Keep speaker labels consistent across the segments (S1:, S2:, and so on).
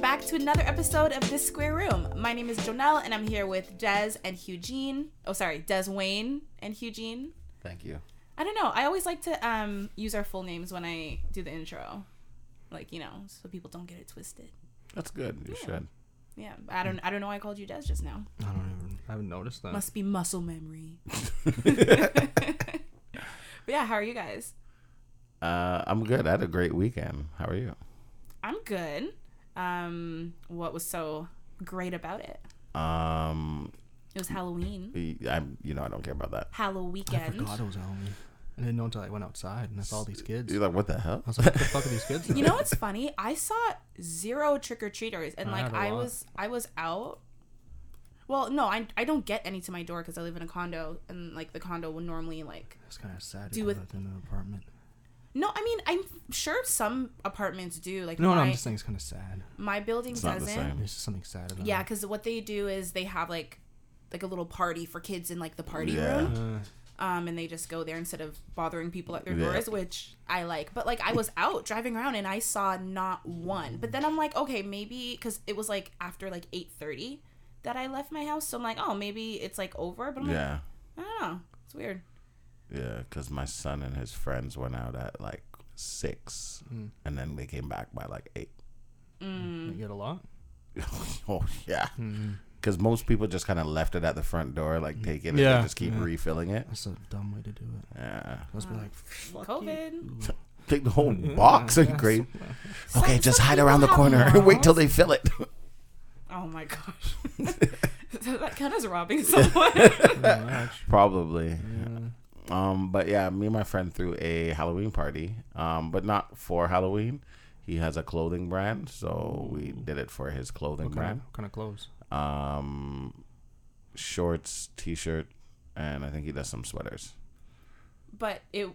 S1: back to another episode of This Square Room. My name is Jonelle, and I'm here with Des and Eugene. Oh, sorry, Des Wayne and Eugene.
S2: Thank you.
S1: I don't know. I always like to um, use our full names when I do the intro, like you know, so people don't get it twisted.
S2: That's good. You should.
S1: Yeah, I don't. I don't know why I called you Des just now.
S2: I don't even.
S3: I haven't noticed that.
S1: Must be muscle memory. but yeah, how are you guys?
S2: Uh, I'm good. I had a great weekend. How are you?
S1: I'm good. Um, what was so great about it?
S2: Um,
S1: It was Halloween.
S2: I'm. You know, I don't care about that.
S1: Halloween
S3: I
S1: weekend.
S3: forgot it was Halloween. I didn't know until I went outside and I saw these kids. I
S2: You're like, what the hell?
S3: was like, what the fuck are these kids?
S1: You know what's funny? I saw zero trick or treaters, and
S3: I
S1: like
S3: had a
S1: I
S3: lot.
S1: was I was out. Well, no, I, I don't get any to my door because I live in a condo, and like the condo would normally like.
S3: It's kind of sad.
S1: Do
S3: Do
S1: with-
S3: with in an apartment.
S1: No, I mean I'm sure some apartments do. Like
S3: No, no,
S1: my,
S3: I'm just saying it's kind of sad.
S1: my building
S2: It's not the
S1: doesn't.
S2: same.
S3: There's just something sad about
S1: Yeah,
S3: it.
S1: because what they do is they have like like a little party for kids in like the party
S2: Yeah.
S1: room.
S3: Uh,
S1: um, and they just go there instead of bothering people at their
S2: Yeah.
S1: doors, which I like. But like, I was out driving around and I saw not one. But then I'm like, okay, maybe because it was like after like eight thirty that I left my house, so I'm like, oh, maybe it's like over. But I'm like,
S2: Yeah,
S1: I don't know, it's weird.
S2: yeah. Because my son and his friends went out at like six,
S3: Mm.
S2: and then they came back by like eight.
S3: you get a lot.
S2: oh yeah.
S3: Mm-hmm.
S2: Because most people just kind of left it at the front door, like take it and
S3: Yeah.
S2: just keep
S3: Mm. Yeah.
S2: refilling it.
S3: That's a dumb way to do it.
S2: Yeah.
S3: Let's
S1: Uh.
S3: be like, fuck
S1: COVID.
S3: You.
S2: Take the whole
S3: Mm-hmm.
S2: box. Are you
S3: Yeah,
S2: crazy?
S3: so-
S2: Okay,
S1: Some-
S2: just
S1: some
S2: hide
S1: people
S2: around the
S1: have
S2: corner and wait
S1: morals.
S2: till they fill it.
S1: Oh my gosh, that kind of robbing someone.
S3: pretty much.
S2: Probably.
S3: Yeah.
S2: Um, but yeah, me and my friend threw a Halloween party, um, but not for Halloween. He has a clothing brand, so we did it for his clothing
S3: What
S2: brand.
S3: kind, of, what kind of clothes?
S2: Um, shorts, t-shirt, and I think he does some sweaters.
S1: but it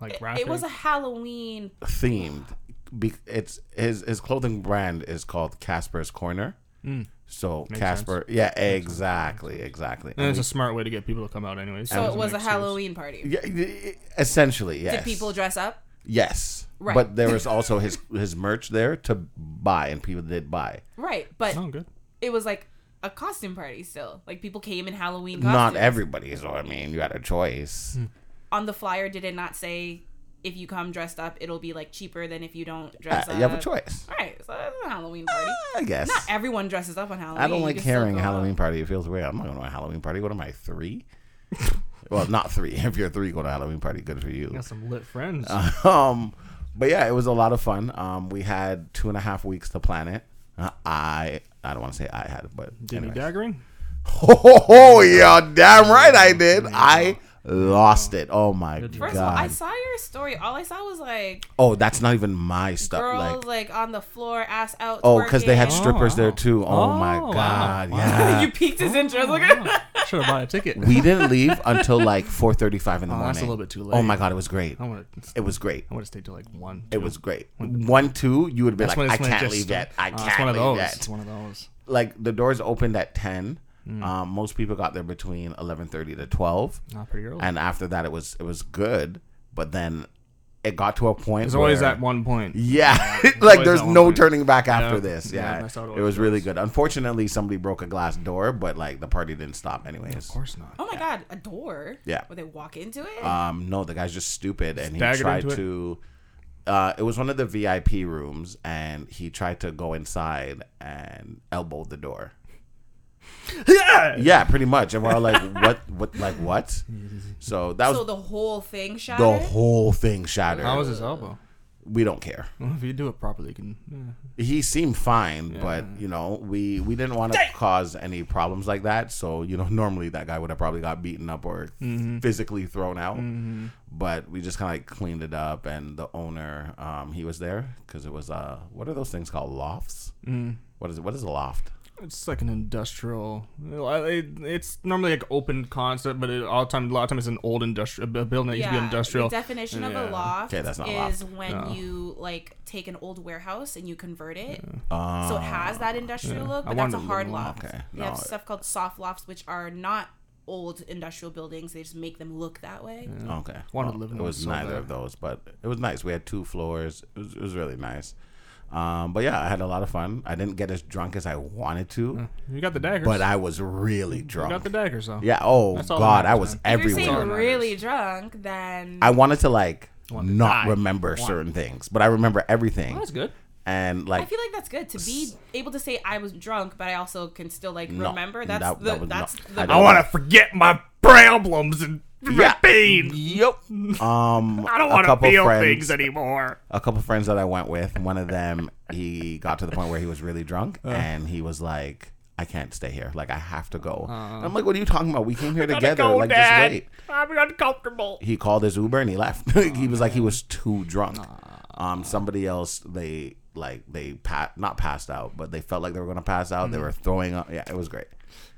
S3: Like
S1: it,
S3: graphic.
S1: it was a Halloween.
S2: Themed. Be- it's his his clothing brand is called Casper's Corner.
S3: Mm.
S2: So
S3: Makes
S2: Casper, yeah, exactly, exactly.
S3: And
S2: And
S3: it's a smart way to get people to come out, anyways.
S1: So it was a
S3: an excuse.
S1: Halloween party.
S2: we- yeah, y- essentially, yes.
S1: Did people dress up?
S2: Yes.
S1: Right.
S2: But there was also his his merch there to buy, and people did buy.
S1: Right, but
S3: Oh, good.
S1: it was like a costume party still. Like people came in Halloween costumes.
S2: Not everybody, so I mean, you had a choice.
S3: Hmm.
S2: Uh,
S1: on the flyer did it not say if you come dressed up it'll be like cheaper than if you don't
S2: Uh,
S1: dress up
S2: you have a choice.
S1: all right so that's a halloween party
S2: I guess.
S1: not everyone dresses up on halloween
S2: I don't
S1: You
S2: like
S1: can still
S2: hearing
S1: go out.
S2: Halloween party. It feels weird. I'm not going to a Halloween party. What am I, three? well, not three. If you're three, go to a Halloween party. Good for you.
S3: Got some lit friends.
S2: um, but yeah, it was a lot of fun. Um, we had two and a half weeks to plan it. Uh, I I don't want to say I had, but
S3: Did you
S2: anyways.
S3: daggering?
S2: Oh, yeah, damn right I did. I lost it. Oh my
S1: first of all i
S2: god.
S1: saw your story all i saw was like
S2: Oh, that's not even my stuff.
S1: girls
S2: Uh, Like,
S1: like, on the floor ass out
S2: oh, because they had
S1: twerking.
S2: strippers there
S3: wow.
S2: too. Oh my
S3: Oh, wow.
S2: god.
S3: Wow.
S1: you
S2: Yeah.
S1: piqued his interest look at
S3: Oh, Should have bought a ticket.
S2: we didn't leave until like 4:35 in the
S3: Oh,
S2: morning.
S3: that's a little bit too late. Oh,
S2: Oh my god, it was great.
S3: I want to.
S2: It was great.
S3: I want to stay till like one.
S2: It was great. One, two, you would have been
S3: That's
S2: like,
S3: when
S2: I
S3: it's when it
S2: can't
S3: just
S2: leave yet.
S3: start-
S2: I
S3: Oh,
S2: can't
S3: it's one of those.
S2: leave
S3: It's
S2: yet.
S3: one of those.
S2: Like the doors opened at 10.
S3: Hmm.
S2: Um, most people got there between 11:30 to 12.
S3: Not pretty early.
S2: and after that it was it was good but then it got to a point
S3: There's always
S2: where-
S3: that one point.
S2: yeah
S3: always
S2: like there's
S3: that one
S2: no
S3: point.
S2: turning back after
S3: Yeah.
S2: this
S3: Yeah,
S2: yeah,
S3: that's how it
S2: it
S3: always
S2: was really good unfortunately somebody broke a glass door but like the party didn't stop anyways
S3: Of course not.
S1: oh my god a door
S2: Yeah.
S1: where they walk into it
S2: um no the guy's just stupid and he
S3: Staggered
S2: tried
S3: into it?
S2: to uh, it was one of the VIP rooms, and he tried to go inside and elbow the door.
S3: Yeah.
S2: Yeah, pretty much. And we're all like, "What? What? Like what?" So that was
S1: so the whole thing shattered
S2: the whole thing shattered.
S3: How was his elbow?
S2: we don't care.
S3: Well, if you do it properly, you can. Yeah.
S2: he seemed fine, but you know, we we didn't want to cause any problems like that. So you know, normally that guy would have probably got beaten up or
S3: Mm-hmm.
S2: physically thrown out. But we just kind of like cleaned it up, and the owner, um, he was there because it was uh, what are those things called lofts? Mm. What is it? What is a loft?
S3: It's like an industrial. well, it- It's normally like open concept, but it, all the time, a lot of times, it's an old industrial a building that used to be industrial.
S1: The definition of a
S3: Yeah.
S1: loft
S2: Okay, that's not a
S1: is
S2: loft.
S1: when
S3: No.
S1: you like take an old warehouse and you convert it.
S2: Uh,
S1: So it has that industrial look,
S3: I
S1: but that's
S3: wanted
S1: a
S3: a
S1: hard
S3: little-
S1: loft.
S2: okay,
S1: They
S2: no,
S1: have
S2: it-
S1: stuff called soft lofts, which are not old industrial buildings. They just make them look that way.
S2: Oh, Okay.
S3: Wanted to live in
S2: it
S3: one
S2: was
S3: so
S2: neither
S3: bad.
S2: of those, but it was nice. We had two floors. It was, it was really nice. Um, but yeah, I had a lot of fun. I didn't get as drunk as I wanted to,
S3: You got the daggers.
S2: but I was really
S3: you got
S2: drunk.
S3: the daggers though.
S2: yeah. Oh
S3: That's all
S2: God,
S3: that
S2: I was
S3: matters,
S1: If you're
S2: everywhere.
S1: saying
S3: Matters.
S1: really drunk, then
S2: I wanted to like
S3: to
S2: not
S3: die.
S2: remember
S3: Want-
S2: certain things, but I remember everything.
S3: That's good.
S2: And
S1: I
S2: like,
S1: feel like that's good to be able to say I was drunk, but I also can still like
S2: No,
S1: remember. That's
S2: that-
S1: the
S2: that was
S1: that's
S2: not-
S1: the.
S2: I
S3: I
S2: don't-
S3: want to forget my problems and my
S2: Yeah.
S3: pain.
S2: yep. Um,
S3: I don't
S2: a
S3: want to
S2: couple
S3: feel
S2: friends-
S3: things anymore.
S2: a couple friends that I went with, one of them, he got to the point where he was really drunk and he was like, I can't stay here. Like, I have to go. And I'm like, what are you talking about? We came here
S3: Uh. Gotta
S2: together.
S3: go,
S2: like,
S3: Dad.
S2: just wait.
S3: I'm uncomfortable.
S2: He called his Uber and he left. he was like, he was too drunk. Um, somebody else, they like, they pat, not passed out, but they felt like they were going to pass out. They
S3: Mm-hmm.
S2: were throwing up. Yeah, it was great.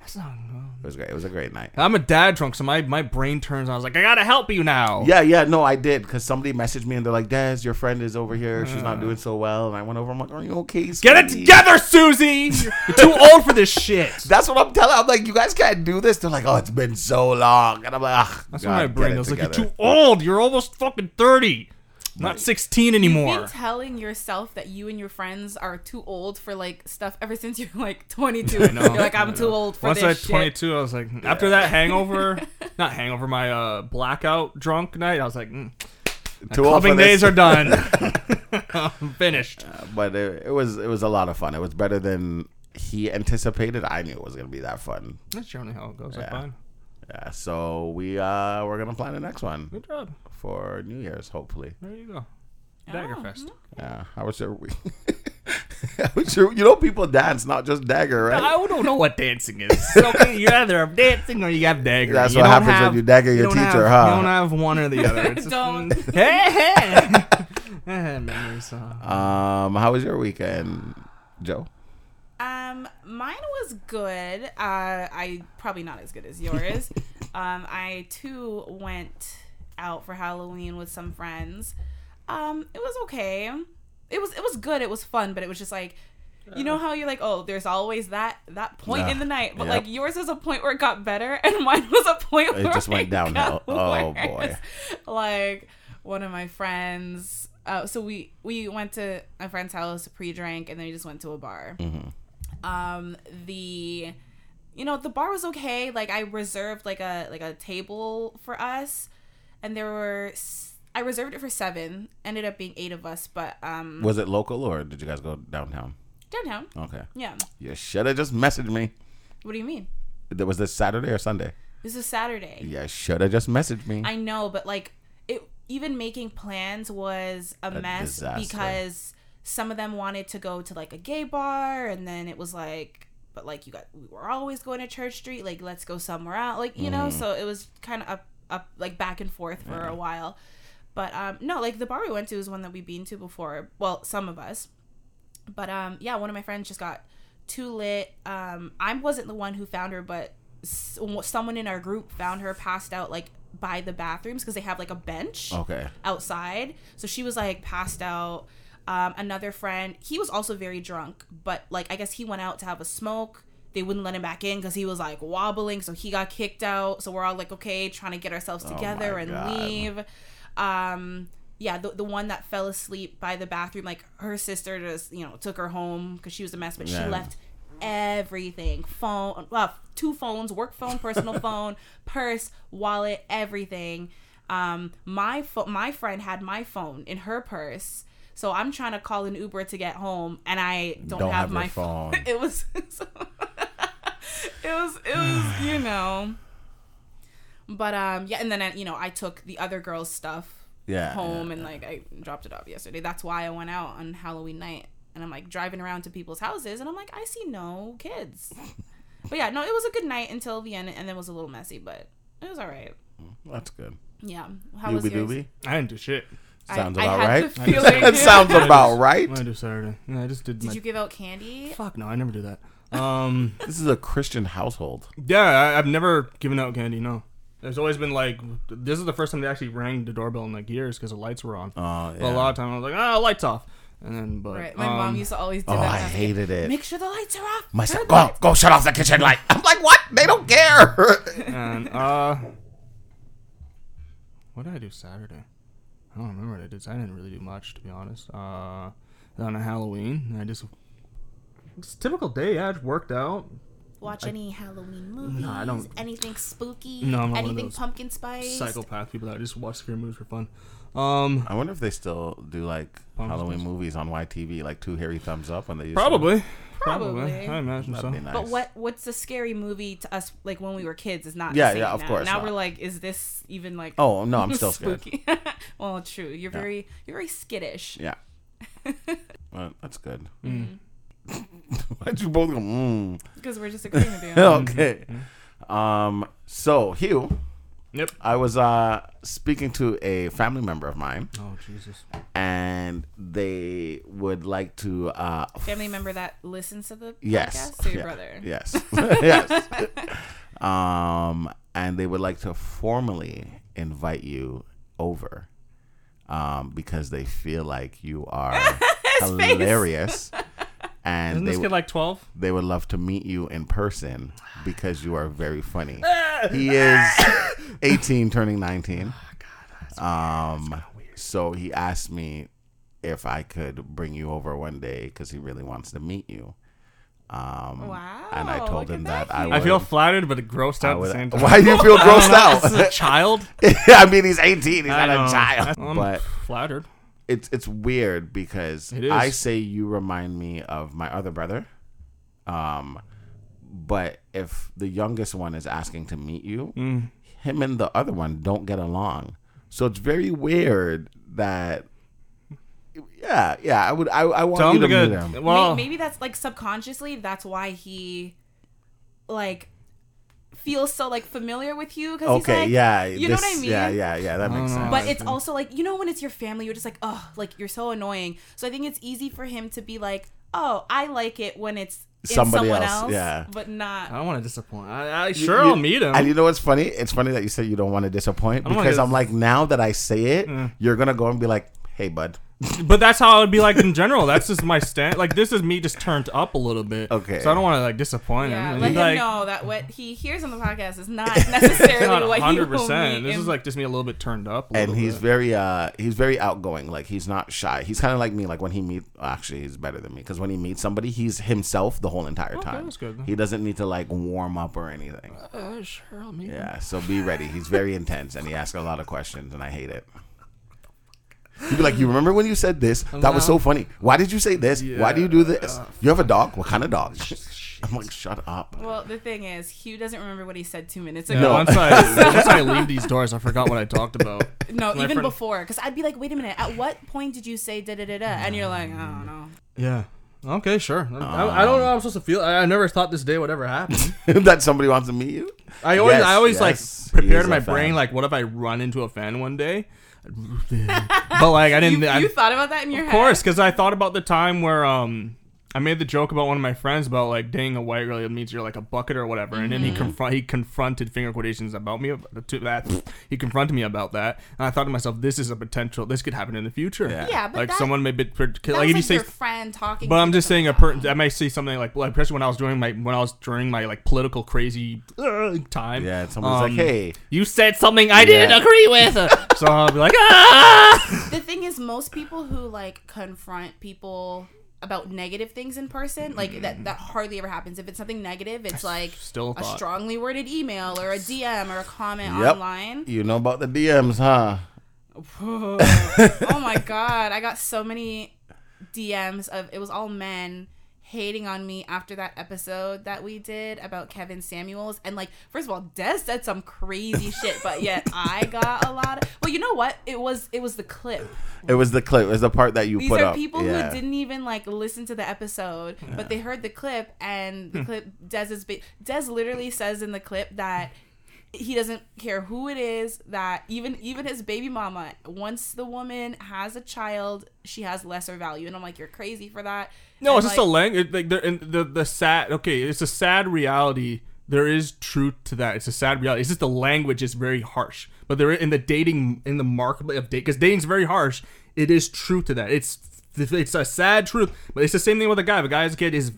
S2: It was great. It was a great night.
S3: I'm a dad drunk, so my, my brain turns. on. I was like, I gotta help you now.
S2: Yeah, yeah, no, I did because somebody messaged me and they're like, "Des, your friend is over here. She's not doing so well." And I went over. I'm like, "Are you okay?
S3: Get it
S2: sweetie?"
S3: together, Susie. You're too old for this shit.
S2: That's what I'm telling. I'm like, you guys can't do this. They're like, oh, it's been so long, and I'm like, ah,
S3: That's
S2: God,
S3: what my
S2: get
S3: brain
S2: it
S3: was like, you're
S2: together."
S3: too old. You're almost fucking 30. Not 16
S1: You've
S3: anymore.
S1: been telling yourself that you and your friends are too old for like stuff ever since you're like 22.
S3: know.
S1: You're like I'm too old for
S3: Once I
S1: this
S3: had
S1: shit.
S3: 22, I was like, after that hangover, not hangover, my uh, blackout drunk night, I was like, mm,
S2: Too old
S3: clubbing
S2: for this.
S3: days are done. I'm finished.
S2: But it, it was it was a lot of fun. It was better than he anticipated. I knew it was gonna be that fun.
S3: That's generally how it goes. Like,
S2: Yeah.
S3: fine.
S2: Yeah. So we uh we're gonna plan the next one
S3: Good job.
S2: for New Year's, hopefully.
S3: There you go.
S1: Oh.
S3: Dagger Fest.
S2: Yeah. How was your week? How was your- you know, people dance, not just dagger, right?
S3: I don't know what dancing is. Okay, you either have dancing or you have dagger.
S2: That's
S3: You
S2: what
S3: don't
S2: happens when
S3: have-
S2: you dagger your
S3: don't
S2: teacher,
S3: have-
S2: huh?
S3: You don't have one or the other. It's just,
S1: Don't.
S3: mm, hey, hey. Eh, memories, huh?
S2: Um, how was your weekend, Joe?
S1: Um, mine was good. Uh, I probably not as good as yours. um, I too went out for Halloween with some friends. Um, it was okay. It was it was good. It was fun, but it was just like, you know how you're like, oh, there's always that that point
S2: Yeah.
S1: in the night, but
S2: Yep.
S1: like yours was a point where it got better, and mine was a point
S2: It
S1: where
S2: just went downhill.
S1: got
S2: Oh,
S1: worse.
S2: boy.
S1: Like one of my friends. Uh, so we we went to a friend's house pre-drink, and then we just went to a bar.
S2: Mm-hmm.
S1: Um, the you know the bar was okay. Like I reserved like a like a table for us, and there were s- I reserved it for seven. Ended up being eight of us, but um
S2: Was it local or did you guys go downtown?
S1: downtown.
S2: Okay.
S1: Yeah.
S2: You should have just messaged me.
S1: What do you mean?
S2: That was this Saturday or Sunday.
S1: This is Saturday.
S2: Yeah, should have just messaged me.
S1: I know, but like it even making plans was a, mess
S2: disaster.
S1: because some of them wanted to go to like a gay bar and then it was like but like you got we were always going to church street like let's go somewhere out like you know so it was kind of up up like back and forth for a while but um no like the bar we went to is one that we've been to before well some of us but um yeah one of my friends just got too lit um i wasn't the one who found her but s- someone in our group found her passed out like by the bathrooms because they have like a bench
S2: okay.
S1: outside so she was like passed out um another friend he was also very drunk but like i guess he went out to have a smoke they wouldn't let him back in because he was like wobbling so he got kicked out so we're all like okay trying to get ourselves together and
S2: God.
S1: leave um yeah the, the one that fell asleep by the bathroom like her sister just you know took her home because she was a mess but
S2: Yeah.
S1: she left everything phone well two phones work phone personal phone purse wallet everything um my phone my friend had my phone in her purse so i'm trying to call an uber to get home and i don't,
S2: Don't
S1: have,
S2: have your
S1: my phone,
S2: phone.
S1: it was so- it was it was you know but um yeah and then I, you know i took the other girl's stuff
S2: Yeah,
S1: home
S2: yeah,
S1: and like i dropped it off yesterday that's why i went out on halloween night and i'm like driving around to people's houses and i'm like i see no kids but yeah no it was a good night until the end and then it was a little messy but it was all right
S2: That's good.
S1: yeah how was
S2: Doobie
S1: yours?
S2: doobie.
S3: I didn't do shit.
S1: I-
S2: Sounds
S1: I
S2: about
S1: had
S2: right.
S1: the feeling.
S2: that sounds about
S3: What did I
S2: right.
S3: do Saturday? Yeah, I just did. my,
S1: did you give out candy
S3: Fuck no, I never do that. Um,
S2: This is a Christian household.
S3: yeah, I, I've never given out candy. No, there's always been like this is the first time they actually rang the doorbell in like years because the lights were on.
S2: Oh, yeah.
S3: But a lot of time I was like, oh, lights off, and then but
S1: right my mom
S3: um,
S1: used to always do
S2: oh,
S1: that
S2: I
S1: to us.
S2: hated it.
S1: make sure the lights are off
S2: My oh. son,
S1: Turn the
S2: go,
S1: lights-
S2: go, shut off the kitchen light. I'm like, what? They don't care.
S3: and uh, what did I do Saturday? I don't remember what I did. I didn't really do much to be honest. Uh, on a Halloween. And I just it's a typical day. Yeah, I just worked out.
S1: Watch any Halloween movies?
S3: No, I don't-
S1: Anything spooky?
S3: No, I'm not one of
S1: anything
S3: those
S1: pumpkin spice?
S3: Psychopath people that just watch scary movies for fun. Um,
S2: I wonder if they still do like
S3: Pumpkin
S2: Halloween
S3: spice.
S2: movies on YTV, like two hairy thumbs up when they used to.
S3: probably,
S1: Probably.
S3: I imagine
S2: That'd be
S3: so.
S2: nice.
S1: But what what's a scary movie to us like when we were kids is not
S2: Yeah,
S1: the same
S2: yeah, of
S1: now.
S2: course
S1: Now
S2: not.
S1: we're like, is this even like
S2: Oh no, I'm still scared.
S1: spooky? well, true. You're very you're very skittish.
S2: Yeah. Well, that's good. Why'd you both go? Mm.
S1: Because we're just agreeing with you.
S2: Okay. Um. So Hugh,
S3: Yep.
S2: I was uh speaking to a family member of mine,
S3: Oh Jesus.
S2: and they would like to uh
S1: Family member that listens to the
S2: Yes.
S1: podcast? So your
S2: Yeah.
S1: brother.
S2: Yes. yes. Um, and they would like to formally invite you over um, because they feel like you are hilarious.
S3: Isn't
S2: And they,
S3: this kid like twelve?
S2: they would love to meet you in person because you are very funny. he is 18, turning 19.
S3: Oh,
S2: Um, so he asked me if I could bring you over one day because he really wants to meet you. Um,
S1: Wow,
S2: And I
S1: look
S2: told him
S1: at
S2: that,
S1: that,
S2: I
S1: Hugh.
S2: would.
S3: I feel flattered, but grossed
S2: I
S3: out at
S2: would-
S3: the same time.
S2: why do you feel grossed
S3: This is a
S2: out?
S3: child.
S2: I mean, he's 18. He's
S3: I
S2: not
S3: know.
S2: a child.
S3: I'm
S2: But
S3: flattered.
S2: it's it's weird because
S3: It is.
S2: I say you remind me of my other brother. Um, but if the youngest one is asking to meet you,
S3: Mm.
S2: him and the other one don't get along. So it's very weird that. Yeah, yeah. I would. I, I want
S3: Tell
S2: you
S3: him to
S2: to meet
S3: get.
S2: him.
S1: May
S3: Well,
S1: maybe that's like subconsciously that's why he like feels so like familiar with you because he's
S2: Okay.
S1: like,
S2: yeah.
S1: you know what I
S2: this-
S1: mean?
S2: Yeah, yeah, yeah. That makes sense.
S1: But it's also like you know when it's your family, you're just like, oh, like you're so annoying. So I think it's easy for him to be like, oh, I like it when it's in
S2: Somebody
S1: someone
S2: else,
S1: else,
S2: yeah.
S1: but not.
S3: I don't want to disappoint. I, I
S2: You-
S3: sure
S2: you-
S3: I'll meet him.
S2: And you know what's funny? It's funny that you said you don't want to disappoint
S3: don't wanna
S2: because
S3: dis-
S2: I'm like, now that I say it, you're gonna go and be like, "Hey, bud."
S3: But that's how I would be like in general. That's just my stand. Like this is me just turned up a little bit.
S2: Okay.
S3: So I don't want to like disappoint
S1: Yeah,
S3: him.
S1: let him
S3: like,
S1: know that what he hears on the podcast is not
S3: it's
S1: necessarily
S3: not
S1: what he
S3: hundred
S1: will
S3: percent.
S1: meet.
S3: This
S1: in-
S3: is like just me a little bit turned up. A
S2: And
S3: little
S2: he's
S3: bit.
S2: very, uh, he's very outgoing. Like he's not shy. He's kind of like me. Like when he meet, actually, he's better than me because when he meets somebody, he's himself the whole entire time.
S3: that's good.
S2: He doesn't need to like warm up or anything.
S3: Uh, sure, I'll meet him.
S2: Yeah. So be ready. He's very intense and he asks a lot of questions, and I hate it. He'd be like, "You remember when you said this? That was so funny. Why did you say this? Why do you do this? You have a dog? What kind of dog?" I'm like, "Shut up."
S1: well, the thing is, Hugh doesn't remember what he said two minutes
S3: Yeah,
S1: ago.
S3: Once I once I leave these doors, I forgot what I talked about.
S1: No,
S3: My
S1: even
S3: friend-
S1: before, because I'd be like, "Wait a minute, at what point did you say da da da da?" And you're like, "I don't know."
S3: Yeah. Okay, sure. I,
S2: Ah.
S3: I, I don't know how I'm supposed to feel. I, I never thought this day would ever happen.
S2: that somebody wants to meet you.
S3: I always,
S2: Yes,
S3: I always
S2: yes,
S3: like
S2: he
S3: prepared
S2: is
S3: in my
S2: a fan.
S3: brain, like, what if I run into a fan one day? but like, I didn't.
S1: You,
S3: I,
S1: you thought about that in your
S3: of
S1: head,
S3: course, because I thought about the time where um I made the joke about one of my friends about like dating a white girl it means you're like a bucket or whatever, and
S2: Mm-hmm.
S3: then he confront he confronted finger quotations about me ab- to that he confronted me about that, and I thought to myself, this is a potential. This could happen in the future.
S2: Yeah.
S1: Yeah, but
S3: like
S1: that-
S3: someone may be like,
S1: That
S3: like
S1: was
S3: if you
S1: like
S3: say
S1: your friend talking.
S3: but
S1: to
S3: I'm
S1: you
S3: just
S1: about
S3: saying a
S1: that.
S3: per- I might say something like, like especially when I was doing my when I was during my like political crazy uh, time. Um,
S2: Yeah, someone's like, "Hey."
S3: you said something I didn't
S2: Yeah.
S3: agree with," so I'll be like, "Ah!"
S1: the thing is most people who like confront people about negative things in person like that that hardly ever happens if it's something negative it's like
S3: still
S1: a
S3: thought.
S1: strongly worded email or a dm or a comment
S2: Yep.
S1: online
S2: You know about the DMs, huh?
S1: oh my god i got so many dms of it was all men hating on me after that episode that we did about kevin samuels and like first of all des said some crazy shit but yet i got a lot of well you know what it was it was the clip
S2: It was the clip. It was the part that you
S1: These
S2: put
S1: are
S2: up.
S1: people
S2: yeah.
S1: who didn't even like listen to the episode, but they heard the clip, and the clip Des is ba- Des literally says in the clip that he doesn't care who it is that even even his baby mama once the woman has a child she has lesser value and i'm like you're crazy for that
S3: no,
S1: And,
S3: it's just a
S1: like,
S3: language. Like the, and the the sad. Okay, it's a sad reality. There is truth to that. It's a sad reality. It's just the language is very harsh. But there in the dating in the market of date because dating's very harsh. It is true to that. It's it's a sad truth. But it's the same thing with a guy. If a guy's kid is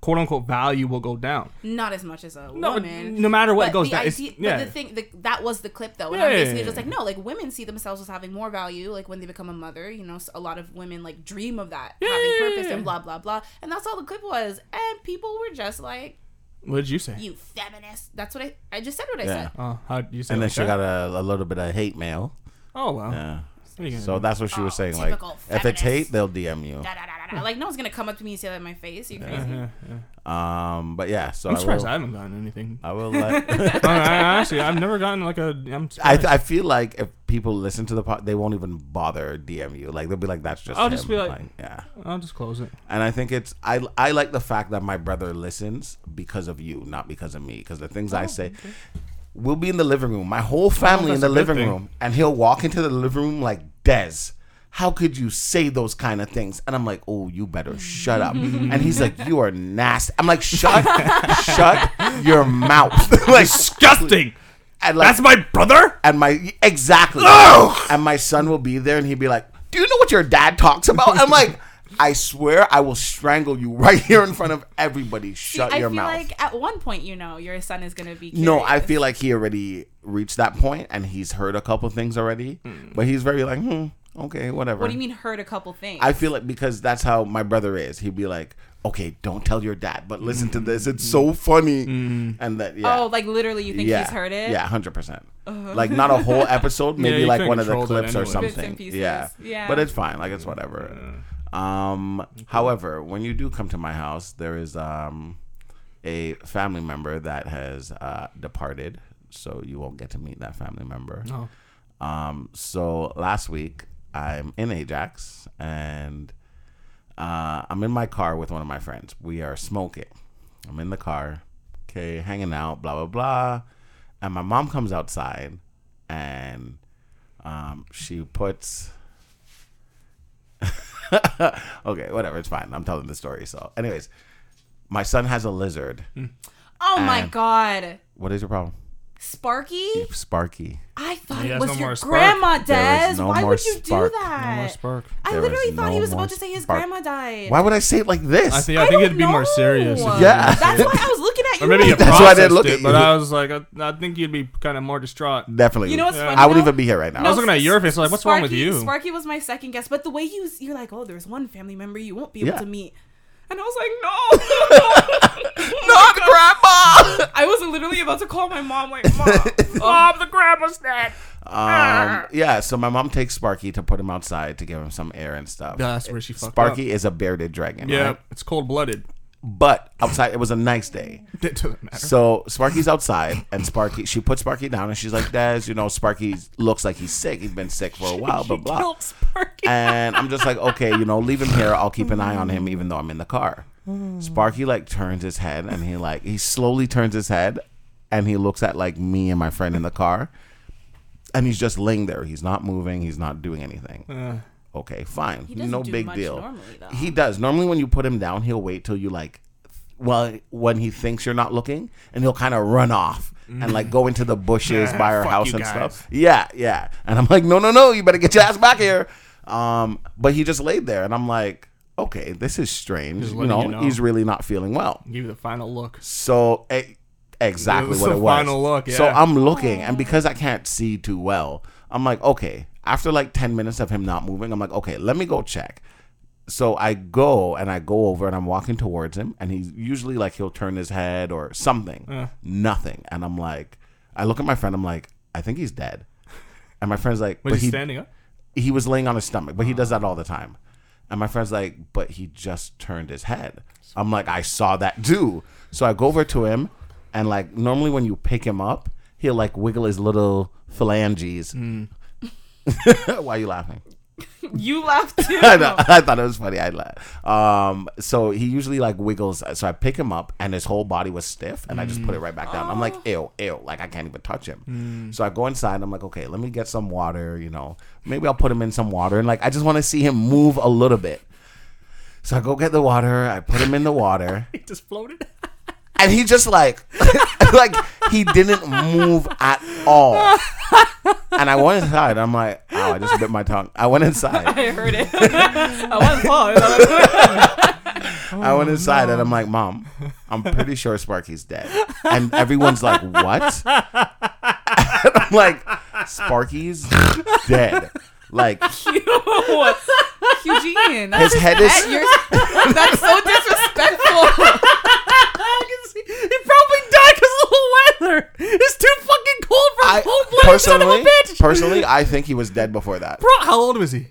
S3: quote unquote value will go down.
S1: Not as much as a
S3: No,
S1: woman.
S3: no matter what
S1: but
S3: goes
S1: the
S3: down, it's-
S1: idea-
S3: yeah.
S1: But the thing, the, that was the clip though. And
S3: Yeah,
S1: I'm
S3: yeah,
S1: basically
S3: yeah,
S1: just
S3: yeah.
S1: like, no, like women see themselves as having more value, like when they become a mother. You know, so a lot of women like dream of that, having
S3: yeah,
S1: purpose
S3: yeah.
S1: and blah blah blah. And that's all the clip was. And people were just like,
S3: What did you say?
S1: you feminist. That's what I I just said what I
S2: Yeah.
S1: said.
S3: Oh, how did you say?
S2: And
S3: it
S2: then
S3: like
S2: she
S3: that?
S2: got a, a little bit of hate mail.
S3: Oh wow.
S2: Yeah.
S3: What are you gonna
S2: So
S3: do?
S2: that's what she was
S1: Oh,
S2: saying. Like,
S1: typical
S2: if it's
S1: feminist.
S2: hate, they'll DM you.
S1: Da, da, da, da, da. Like no one's gonna come up to me and say that in my face. Are you crazy?
S2: Mm-hmm.
S3: Yeah, yeah.
S2: Um, but yeah, so
S3: I'm
S2: I
S3: surprised
S2: will-
S3: I haven't gotten anything.
S2: I will let.
S3: I, I actually, I've never gotten like a. I'm
S2: I,
S3: surprised.
S2: I feel like if people listen to the pod, they won't even bother DM you. Like they'll be like, "That's just."
S3: I'll just
S2: him."
S3: be like-
S2: "Yeah."
S3: I'll just close it.
S2: And I think it's I I like the fact that my brother listens because of you, not because of me. Because the things I say, we'll be in the living room, my whole family in
S3: Oh, that's
S2: the
S3: a good
S2: living
S3: thing.
S2: room, and he'll walk into the living room like Des. How could you say those kind of things? And I'm like, oh, you better shut up. and he's like, you are nasty. I'm like, shut, shut your mouth. like,
S3: Disgusting.
S2: and like,
S3: That's my brother.
S2: and my exactly and my son will be there and he'd be like do you know what your dad talks about i'm like i swear i will strangle you right here in front of everybody shut
S1: I
S2: your
S1: feel
S2: mouth
S1: like at one point, you know, your son is gonna be. Curious.
S2: no i feel like he already reached that point and he's heard a couple things already but he's very like hmm okay whatever
S1: What do you mean heard a couple things?
S2: i feel like because that's how my brother is he'd be like okay don't tell your dad but listen to this it's so funny and that yeah
S1: Oh, like literally, you think he's heard it? Uh-huh.
S2: Yeah, hundred percent. Like not a whole episode, maybe
S3: you
S2: like
S3: couldn't
S2: one of the
S3: control that
S2: clips or
S3: anyway.
S2: something.
S1: Bits and pieces.
S2: Yeah.
S1: Yeah.
S2: but it's fine. Like it's whatever. Um, however, when you do come to my house, there is um a family member that has uh departed, so you won't get to meet that family member.
S3: No.
S2: Um, so last week I'm in Ajax and uh, I'm in my car with one of my friends. We are smoking. I'm in the car, okay, hanging out, blah blah blah. And my mom comes outside and um, she puts. okay, whatever, it's fine. I'm telling the story. So, anyways, my son has a lizard.
S3: Hmm.
S1: Oh my
S2: And-
S1: god,
S2: What is your problem?
S1: Sparky!
S2: Sparky.
S1: I thought
S3: He
S1: it
S3: has
S1: was
S3: no
S1: your
S3: more spark.
S1: grandma,
S2: There
S1: Des.
S2: is no
S1: Why
S2: more
S1: would you
S2: spark.
S1: do
S2: No more
S1: that?
S3: spark.
S1: I
S2: There
S1: literally
S2: is
S1: thought
S2: no
S1: he was
S2: more
S1: about to say his
S2: spark.
S1: grandma died.
S2: Why would I say it like this?
S3: I think I, think
S1: don't
S3: it'd be more
S1: know.
S3: serious. if you-
S2: Yeah.
S1: that's why I was looking at you.
S3: Or maybe you
S1: like,
S2: That's why I didn't
S3: processed
S2: look
S3: it,
S2: at
S3: but
S2: you.
S3: I was like, I, I think you'd be kind of more distraught.
S2: Definitely.
S1: You know what's
S3: Yeah.
S1: funny?
S2: I wouldn't
S1: though?
S2: even be here right now.
S1: No,
S3: I was looking at your face, like, what's wrong with
S1: Sparky-
S3: you?
S1: Sparky was my second guess, but the way you you're like, oh, there's one family member you won't be able
S2: Yeah.
S1: to meet, and I was like, no, no,
S2: Not grandma.
S1: I was literally about to call my mom, like, mom, mom, the grandma's dead.
S2: Um, yeah, so my mom takes Sparky to put him outside to give him some air and stuff.
S3: That's where she fucked
S2: Sparky is a bearded dragon.
S3: Yeah,
S2: right?
S3: it's cold blooded.
S2: But outside, it was a nice day.
S3: It doesn't matter.
S2: So Sparky's outside, and Sparky, she puts Sparky down, and she's like, "Daz, you know, Sparky looks like he's sick. He's been sick for a while, blah blah."
S1: Help Sparky.
S2: and I'm just like, okay, you know, leave him here. I'll keep an eye on him, even though I'm in the car. Sparky like turns his head, and he like he slowly turns his head, and he looks at like me and my friend in the car, and he's just laying there. He's not moving. He's not doing anything. okay, fine.
S1: doesn't
S2: no
S1: do
S2: big
S1: much
S2: deal.
S1: normally, though.
S2: he does normally when you put him down, he'll wait till you like. Well, when he thinks you're not looking, and he'll kind of run off and like go into the bushes by our
S3: Fuck
S2: house
S3: you
S2: and
S3: guys.
S2: stuff. Yeah, yeah. And I'm like, no, no, no, you better get your ass back here. Um, but he just laid there, and I'm like, okay, this is strange.
S3: Just
S2: You
S3: letting
S2: know,
S3: you know.
S2: he's really not feeling well.
S3: Give you the final look.
S2: So e- exactly
S3: It was
S2: what
S3: the
S2: it was.
S3: final look,
S2: So
S3: yeah.
S2: I'm looking, and because I can't see too well, I'm like, okay. After like ten minutes of him not moving, I'm like, okay, let me go check. So I go and I go over and I'm walking towards him, and he's usually like he'll turn his head or something. Nothing, and I'm like, I look at my friend. I'm like, I think he's dead. And my friend's like,
S3: Was
S2: but
S3: he
S2: he
S3: standing up?
S2: he was laying on his stomach, but he does that all the time. And my friend's like, but he just turned his head. I'm like, I saw that too. So I go over to him, and like normally when you pick him up, he'll like wiggle his little phalanges. Why are you laughing?
S1: You laughed too.
S2: I, know, I thought it was funny. I laughed. Um, so he usually like wiggles. So I pick him up, and his whole body was stiff, and I just put it right back down. I'm like, ew, ew, like I can't even touch him. So I go inside. and I'm like, okay, let me get some water. You know, maybe I'll put him in some water, and like I just want to see him move a little bit. So I go get the water. I put him in the water.
S3: He just floated.
S2: and he just like like he didn't move at all. And I went inside. I'm like, oh, I just bit my tongue. I went inside.
S1: I heard it. I wasn't paused.
S2: I
S3: Oh,
S2: went inside and I'm like, Mom, I'm pretty sure Sparky's dead. And everyone's like, What? And I'm like, Sparky's dead. Like
S1: Eugene,
S2: his
S1: that's,
S2: head is
S1: you're, that's so disrespectful.
S3: He probably died because of the weather. It's too fucking cold for a
S2: I,
S3: cold blooded Oh, son of a
S2: personally,
S3: bitch.
S2: personally, I think he was dead before that.
S3: Bro, how old was he?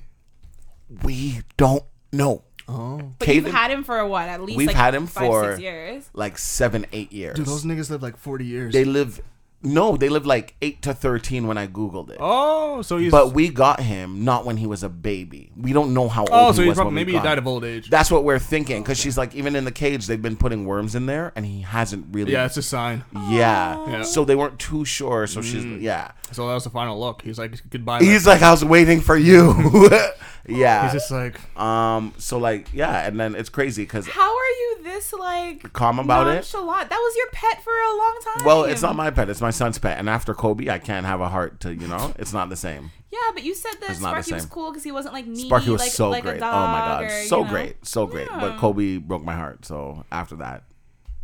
S2: We don't know.
S3: Oh,
S1: But you've
S2: Caden-
S1: had him for what? At least
S2: We've
S1: like
S2: had him
S1: five,
S2: for-
S1: six years.
S2: Like seven, eight years.
S3: dude, those niggas lived like forty years.
S2: they live, no, they live like eight to 13 when I Googled it.
S3: oh, so he's
S2: But we got him not when he was a baby. We don't know how old
S3: oh,
S2: he
S3: so he's
S2: was.
S3: probably
S2: when
S3: maybe
S2: we
S3: he
S2: got
S3: died
S2: him.
S3: of old age.
S2: That's what we're thinking, because she's like, even in the cage, they've been putting worms in there, and he hasn't really.
S3: yeah, it's a sign.
S2: yeah.
S3: Yeah. Mm.
S2: So they weren't too sure. So she's yeah.
S3: So that was the final look. He's like goodbye.
S2: He's like, I was waiting for you.
S3: he's
S2: yeah.
S3: just like
S2: Um. So like, yeah, and then it's crazy because
S1: How are you this like
S2: calm about it.
S1: nonchalant? That was your pet for a long time.
S2: Well, it's not my pet. It's my son's pet. And after Kobe, I can't have a heart to you know. It's not the same.
S1: Yeah, but you said that
S2: It's not the
S1: Sparky was
S2: same.
S1: cool because he wasn't like needy.
S2: Sparky was
S1: like,
S2: so
S1: like
S2: great.
S1: A
S2: Oh
S1: dog
S2: my god,
S1: or,
S2: so
S1: you know.
S2: great, so great.
S1: Yeah.
S2: But Kobe broke my heart. So after that,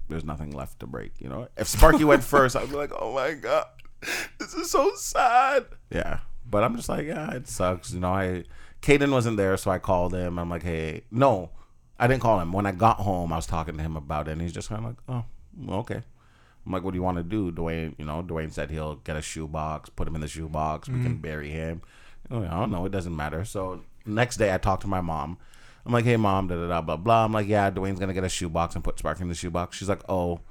S2: there's nothing left to break. You know, if Sparky went first, I'd be like, oh my god, this is so sad. Yeah, but I'm just like, yeah, it sucks. You know, I Caden wasn't there, so I called him. I'm like, hey, no, I didn't call him. When I got home, I was talking to him about it, and he's just kind of like, oh, well, okay. I'm like, what do you want to do? Dwayne, you know, Dwayne said he'll get a shoebox, put him in the shoebox. We can bury him. I'm like, I don't know. It doesn't matter. So next day, I talked to my mom. I'm like, hey, mom, da da da, blah, blah. I'm like, yeah, Dwayne's going to get a shoebox and put Sparky in the shoebox. She's like, oh,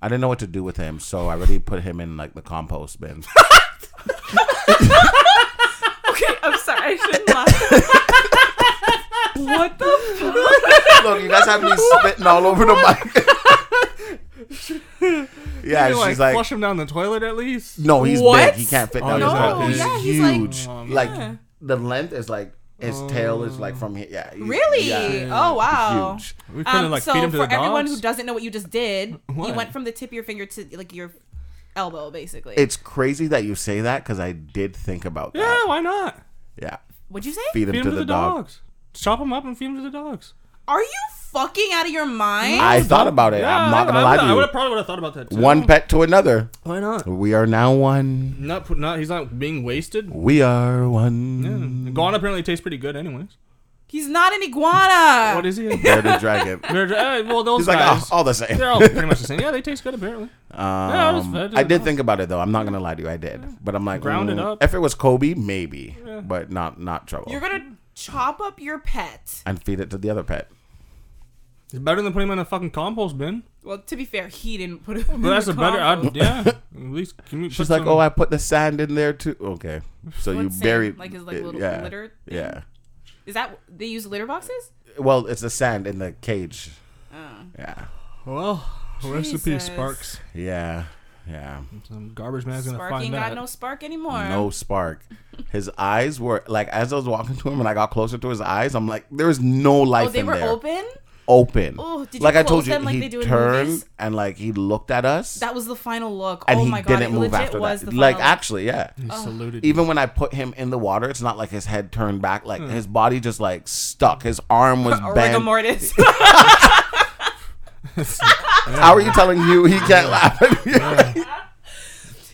S2: I didn't know what to do with him. So I already put him in like the compost bin.
S1: Okay, I'm sorry. I shouldn't laugh. what the fuck?
S2: Look, you guys have me spitting all over the mic. yeah,
S3: Maybe,
S2: she's like,
S3: flush him down the toilet at least.
S2: no, he's
S1: What?
S2: big. He can't fit down
S3: Oh, he's
S2: his
S3: not
S2: back.
S3: big.
S2: He's
S1: Yeah, he's like-
S2: huge.
S3: Um,
S2: like,
S1: Yeah.
S2: the length is like, his tail is like from here. Yeah. he's-
S1: Really?
S2: yeah.
S1: Oh wow.
S2: Huge.
S3: We couldn't
S1: Um,
S3: like
S1: so
S3: feed him to
S1: for
S3: the
S1: everyone
S3: dogs.
S1: who doesn't know what you just did, you
S3: What?
S1: went from the tip of your finger to like your elbow, basically.
S2: It's crazy that you say that because I did think about
S3: yeah,
S2: that.
S3: why not?
S2: Yeah.
S1: What'd you say?
S2: Feed him,
S3: Feed him
S2: to, the, dog.
S3: dogs. Chop him up and feed him to the dogs.
S1: Are you fucking out of your mind?
S2: I thought about it. I'm not going to lie
S3: I would have
S2: to
S3: probably would have thought about that too.
S2: you. One pet to another.
S3: Why not?
S2: We are now one.
S3: Not put. Not he's not being wasted.
S2: We are one.
S3: Yeah. Gone apparently tastes pretty good, anyways.
S1: He's not an iguana.
S3: What is he?
S2: Bear the dragon.
S3: They're ju- eh, well, those
S2: He's like,
S3: guys.
S2: oh, all the same.
S3: they're all pretty much the same. Yeah, they taste good apparently. I was-
S2: Um,
S3: I did
S2: I did
S3: not.
S2: think about it though. I'm not gonna lie to you. I did, but I'm like,
S3: Ground it
S2: mm,
S3: up.
S2: If it was Kobe, maybe, but not not trouble.
S1: You're gonna chop up your pet.
S2: and feed it to the other pet.
S3: It's better than putting him in a fucking compost bin.
S1: Well, to be fair, he didn't put it. in
S3: But that's
S1: the
S3: a better.
S1: compost.
S3: I'd, yeah. At least can we
S2: She's
S3: put
S2: like,
S3: some-
S2: oh, I put the sand in there too. Okay, so you
S1: What sand?
S2: buried
S1: Like his, like,
S2: it-
S1: little
S2: yeah,
S1: litter thing?
S2: Yeah.
S1: Is that they use litter boxes? Uh,
S2: Well, it's the sand in the cage. Yeah.
S3: Well, rest in peace,
S1: Jesus.
S3: Sparks.
S2: Yeah. Yeah.
S3: Some garbage man's gonna
S1: Spark
S3: find
S1: ain't
S3: that.
S1: got no spark anymore.
S2: No spark. His eyes were like as I was walking to him and I got closer to his eyes. I'm like, there is no life
S1: Oh, they
S2: in
S1: were
S2: there.
S1: open.
S2: Open.
S1: Oh, did you
S2: like I
S1: close
S2: told you,
S1: them like
S2: he
S1: they do in
S2: turned
S1: movies?
S2: and like he looked at us.
S1: That was the final look.
S2: and
S1: oh
S2: he
S1: my god,
S2: didn't
S1: it
S2: move
S1: legit
S2: after
S1: was the
S2: that.
S1: final
S2: Like
S1: look.
S2: actually, yeah.
S3: He saluted.
S2: Even when I put him in the water, it's not like his head turned back. Like his body just like stuck. His arm was
S1: Hmm. Or rigor
S2: bent.
S1: mortis.
S2: How are you telling you he can't laugh? at you?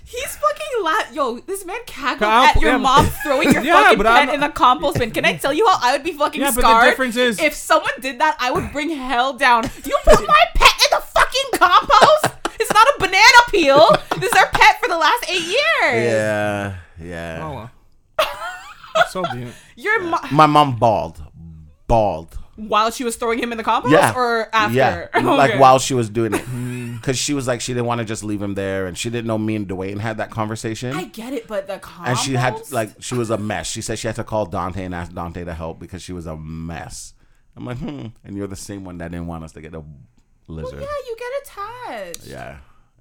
S1: He's fucking la- yo. This man cackled
S3: I'll-
S1: at your
S3: yeah,
S1: mom
S3: but-
S1: throwing your
S3: Yeah,
S1: fucking
S3: but
S1: pet
S3: I'm-
S1: in the compost bin. Can I tell you how I would be fucking
S3: Yeah, but the
S1: scarred?
S3: difference is-
S1: if someone did that, I would bring hell down. You put my pet in the fucking compost. It's not a banana peel. This is our pet for the last eight years.
S2: yeah,
S3: Oh,
S2: yeah.
S3: well. so be it.
S1: Your mo-
S2: My mom bawled, bawled.
S1: while she was throwing him in the compost,
S2: Yeah,
S1: or after,
S2: Yeah,
S1: Okay.
S2: like while she was doing it, because she was like she didn't want to just leave him there, and she didn't know me and Dwayne had that conversation.
S1: I get it, but the compost.
S2: and she had like she was a mess. She said she had to call Dante and ask Dante to help because she was a mess. I'm like, hmm. And you're the same one that didn't want us to get a lizard.
S1: Yeah, you get attached.
S2: yeah.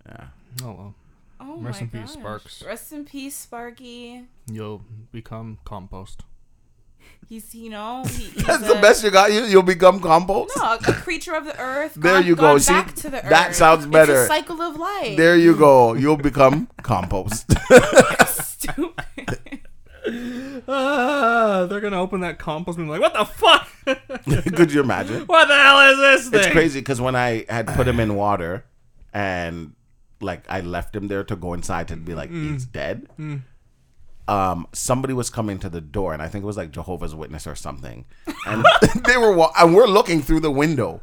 S2: yeah,
S3: Oh well.
S1: Oh
S3: Rest
S1: my
S3: in peace,
S1: gosh.
S3: Sparks.
S1: Rest in peace, Sparky.
S3: You'll become compost.
S1: He's you know he, he's
S2: That's the best you got. You, you'll become compost.
S1: No, a creature of the earth.
S2: There
S1: gone-
S2: you go.
S1: gone
S2: See,
S1: back to the earth.
S2: that sounds better.
S1: It's a cycle of life.
S2: There you go. You'll become compost.
S1: Stupid.
S3: Ah, they're gonna open that compost and be like, "What the fuck?
S2: Could you imagine?
S3: what the hell is this thing?"
S2: It's crazy because when I had put him in water and like I left him there to go inside and be like, he's dead. Um, somebody was coming to the door, and I think it was like Jehovah's Witness or something, and they were wa- and we're looking through the window,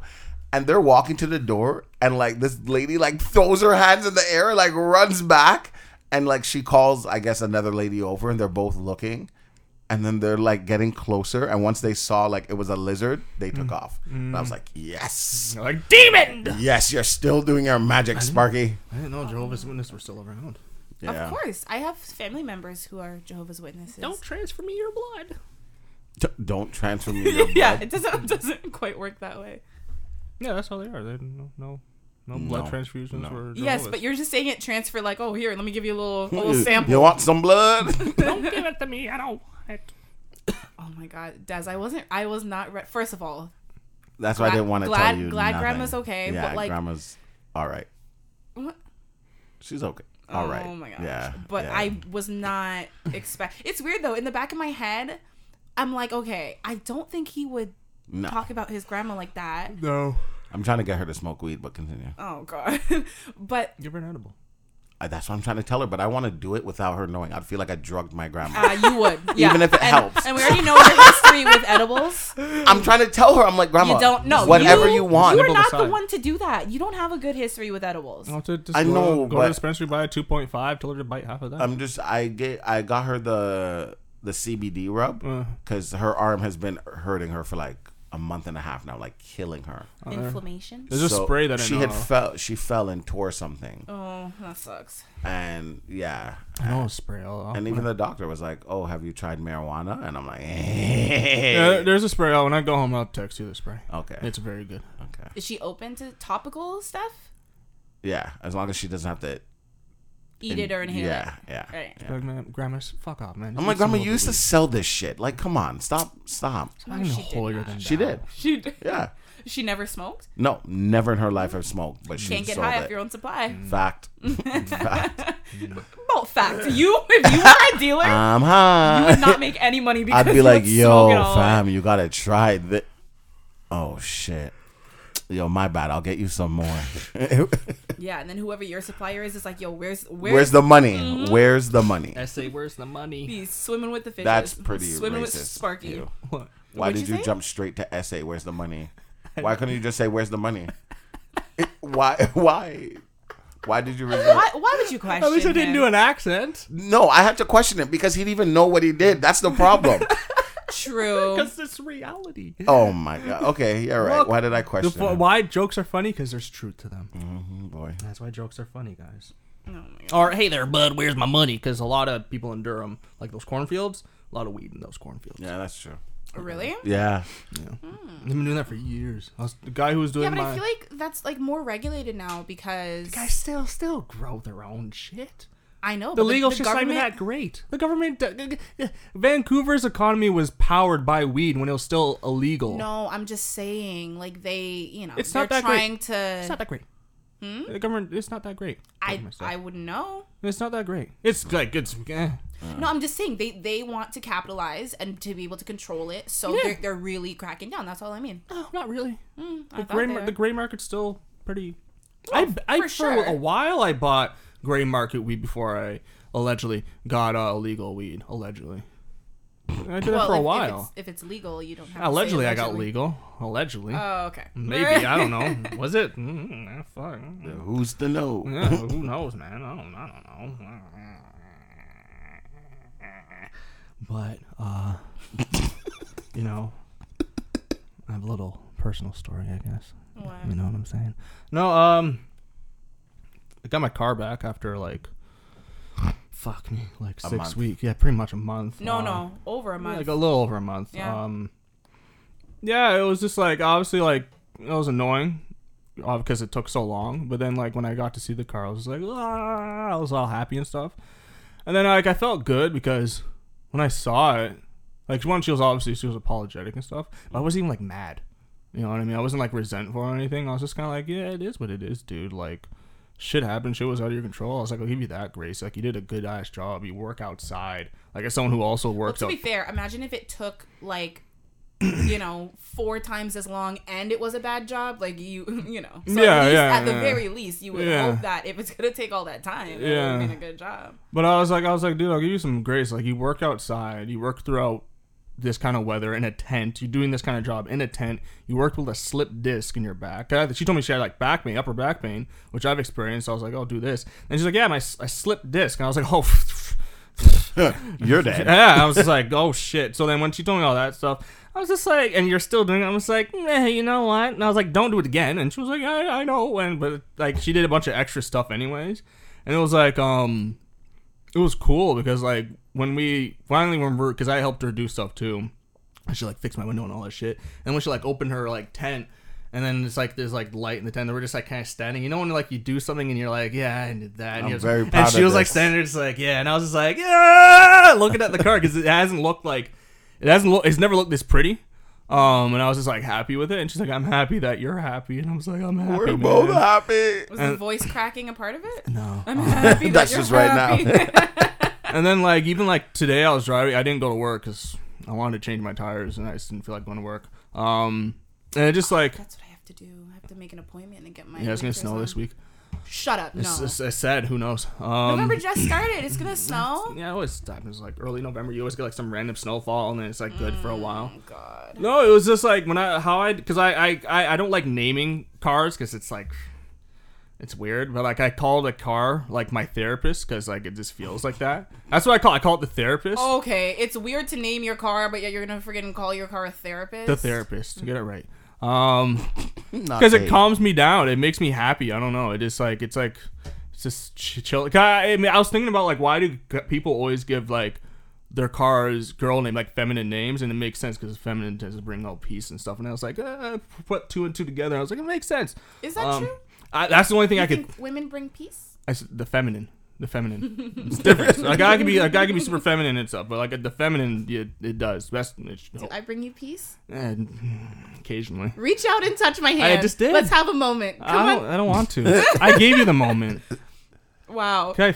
S2: and they're walking to the door, and like this lady like throws her hands in the air, like runs back, and like she calls I guess another lady over, and they're both looking, and then they're like getting closer, and once they saw like it was a lizard, they took
S1: Mm.
S2: off, and I was like, yes,
S3: They're like demon.
S2: yes, you're still doing your magic, Sparky.
S3: I didn't know Jehovah's Witnesses were still around.
S2: Yeah.
S1: Of course, I have family members who are Jehovah's Witnesses.
S3: Don't transfer me your blood.
S2: D- don't transfer me. Your
S1: yeah,
S2: blood.
S1: it doesn't it doesn't quite work that way.
S3: Yeah, that's how they are. They no no, no blood
S2: No.
S3: transfusions
S2: No.
S3: were.
S1: Yes, but you're just saying it transfer like, oh here, let me give you a little, a little
S2: You-
S1: sample.
S2: You want some blood?
S3: don't give it to me. I don't want it.
S1: Oh my God, Des, I wasn't, I was not. Re- First of all,
S2: That's why I
S1: Glad-
S2: didn't want to
S1: glad-
S2: tell you.
S1: glad
S2: nothing.
S1: grandma's okay,
S2: Yeah,
S1: but, like-
S2: grandma's all right.
S1: what?
S2: She's okay. All right.
S1: Oh my gosh.
S2: Yeah.
S1: But
S2: yeah.
S1: I was not expect. It's weird though. In the back of my head, I'm like, okay, I don't think he would
S2: No.
S1: talk about his grandma like that.
S3: No,
S2: I'm trying to get her to smoke weed, but continue.
S1: Oh God. but
S3: give her an edible.
S2: I, that's what I'm trying to tell her, but I want to do it without her knowing. I'd feel like I drugged my grandma.
S1: uh, you would, yeah.
S2: Even if it
S1: and,
S2: helps.
S1: And we already know your history with edibles.
S2: I'm trying to tell her. I'm like, grandma.
S1: Uh, You don't know.
S2: Whatever you, want.
S1: You are
S3: Nibble
S1: not the
S3: aside. Oh,
S1: one to do that. You don't have a good history with edibles.
S3: I'll just
S2: I
S3: go-
S2: know,
S3: Go to
S2: but-
S3: the dispensary, buy a two point five, tell her to bite half of that.
S2: I'm just. I get. I got her the the CBD rub
S3: Uh.
S2: because her arm has been hurting her for like a month and a half now, like killing her.
S1: Inflammation.
S3: There's a spray that I
S2: she
S3: know
S2: had
S3: of.
S2: fell. She fell and tore something,
S1: Oh, that sucks.
S2: and yeah,
S3: I know a spray. I'll, I'll-
S2: And even the doctor was like, "Oh, have you tried marijuana?" And I'm like,
S3: Yeah,
S2: "Eh."
S3: there's a spray. I'll- When I go home, I'll text you the spray.
S2: "Okay,
S3: It's very good.
S2: okay,
S1: Is she open to topical stuff?
S2: yeah." As long as she doesn't have to
S1: Eat it or inhale
S2: yeah,
S1: it.
S2: yeah.
S1: Right.
S3: Like, man, grandma's, fuck off, man.
S2: I'm like, "Grandma, you used to sell this shit. Like, come on, stop, stop."
S1: No, she did not.
S2: She did.
S1: She
S2: Yeah.
S1: she never smoked.
S2: No, never in her life have smoked, but she
S1: Can't get
S2: sold
S1: high
S2: it.
S1: off your own supply.
S2: Mm. Fact. Fact.
S1: Well, fact. You, if you were a dealer,
S2: I'm
S1: you
S2: high.
S1: would not make any money because
S2: I'd be
S1: you
S2: like,
S1: would smoke
S2: "Yo,
S1: it all.
S2: fam, you gotta try this." Oh shit. Yo, my bad. I'll get you some more.
S1: Yeah, and then whoever your supplier is is like, yo, where's where's,
S2: Where's the money?
S1: Mm-hmm.
S2: Where's the money?
S3: I say, where's the money?
S1: he's swimming with the fishes.
S2: That's pretty
S1: swimming
S2: racist.
S1: with Sparky.
S2: Ew.
S3: What?
S2: Why
S1: What'd
S2: did
S1: you
S2: you,
S1: say?
S2: jump straight to essay? Where's the money? Why couldn't you just say where's the money? It- why? Why? Why did you? Resist?
S1: Why, why would you question?
S3: At least I didn't
S1: him?
S3: do an accent.
S2: No, I had to question it because he didn't even know what he did. That's the problem.
S1: True.
S3: Because it's reality.
S2: oh my god. Okay, all right.
S3: Look,
S2: why did I
S3: The
S2: question?
S3: fu-
S2: it?
S3: why jokes are funny? Because there's truth to them.
S2: Mm, Boy,
S3: That's why jokes are funny, guys.
S1: Oh my God.
S3: Or hey there, bud, where's my money? Because a lot of people in Durham, like those cornfields, a lot of weed in those cornfields.
S2: yeah, that's true.
S1: Really?
S2: Yeah,
S3: I've been doing that for years. I was, the guy who was doing
S1: Hmm. Yeah, but
S3: my
S1: I feel like that's like more regulated now because
S3: guys still still grow their own shit.
S1: I know
S3: The
S1: but
S3: legal
S1: the
S3: shit's not even
S1: government-
S3: that great. The government, Vancouver's economy was powered by weed when it was still illegal.
S1: No, I'm just saying, like they, you know,
S3: It's
S1: they're
S3: not that great.
S1: trying to.
S3: it's not that great. The government, it's not that great.
S1: Hmm? I,
S3: Government stuff.
S1: I wouldn't know.
S3: it's not that great. It's like it's. Eh.
S1: No, I'm just saying they they want to capitalize and to be able to control it, so
S3: Yeah.
S1: they're, they're really cracking down. That's all I mean.
S3: No, not really.
S1: Hmm, I
S3: The
S1: thought
S3: gray,
S1: they
S3: mar-
S1: were.
S3: the gray market's still pretty. I, I
S1: for
S3: for
S1: sure.
S3: a while I bought gray market weed before I allegedly got uh, illegal weed. Allegedly, I did that for
S1: if-
S3: a
S1: if
S3: while.
S1: it's, if it's legal, you don't have.
S3: Allegedly,
S1: to say
S3: I got legal. Allegedly,
S1: Oh, okay.
S3: maybe I don't know. Was it? Mm, ah, fuck.
S2: who's to know?
S3: Yeah, who knows, man? I don't. I don't know. But uh, you know, I have a little personal story, I guess.
S1: Wow.
S3: You know what I'm saying? No, um, I got my car back after like, fuck me, like six
S2: month.
S3: weeks. Yeah, pretty much a month.
S1: No,
S3: Um,
S1: no, over a month.
S3: like a little over a month.
S1: Yeah.
S3: Um, yeah, it was just like obviously like it was annoying uh, because it took so long. But then like when I got to see the car, I was like, ah, I was all happy and stuff. And then like I felt good because when I saw it, Like one, she was obviously she was apologetic and stuff. But I wasn't even like mad. You know what I mean? I wasn't like resentful or anything. I was just kind of like, yeah, it is what it is, dude. Like, shit happened. Shit was out of your control. I was like, I'll give you that grace. Like, you did a good ass job. You work outside. Like, as someone who also
S1: Well,
S3: works
S1: to
S3: out.
S1: be fair, imagine if it took like you know four times as long and it was a bad job. Like you, you know. So
S3: Yeah,
S1: at, least,
S3: yeah,
S1: at the
S3: yeah.
S1: very least, you would
S3: Yeah.
S1: hope that if it's gonna take all that time, it
S3: Yeah.
S1: would have been a good job.
S3: But I was like, I was like, dude, I'll give you some grace. Like, you work outside, you work throughout this kind of weather in a tent. You're doing this kind of job in a tent. You worked with a slip disc in your back. I- She told me she had like back pain, upper back pain, which I've experienced. I was like, I'll do this. And she's like, yeah, my s- I slipped disc. And I was like, oh.
S2: You're dead.
S3: Yeah, I was just like, oh shit. So then when she told me all that stuff, I was just like, and you're still doing it. I was like, eh, you know what? And I was like, don't do it again. And she was like, I, I know. And but like she did a bunch of extra stuff anyways, and it was like, um, it was cool because like when we finally when we're because I helped her do stuff too, and she like fixed my window and all that shit. And when she like opened her like tent. And then it's like there's like light in the tent. And we're just like kind of standing. You know when like you do something and you're like, yeah, I did that. And,
S2: I'm
S3: you're-
S2: very
S3: and
S2: proud
S3: she
S2: of
S3: was like
S2: this.
S3: standing and it's like, yeah, and I was just like, yeah, looking at the car because it hasn't looked like it hasn't looked. It's never looked this pretty. Um, and I was just like happy with it, and she's like, "I'm happy that you're happy," and I was like, "I'm happy."
S2: We're
S3: man."
S2: both happy.
S1: Was the voice cracking a part of it?
S3: No.
S1: I'm happy that
S2: That's
S1: you're
S2: just right now.
S1: happy. now.
S3: And then like even like today, I was driving. I didn't go to work because I wanted to change my tires, and I just didn't feel like going to work. Um, and it just like
S1: That's what I have to do. I have to make an appointment and get my.
S3: yeah, it's gonna
S1: blinkers
S3: snow
S1: on.
S3: this week.
S1: Shut up! No.
S3: It's, it's, it's sad. Who knows? Um,
S1: November just started. It's gonna snow.
S3: yeah, it always happens like early November. You always get like some random snowfall, and then it's like good for a while.
S1: Oh God.
S3: No, it was just like when I how I because I, I I I don't like naming cars because it's like it's weird, but like I called a car like my therapist because like it just feels like that. That's what I call. It. I call it the therapist.
S1: Okay, it's weird to name your car, but yet you're gonna freaking call your car a therapist.
S3: The
S1: Mm.
S3: therapist. to Get it right. Um,
S2: Not
S3: because it
S2: paid.
S3: calms me down. It makes me happy. I don't know. It is like it's like it's just ch- chill. 'Cause I, I mean, I was thinking about like why do g- people always give like their cars girl name like feminine names, and it makes sense because feminine tends to bring out peace and stuff. And I was like, uh, put two and two together. I was like, it makes sense.
S1: Is that
S3: Um,
S1: true?
S3: I, that's the only thing I
S1: I
S3: could.
S1: think women bring peace.
S3: I s the feminine. The feminine. It's different. a guy could be a guy could be super feminine and stuff, but like the feminine, it, it does. That's it's,
S1: Do I bring you peace?
S3: and occasionally.
S1: Reach out and touch my hand.
S3: just did.
S1: Let's have a moment. Come
S3: I
S1: on.
S3: don't. I don't want to. I gave you the moment.
S1: Wow.
S3: Okay.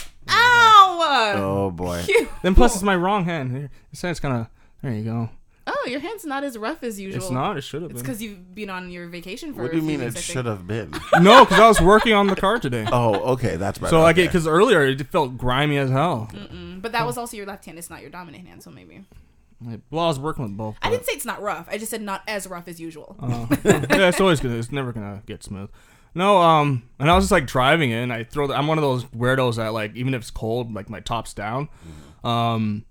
S1: Ow! Uh,
S2: Oh boy.
S1: Phew.
S3: Then plus it's my wrong hand. Here, It says kind of. There you go.
S1: Oh, your hand's not as rough as usual.
S3: It's not. It should have
S1: It's
S3: been.
S1: because you've been on your vacation for.
S2: What do
S1: a
S2: you
S1: few
S2: mean
S1: weeks,
S2: it
S1: I think.
S2: should have been?
S3: No, because I was working on the car today.
S2: Oh, okay, that's better.
S3: So like it
S2: okay.
S3: because earlier it felt grimy as hell.
S1: Mm, But that was also your left hand. It's not your dominant hand, so maybe.
S3: Well, I was working with both.
S1: I
S3: but-
S1: didn't say it's not rough. I just said not as rough as usual.
S3: Uh, yeah, it's always gonna. It's never gonna get smooth. No, um, and I was just like driving in. I throw. The, I'm one of those weirdos that like, even if it's cold, like my top's down. Um,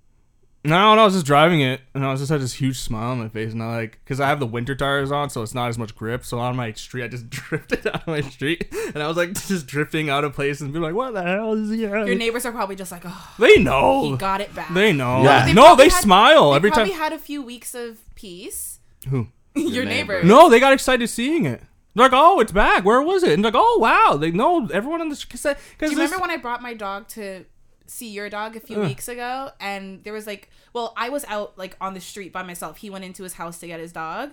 S3: no, and I was just driving it, and I was just had this huge smile on my face, and I like, cause I have the winter tires on, so it's not as much grip. So on my street, I just drifted out of my street, and I was like just drifting out of place, and be like, what the hell is here?
S1: your neighbors are probably just like, oh,
S3: they
S1: he
S3: know.
S1: got it back.
S3: They know.
S2: Yeah. They
S3: No,
S1: probably
S3: they
S1: had-
S3: smile
S1: They
S3: every time.
S1: probably had a few weeks of peace.
S3: Who?
S1: your
S2: neighbor.
S1: neighbor.
S3: No, they got excited seeing it. They're like, oh, it's back. Where was it? And they're like, oh, wow. They know everyone on the because
S1: Do you remember when I brought my dog to see your dog a few weeks ago? And there was like, well, I was out like on the street by myself. He went into his house to get his dog.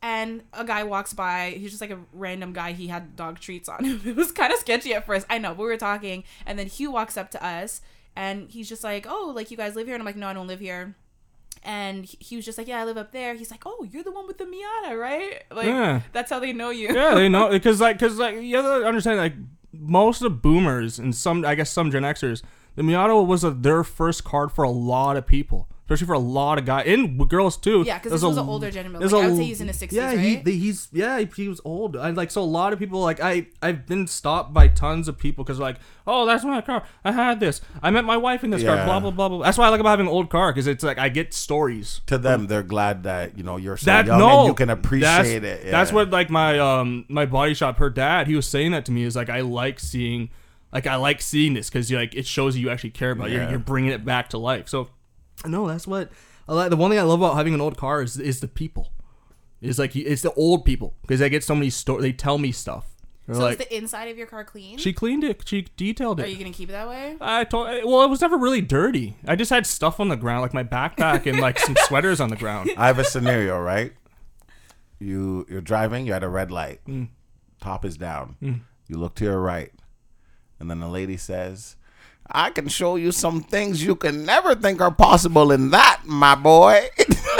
S1: And a guy walks by. He's just like a random guy. He had dog treats on him. It was kind of sketchy at first. I know, but we were talking. And then Hugh walks up to us and he's just like, oh, like you guys live here? And I'm like, no, I don't live here. And he he was just like, yeah, I live up there. He's like, oh, you're the one with the Miata, right? Like,
S3: Yeah.
S1: that's how they know you.
S3: yeah, they know because like because like you have to understand like most of the boomers and some I guess some Gen Xers, the Miata was a, their first card for a lot of people, especially for a lot of guys and girls too.
S1: Yeah, 'cause
S3: There's
S1: this was
S3: a-
S1: an older gentleman.
S3: there's
S1: Like,
S3: a-
S1: I would say he's in his 60s,
S3: Yeah, he,
S1: right?
S3: the- he's yeah he, he was old. I like so a lot of people like I I've been stopped by tons of people because like oh that's my car I had this I met my wife in this car
S2: Yeah.
S3: blah blah blah blah. That's why I like about having an old car because it's like I get stories
S2: to them, they're glad Um, that you know you're so
S3: that
S2: young
S3: no,
S2: and you can
S3: that's,
S2: appreciate it.
S3: That's
S2: yeah.
S3: what like my um my body shop. Her dad, he was saying that to me. Is like I like seeing, like I like seeing this because like it shows you actually care about. it. You're
S2: Yeah.
S3: you're bringing it back to life. So, no, that's what. I like, the one thing I love about having an old car is is the people. Is like it's the old people because I get so many stories. They tell me stuff. They're
S1: So
S3: like,
S1: is the inside of your car clean?
S3: she cleaned it. She detailed
S1: Are
S3: it.
S1: you gonna keep it that way?
S3: I told. Well, it was never really dirty. I just had stuff on the ground, like my backpack and like some sweaters on the ground.
S2: I have a scenario, right? You you're driving, you're at a red light. Top is down. You look to your right. And then the lady says, I can show you some things you can never think are possible in that, my boy.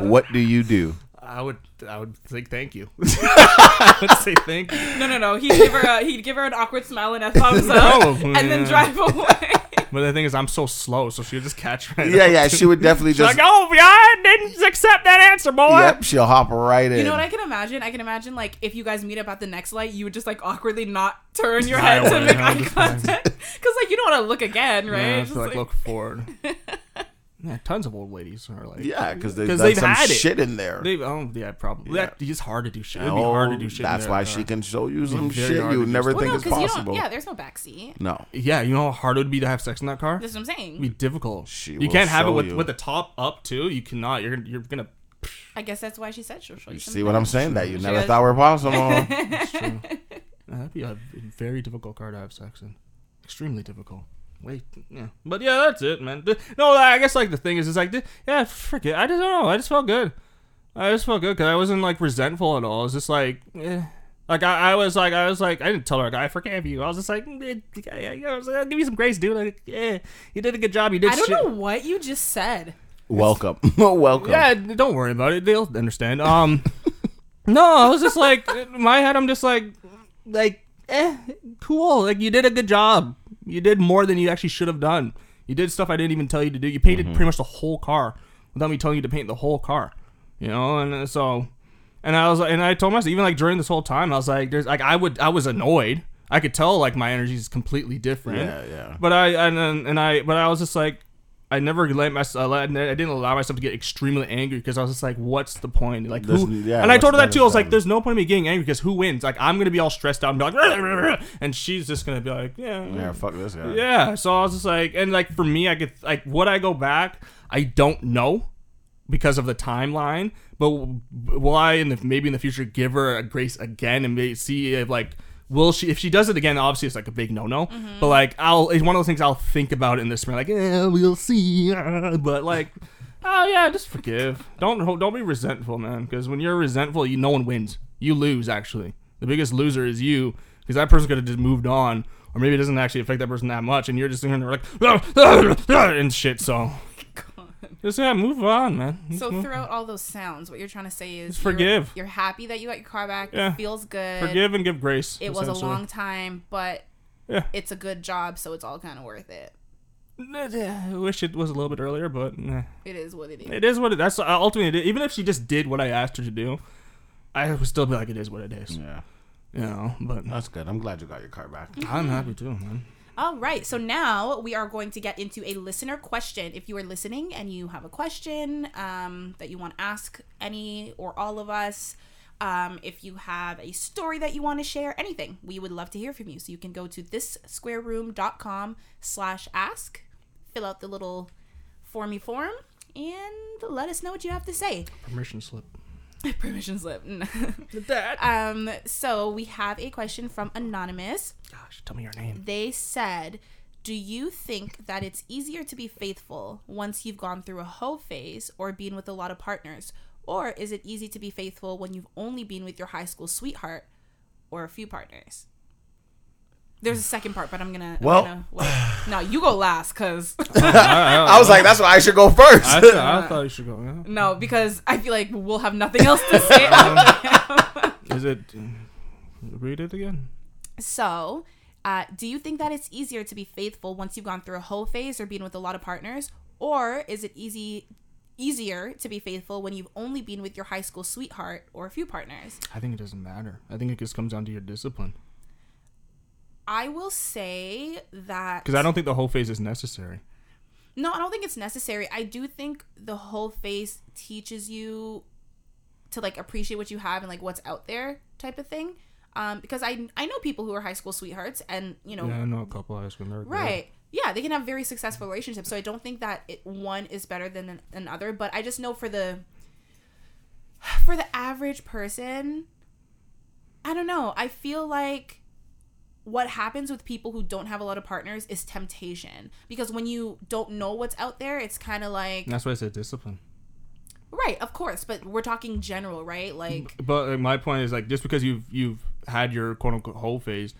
S2: what do you do?
S3: I would. I would think thank you. I would say thank you.
S1: No, no, no. He'd give her a, he'd give her an awkward smile and a thumbs up,
S3: Probably,
S1: and then
S3: yeah.
S1: drive away.
S3: But the thing is, I'm so slow, so she would just catch right.
S2: Yeah,
S3: up.
S2: yeah, she would definitely
S3: She's
S2: just
S3: like, oh, yeah, I didn't accept that answer, boy.
S2: Yep, she'll hop right in.
S1: You know what I can imagine? I can imagine like if you guys meet up at the next light, you would just like awkwardly not turn your
S3: I
S1: head to
S3: would,
S1: make
S3: I would
S1: eye
S3: just-
S1: contact because like you don't want to look again, right?
S3: Yeah, I
S1: Just
S3: feel like,
S1: like-
S3: look forward. yeah, tons of old ladies are like,
S2: yeah, because
S3: 'Cause
S2: there's
S3: they've
S2: some
S3: had it.
S2: shit in there.
S3: They, oh, yeah, probably.
S2: Yeah. Oh,
S3: That, it's hard to do shit. It'd be hard to do shit. in
S2: That's
S3: there.
S2: why
S3: Uh,
S2: she can show you some
S3: very
S2: shit
S3: hard
S2: you
S3: to
S2: would
S3: do
S2: never
S1: well,
S3: stuff.
S2: think
S1: no,
S2: is
S1: because you don't.
S2: possible.
S1: Yeah, there's no backseat.
S2: No.
S3: Yeah, you know how hard it would be to have sex in that car.
S1: That's what I'm
S3: It'd be
S1: saying.
S3: difficult.
S2: She
S3: you
S2: will
S3: can't have it
S2: show
S3: with
S2: you.
S3: with the top up too. You cannot. You're you're gonna.
S1: I guess that's why she said she'll show you.
S2: You
S1: some
S2: see what I'm
S1: things.
S2: saying? That you
S1: She
S2: never
S1: goes-
S2: thought were possible.
S3: It's true. That'd be a very difficult car to have sex in. Extremely difficult. Wait, yeah, but yeah, that's it, man. Th- No, I guess like the thing is, it's like, th- yeah, frick it. I just don't know. I just felt good. I just felt good because I wasn't like resentful at all. It was just like, eh. like I, I was like, I was like, I didn't tell her like, I forgave you. I was just like, eh, yeah, yeah, yeah. I was like, I'll give you some grace, dude. Like, yeah, you did a good job. You did.
S1: I don't
S3: shit.
S1: know what you just said.
S2: Welcome. Welcome.
S3: Yeah, d- don't worry about it. They'll understand. Um, no, I was just like in my head. I'm just like, like, eh, cool. Like you did a good job. You did more than you actually should have done. You did stuff I didn't even tell you to do. You painted
S2: Mm-hmm.
S3: pretty much the whole car without me telling you to paint the whole car. You know, and uh, so, and I was, like, and I told myself even like during this whole time, I was like, there's like I would, I was annoyed. I could tell like my energy is completely different.
S2: Yeah, yeah.
S3: But I and then- and I but I was just like I never let myself I didn't allow myself to get extremely angry because I was just like what's the point like who
S2: There's- yeah,
S3: and I told her
S2: what's
S3: that
S2: the
S3: too I was like
S2: benefit?
S3: there's no point in me getting angry because who wins like I'm gonna be all stressed out and be like "Rah, rah, rah," and she's just gonna be like yeah
S2: Yeah, fuck this guy.
S3: yeah so I was just like and like for me I could like would I go back I don't know because of the timeline but will I in the, maybe in the future give her a grace again and maybe see if like will she if she does it again obviously it's like a big no no but like I'll it's one of those things I'll think about in the spring like eh, we'll see uh, but like oh yeah just forgive don't ho- don't be resentful man because when you're resentful you no one wins you lose actually the biggest loser is you because that person could have just moved on or maybe it doesn't actually affect that person that much and you're just sitting there like and shit so just yeah move on man
S1: So throughout all those sounds, what you're trying to say is
S3: Just
S1: you're-
S3: forgive.
S1: You're, happy that you got your car back.
S3: Yeah.
S1: It feels good.
S3: forgive and give grace.
S1: It was a
S3: essentially.
S1: long time, but
S3: Yeah.
S1: it's a good job, so it's all kind of worth it.
S3: Eh, I wish it was a little bit earlier, but eh.
S1: It is what it is.
S3: it is what it. That's uh, ultimately it- even if she just did what I asked her to do, I would still be like, it is what it is.
S2: Yeah.
S3: You know, but
S2: That's good. I'm glad you got your car back.
S3: I'm happy too, man.
S1: All right, so now we are going to get into a listener question. If you are listening and you have a question um, that you want to ask any or all of us, um, if you have a story that you want to share, anything, we would love to hear from you. So you can go to thissquareroom.com slash ask, fill out the little formy form, and let us know what you have to say.
S3: Permission slip.
S1: Permission slip.
S3: That.
S1: um, so we have a question from Anonymous
S3: Gosh, tell me your name.
S1: they said, Do you think that it's easier to be faithful once you've gone through a hoe phase or been with a lot of partners? Or is it easy to be faithful when you've only been with your high school sweetheart or a few partners? There's a second part, but I'm gonna. I'm
S2: Well-
S1: gonna wait. no, you go last, cause
S2: I was like, that's why I should go first.
S3: I, th- I thought you should go. yeah.
S1: no, because I feel like we'll have nothing else to say. after him.
S3: Is it? uh, Read it again.
S1: So, uh, do you think that it's easier to be faithful once you've gone through a whole phase or been with a lot of partners, or is it easy easier to be faithful when you've only been with your high school sweetheart or a few partners?
S3: I think it doesn't matter. I think it just comes down to your discipline.
S1: I will say that
S3: Because I don't think the whole phase is necessary.
S1: No, I don't think it's necessary. I do think the whole phase teaches you to like appreciate what you have and like what's out there type of thing. Um, because I I know people who are high school sweethearts and you know
S3: Yeah, I know a couple high school nerds.
S1: Right. Yeah, they can have very successful relationships. So I don't think that it, one is better than an- another, but I just know for the for the average person, I don't know. I feel like what happens with people who don't have a lot of partners is temptation because when you don't know what's out there, it's kind of like
S3: That's why I said discipline.
S1: right, of course, but we're talking general, right? Like
S3: But like, my point is like just because you've you've had your quote unquote whole phase,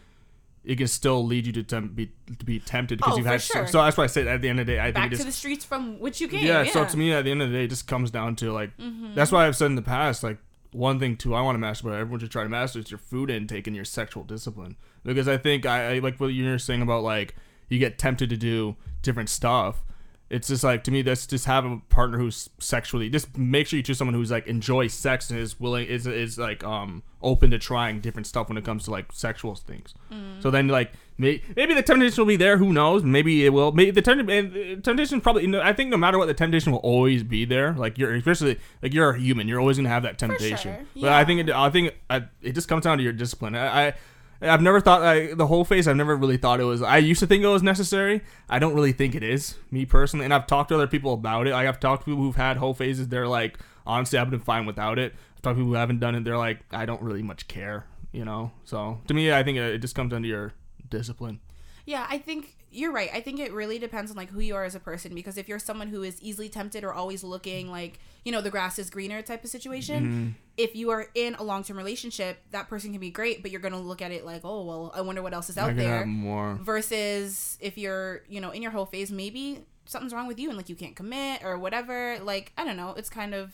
S3: it can still lead you to temp- be to be tempted because
S1: Oh,
S3: you've
S1: for
S3: had so-
S1: sure.
S3: so, that's why I said at the end of the day I
S1: back
S3: think it
S1: to
S3: is
S1: the streets from which you came.
S3: yeah,
S1: Yeah. Mm-hmm.
S3: So to me at the end of the day it just comes down to like that's why I've said in the past like one thing too I want to master but everyone should try to master is your food intake and your sexual discipline because I think I, I like what you were saying about like you get tempted to do different stuff. It's just like to me that's just have a partner who's sexually just make sure you choose someone who's like enjoys sex and is willing is is like um open to trying different stuff when it comes to like sexual things. So then like may, maybe the temptation will be there. Who knows? Maybe it will. Maybe the tempt- and the temptation probably. no I think no matter what, the temptation will always be there. Like you're especially like you're a human. You're always gonna have that temptation.
S1: sure,
S3: But I
S1: yeah.
S3: think it, I think I, it just comes down to your discipline. I. I I've never thought I, the whole phase. I've never really thought it was. I used to think it was necessary. I don't really think it is, me personally. And I've talked to other people about it. Like I've talked to people who've had whole phases. They're like, honestly, I've been fine without it. I've talked to people who haven't done it. They're like, I don't really much care, you know. So to me, I think it, it just comes down to your discipline.
S1: Yeah, I think you're right. I think it really depends on like who you are as a person because if you're someone who is easily tempted or always looking like, you know, the grass is greener type of
S2: Mm-hmm.
S1: situation, if you are in a long-term relationship, that person can be great, but you're going to look at it like, "Oh, well, I wonder what else is out
S3: I could
S1: there."
S3: have more.
S1: Versus if you're, you know, in your whole phase, maybe something's wrong with you and like you can't commit or whatever. Like, I don't know. It's kind of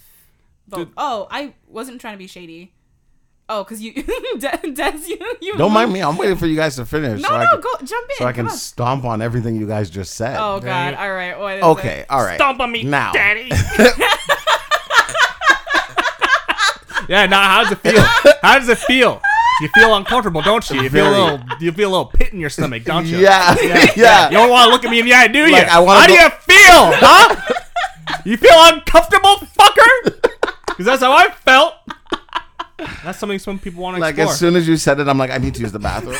S1: both.
S3: Did-
S1: Oh, I wasn't trying to be shady. Oh, because you, Des, Des, you, you
S2: Don't mind me. I'm waiting for you guys to finish.
S1: No,
S2: so I
S1: no,
S2: can,
S1: go jump in.
S2: so I can
S1: Come on.
S2: stomp on everything you guys just said.
S1: Oh God!
S3: Dang it.
S1: All right. What is
S2: okay.
S1: it?
S2: All right.
S3: Stomp on me,
S2: Now.
S3: daddy. yeah, now how does it feel? How does it feel? You feel uncomfortable, don't you? You feel
S2: Very.
S3: a little, you feel a little pit in your stomach, don't you?
S2: Yeah. Yeah.
S3: You don't want to look at me in the eye, do you?
S2: Like, I wanna
S3: how do
S2: go-
S3: you feel, huh? you feel uncomfortable, fucker? Because that's how I felt. That's something some people want to
S2: Like
S3: explore.
S2: as soon as you said it, I'm like, I need to use the bathroom.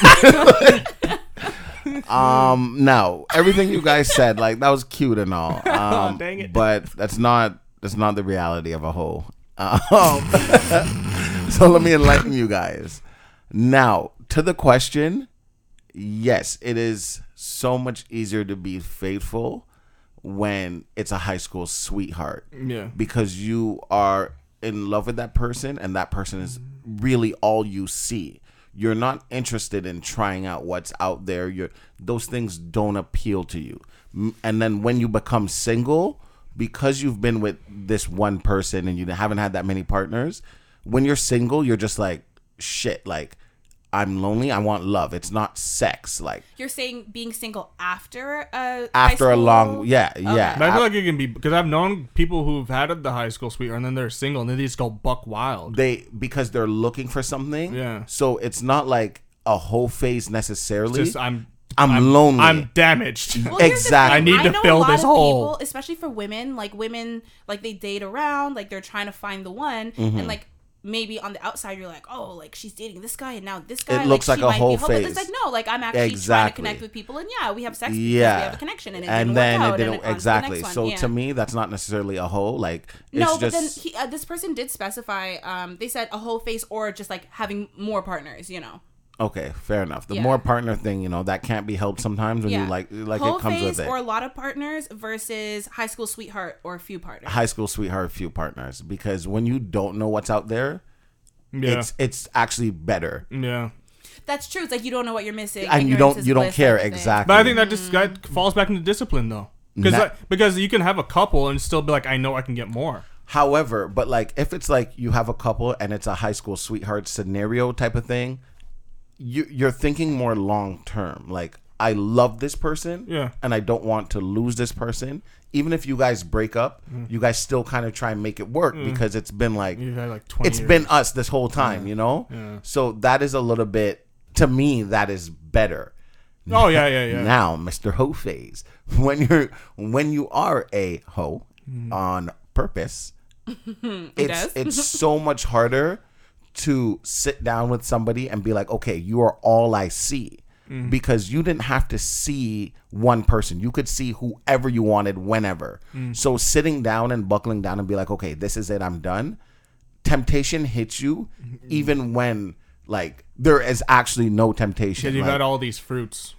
S2: um, no, everything you guys said, like that was cute and all. Um,
S3: Oh, dang it.
S2: But that's not that's not the reality of a hoe. Um, so let me enlighten you guys. Now to the question. Yes, it is so much easier to be faithful when it's a high school sweetheart
S3: yeah.
S2: because you are in love with that person and that person is really all you see you're not interested in trying out what's out there you're those things don't appeal to you M- and then when you become single because you've been with this one person and you haven't had that many partners when you're single you're just like shit like i'm lonely i want love it's not sex like
S1: You're saying being single after a high
S2: after a
S1: school-
S2: long yeah yeah
S3: But I feel like it can be because I've known people who've had the high school sweetheart and then they're single and then they just go buck wild.
S2: they because they're looking for something.
S3: Yeah.
S2: So it's not like a whole phase necessarily.
S3: Just I'm
S2: I'm lonely.
S3: I'm damaged.
S1: Well, here's the
S2: Exactly.
S1: thing,
S2: I
S3: need to
S1: know a
S3: fill
S1: lot
S3: this
S1: of
S3: hole.
S1: People, especially for women, like women, like they date around, like they're trying to find the one,
S2: Mm-hmm.
S1: and like maybe on the outside you're like, oh, like she's dating this guy and now this guy.
S2: looks like
S1: she
S2: a
S1: might be
S2: whole
S1: hopeless. It's
S2: phase.
S1: like no, like I'm actually trying to
S2: Exactly.
S1: connect with people, and yeah, we have sex. because
S2: yeah.
S1: we have a connection, and it
S2: and
S1: didn't
S2: then
S1: work out,
S2: it didn't
S1: and on to the
S2: exactly.
S1: next one.
S2: so
S1: Yeah.
S2: to me, that's not necessarily a whole. Like it's
S1: No, but then
S2: just
S1: he, uh, this person did specify. Um, they said a whole face or just like having more partners. You know.
S2: okay, fair enough. The
S1: Yeah.
S2: more partner thing, you know, that can't be helped sometimes when you like like
S1: whole
S2: it comes
S1: phase
S2: with it.
S1: or a lot of partners versus high school sweetheart or a few partners.
S2: High school sweetheart, few partners, because when you don't know what's out there,
S3: yeah.
S2: it's it's actually better,
S3: yeah.
S1: That's true. It's like you don't know what you're missing,
S2: and you
S1: ignorance
S2: don't
S1: is
S2: you don't
S1: bliss
S2: care
S1: type of thing.
S2: exactly.
S3: But I think that just that falls back into discipline though. Because
S2: Nah.
S3: because you can have a couple and still be like, I know I can get more.
S2: However, but like if it's like you have a couple and it's a high school sweetheart scenario type of thing, you you're thinking more long term. Like I love this person,
S3: Yeah.
S2: and I don't want to lose this person. Even if you guys break up,
S3: Mm.
S2: you guys still kind of try and make it work because it's been like
S3: You've had like Mm. twenty.
S2: it's
S3: years.
S2: been us this whole time, you know. So that is a little bit to me that is better.
S3: Oh yeah, yeah, yeah.
S2: Now, Mr. Ho phase. When you're when you are a hoe on purpose, it's
S1: does.
S2: it's so much harder to sit down with somebody and be like, okay, you are all I see. Because you didn't have to see one person. You could see whoever you wanted whenever. So sitting down and buckling down and be like, okay, this is it, I'm done. Temptation hits you even when Like there is actually no temptation.
S3: Because you've
S2: Like,
S3: had all these fruits.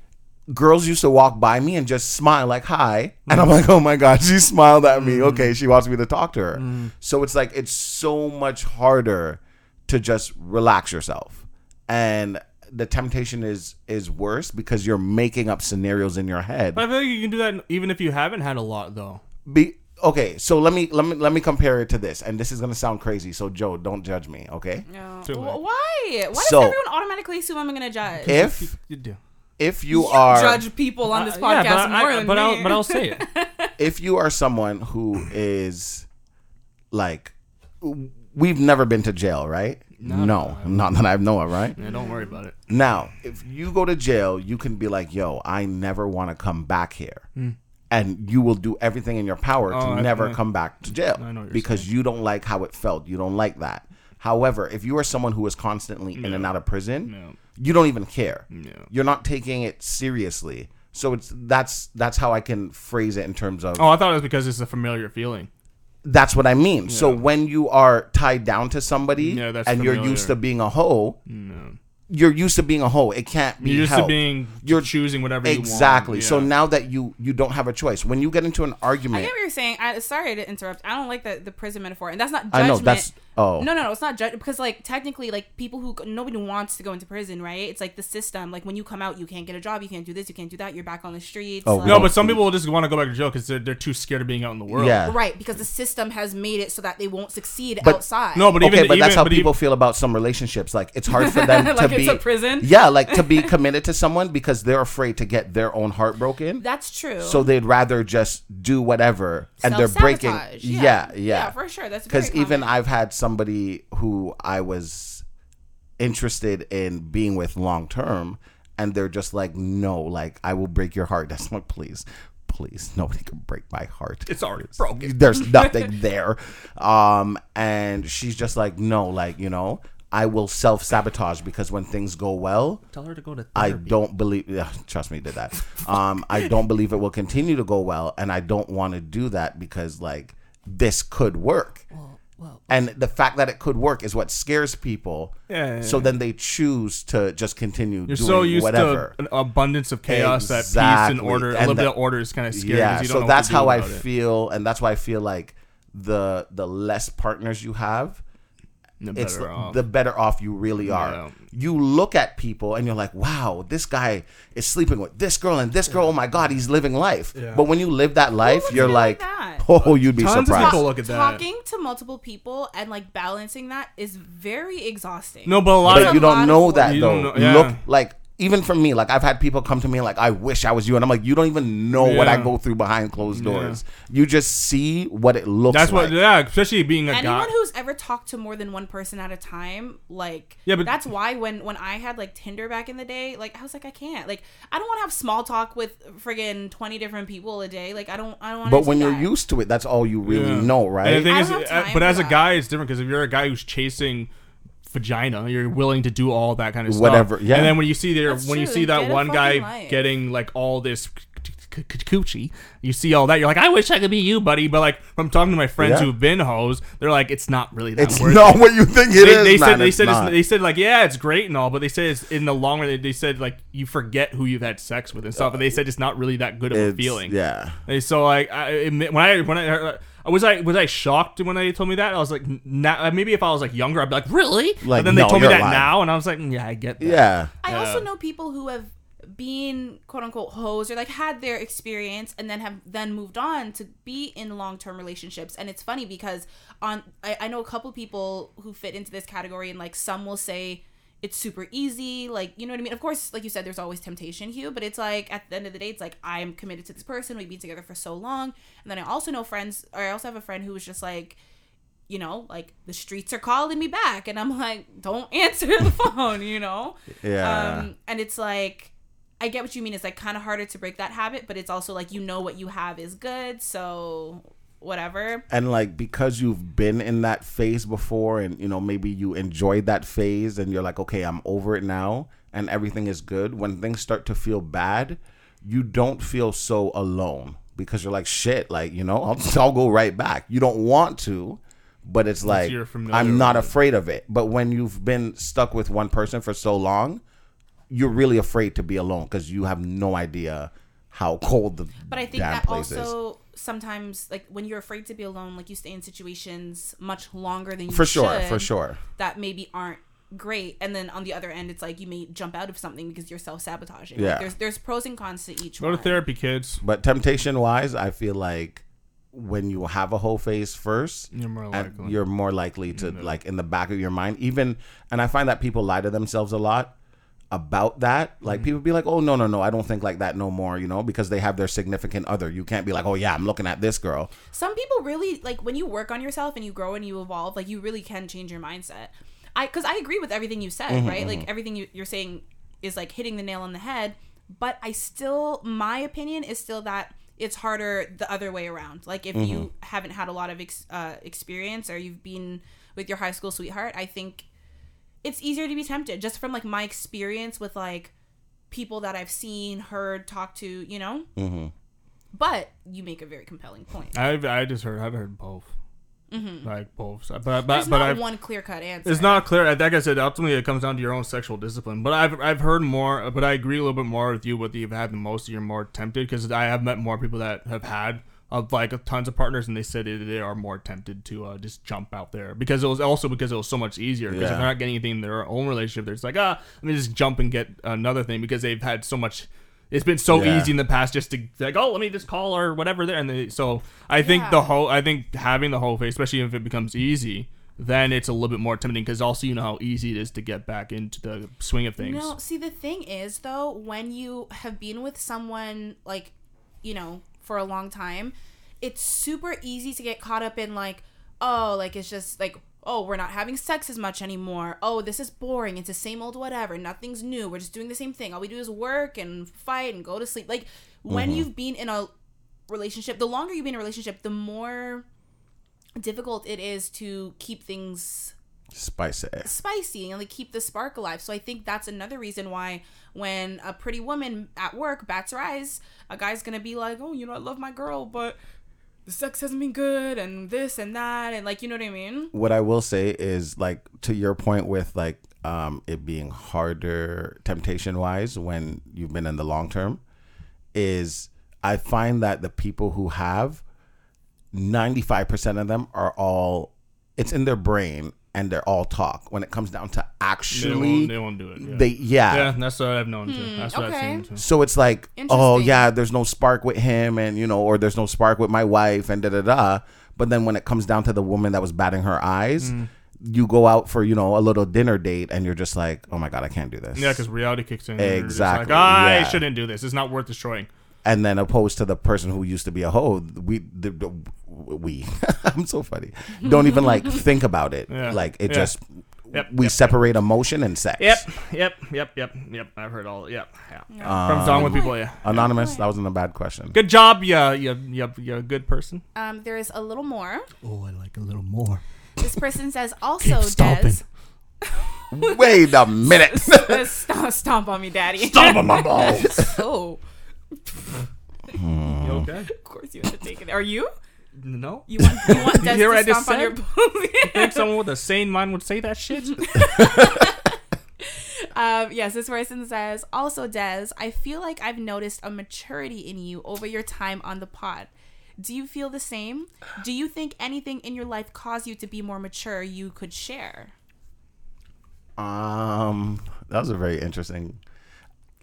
S2: girls used to walk by me and just smile like hi and i'm like oh my god she smiled at me okay she wants me to talk to her so it's like it's so much harder to just relax yourself and the temptation is is worse because you're making up scenarios in your head
S3: But I feel like you can do that even if you haven't had a lot, though.
S2: Be, okay so let me let me let me compare it to this and this is going to sound crazy so joe don't judge me okay
S1: No.
S3: Too
S1: Wh-
S3: late.
S1: Why? Why
S2: So-
S1: does everyone automatically assume I'm going to judge?
S2: if
S3: You do.
S2: if you are
S1: judge people on this
S3: Uh,
S1: podcast
S3: yeah, but
S1: more
S3: I,
S1: than
S3: but
S1: me.
S3: I'll, but I'll say it.
S2: if you are someone who is like w- we've never been to jail right no, not that i know of right
S3: Yeah, don't worry about it.
S2: now if you go to jail you can be like yo i never want to come back here and you will do everything in your power to
S3: Hmm. Oh, I-
S2: never
S3: I-
S2: come back to jail
S3: know what you're
S2: because you don't like how it felt you don't like that however if you are someone who is constantly in and out of prison
S3: No.
S2: you don't even care
S3: Yeah.
S2: you're not taking it seriously so it's that's that's how i can phrase it in terms of
S3: Oh, I thought it was because it's a familiar feeling.
S2: that's what I mean. So when you are tied down to somebody
S3: Yeah, that's
S2: and you're
S3: familiar. Mm.
S2: used to being a hoe, you're used to being a hoe. It can't be
S3: You're used to
S2: helped.
S3: being
S2: You're-
S3: you're choosing whatever
S2: exactly.
S3: you want.
S2: So
S3: Yeah.
S2: now that you you don't have a choice, when you get into an
S1: I
S2: argument,
S1: get what you're saying. I, sorry to interrupt. I don't like the, the prison metaphor, and that's not
S2: I
S1: judgment.
S2: know, that's- oh.
S1: no, no, no. It's not judgment because like technically, like people who nobody wants to go into prison, right? It's like the system. Like when you come out, you can't get a job, you can't do this, you can't do that. You're back on the streets.
S2: Oh,
S1: like-
S3: No, but some people will just want to go back to jail because they're, they're too scared of being out in the world.
S2: yeah.
S1: right because the system has made it so that they won't succeed
S2: But-
S1: outside.
S3: No, but even
S2: okay, but
S3: even,
S2: that's how
S3: but
S2: people
S3: Even,
S2: feel about some relationships. Like it's hard for them
S1: Like
S2: to
S1: it's
S2: be
S1: a prison?
S2: Yeah, like to be committed to someone because they're afraid to get their own heart broken.
S1: that's true.
S2: so they'd rather just do whatever, and they're breaking.
S1: Self-sabotage,
S2: yeah,
S1: yeah, for sure. That's very
S2: because even
S1: common.
S2: I've had somebody who I was interested in being with long term, and they're just like, no, like I will break your heart. That's like, please, please, nobody can break my heart.
S3: it's already broken.
S2: There's nothing there. Um, and she's just like, no, like you know, I will self sabotage because when things go well,
S3: Tell her to go to
S2: I
S3: therapy.
S2: don't believe. Yeah, trust me, did that. Um, I don't believe it will continue to go well, and I don't want to do that because like this could work. And the fact that it could work is what scares people.
S3: Yeah, yeah,
S2: so then they choose to just continue
S3: You're
S2: doing
S3: so used
S2: whatever.
S3: to an abundance of chaos that peace
S2: Exactly.
S3: and order, a
S2: And
S3: little
S2: the-
S3: bit of order is kind of scary.
S2: yeah.
S3: 'cause you don't know
S2: So
S3: what
S2: that's
S3: to do
S2: how I
S3: about it.
S2: feel, and that's why I feel like the the less partners you have,
S3: The
S2: it's
S3: better
S2: the-
S3: off.
S2: the better off you really are.
S3: Yeah.
S2: You look at people and you're like, wow, this guy is sleeping with this girl and this girl. Oh my god, he's living life. But when you live that life,
S1: looks
S2: you're
S1: at it
S2: like,
S1: like that?
S2: oh, you'd be
S3: Tons of
S2: surprised.
S3: people- look at that.
S1: Talking to multiple people and like balancing that is very exhausting.
S3: no, but a lot
S2: But
S3: of
S2: you
S1: lot
S2: don't
S1: of
S2: know
S1: people-
S2: that
S3: You
S2: though.
S3: don't know- yeah.
S2: Look like. Even for me, like I've had people come to me like, "I wish I was you," and I'm like, "You don't even know what I
S3: Yeah.
S2: go through behind closed doors. You just see what it looks
S3: that's
S2: like."
S3: what yeah, especially being a
S1: anyone
S3: guy.
S1: who's ever talked to more than one person at a time like
S3: Yeah, but-
S1: that's why when when i had like tinder back in the day like i was like i can't like i don't want to have small talk with friggin 20 different people a day like i don't i don't want
S2: but when
S1: do
S2: you're
S1: that.
S2: used to it, that's all you really
S3: Yeah.
S2: know,
S3: And
S2: right?
S3: the thing
S1: I
S3: is,
S1: don't have
S3: uh,
S1: time
S3: but
S1: for
S3: as a
S1: that.
S3: guy, it's different because if you're a guy who's chasing vagina, you're willing to do all that kind of
S2: Whatever,
S3: stuff.
S2: yeah.
S3: And then when you see there,
S1: That's
S3: when you
S1: true,
S3: see that
S1: get a
S3: one guy
S1: fucking life.
S3: getting like all this c- c- c- coochie, you see all that. You're like, I wish I could be you, buddy. But like from talking to my friends
S2: Yeah.
S3: who've been hoes, they're like, it's not really that
S2: it's
S3: worth
S2: not
S3: it.
S2: what you think it is.
S3: They, they said
S2: man,
S3: they
S2: it's
S3: said it's,
S2: not.
S3: they said like yeah it's great and all but they said it's in the long run they, they said like you forget who you've had sex with and stuff and they said it's not really that good of a
S2: It's-
S3: feeling
S2: Yeah.
S3: and so like I admit- when I when I heard- was I was I shocked when they told me that I was like n- now maybe if I was like younger I'd be like really
S2: Like,
S3: but then they
S2: no,
S3: told me
S2: you're
S3: that
S2: lying.
S3: now and I was like "Mm, yeah I get that
S2: Yeah.
S1: i also
S3: Yeah.
S1: know people who have been quote unquote hoes or like had their experience and then have then moved on to be in long-term relationships and it's funny because on i, I know a couple people who fit into this category and like some will say it's super easy like you know what i mean of course like you said there's always temptation hugh but it's like at the end of the day it's like i'm committed to this person we've been together for so long and then i also know friends or i also have a friend who was just like you know like the streets are calling me back and i'm like don't answer the phone you know
S2: Yeah.
S1: um, and it's like I get what you mean. It's like kind of harder to break that habit, but it's also like you know what you have is good, so whatever.
S2: and like because you've been in that phase before and you know maybe you enjoyed that phase and you're like okay i'm over it now and everything is good when things start to feel bad you don't feel so alone because you're like shit like you know i'll, I'll go right back you don't want to but it's like
S3: you're familiar
S2: I'm not
S3: with it.
S2: afraid of it. But when you've been stuck with one person for so long, you're really afraid to be alone because you have no idea how cold the
S1: But I think
S2: damn
S1: that
S2: place is.
S1: also sometimes, like when you're afraid to be alone, like you stay in situations much longer than you
S2: For sure,
S1: should
S2: for sure.
S1: that maybe aren't great. And then on the other end, it's like you may jump out of something because you're self sabotaging. Like,
S2: Yeah.
S1: there's there's pros and cons to each
S3: Go
S1: one.
S3: to therapy, kids.
S2: But temptation wise, I feel like when you have a whole face first,
S3: You're more
S2: and
S3: likely.
S2: you're more likely to like in the back of your mind, even. And I find that people lie to themselves a lot about that.
S3: Mm.
S2: Like people be like, "Oh no, no, no, I don't think like that no more," you know, because they have their significant other. You can't be like, "Oh yeah, I'm looking at this girl."
S1: some people really like when you work on yourself and you grow and you evolve like you really can change your mindset i because i agree with everything you said right like everything you, you're saying is like hitting the nail on the head but i still my opinion is still that it's harder the other way around like if you haven't had a lot of ex, uh, experience or you've been with your high school sweetheart i think it's easier to be tempted just from like my experience with like people that i've seen heard talked to you know mm-hmm. but you make a very compelling point
S3: I've I just heard I've heard both, like both. But but
S1: Mm-hmm. There's
S3: Uh, but
S1: not
S3: I've,
S1: one clear cut answer.
S3: It's not clear. Like I said, ultimately it comes down to your own sexual discipline. But I've I've heard more. But I agree a little bit more with you. What you've had the most, you're more tempted because I have met more people that have had of like tons of partners, and they said it- they are more tempted to uh, just jump out there because it was also because it was so much easier. Because
S2: Yeah.
S3: if they're not getting anything in their own relationship, they're just like ah, let me just jump and get another thing because they've had so much. It's been so
S2: Yeah.
S3: easy in the past just to like oh let me just call or whatever there and they, so I think
S1: Yeah.
S3: the whole I think having the whole face, especially if it becomes easy, then it's a little bit more tempting because also you know how easy it is to get back into the swing of things.
S1: No, see, the thing is, though, when you have been with someone, like, you know, for a long time, it's super easy to get caught up in, like, oh, like, it's just like, oh, we're not having sex as much anymore. Oh, this is boring. It's the same old whatever. Nothing's new. We're just doing the same thing. All we do is work and fight and go to sleep. Like,
S3: Mm-hmm.
S1: when you've been in a relationship, the longer you've been in a relationship, the more difficult it is to keep things
S2: Spice it.
S1: spicy and like keep the spark alive. So I think that's another reason why when a pretty woman at work bats her eyes, a guy's gonna be like, "Oh, you know, I love my girl, but the sex hasn't been good, and this and that, and like, you know what I mean?"
S2: What I will say is like to your point with like um it being harder temptation wise when you've been in the long term is I find that the people who have 95% of them are all it's in their brain and they're all talk when it comes down to
S3: they,
S2: actually
S3: won't, they won't do it. Yeah.
S2: they yeah.
S3: yeah, that's what I've known too. That's what
S1: Hmm, okay.
S3: I've seen too.
S2: So it's like, oh
S1: Interesting.
S2: yeah, there's no spark with him, and you know, or there's no spark with my wife, and da da da. But then when it comes down to the woman that was batting her eyes,
S3: Mm.
S2: you go out for you know a little dinner date, and you're just like, oh my god, I can't do this.
S3: Yeah, because reality kicks in. and you're just
S2: Exactly,
S3: Like, "Ah, I
S2: yeah.
S3: shouldn't do this. It's not worth destroying.
S2: and then opposed to the person who used to be a hoe, we the, the, we I'm so funny. Don't even like think about it.
S3: Yeah.
S2: Like it
S3: Yeah.
S2: just
S3: Yep,
S2: we
S3: yep,
S2: separate emotion and sex.
S3: Yep, yep, yep, yep, yep. I've heard all. Yep, yeah. From song with people. Yeah.
S2: Anonymous, that wasn't a bad question.
S3: Good job, yeah, yeah, yeah, you a good person.
S1: Um, there is a little more.
S3: Oh, I like a little more.
S1: This person says also
S3: stomping.
S1: does
S2: Wait a minute.
S1: stomp, stomp on me, daddy.
S2: Stop on my balls.
S1: oh,
S3: You okay?
S1: of course you have to take it. Are you?
S3: No. Uh-huh. You
S1: You want, you want Des
S3: hear what I
S1: to
S3: just
S1: stomp on your
S3: said?
S1: boobs?
S3: think someone with a sane mind would say that shit?
S1: Um, yes, this person says, also, Des, I feel like I've noticed a maturity in you over your time on the pod. Do you feel the same? Do you think anything in your life caused you to be more mature you could share?
S2: Um, that was a very interesting.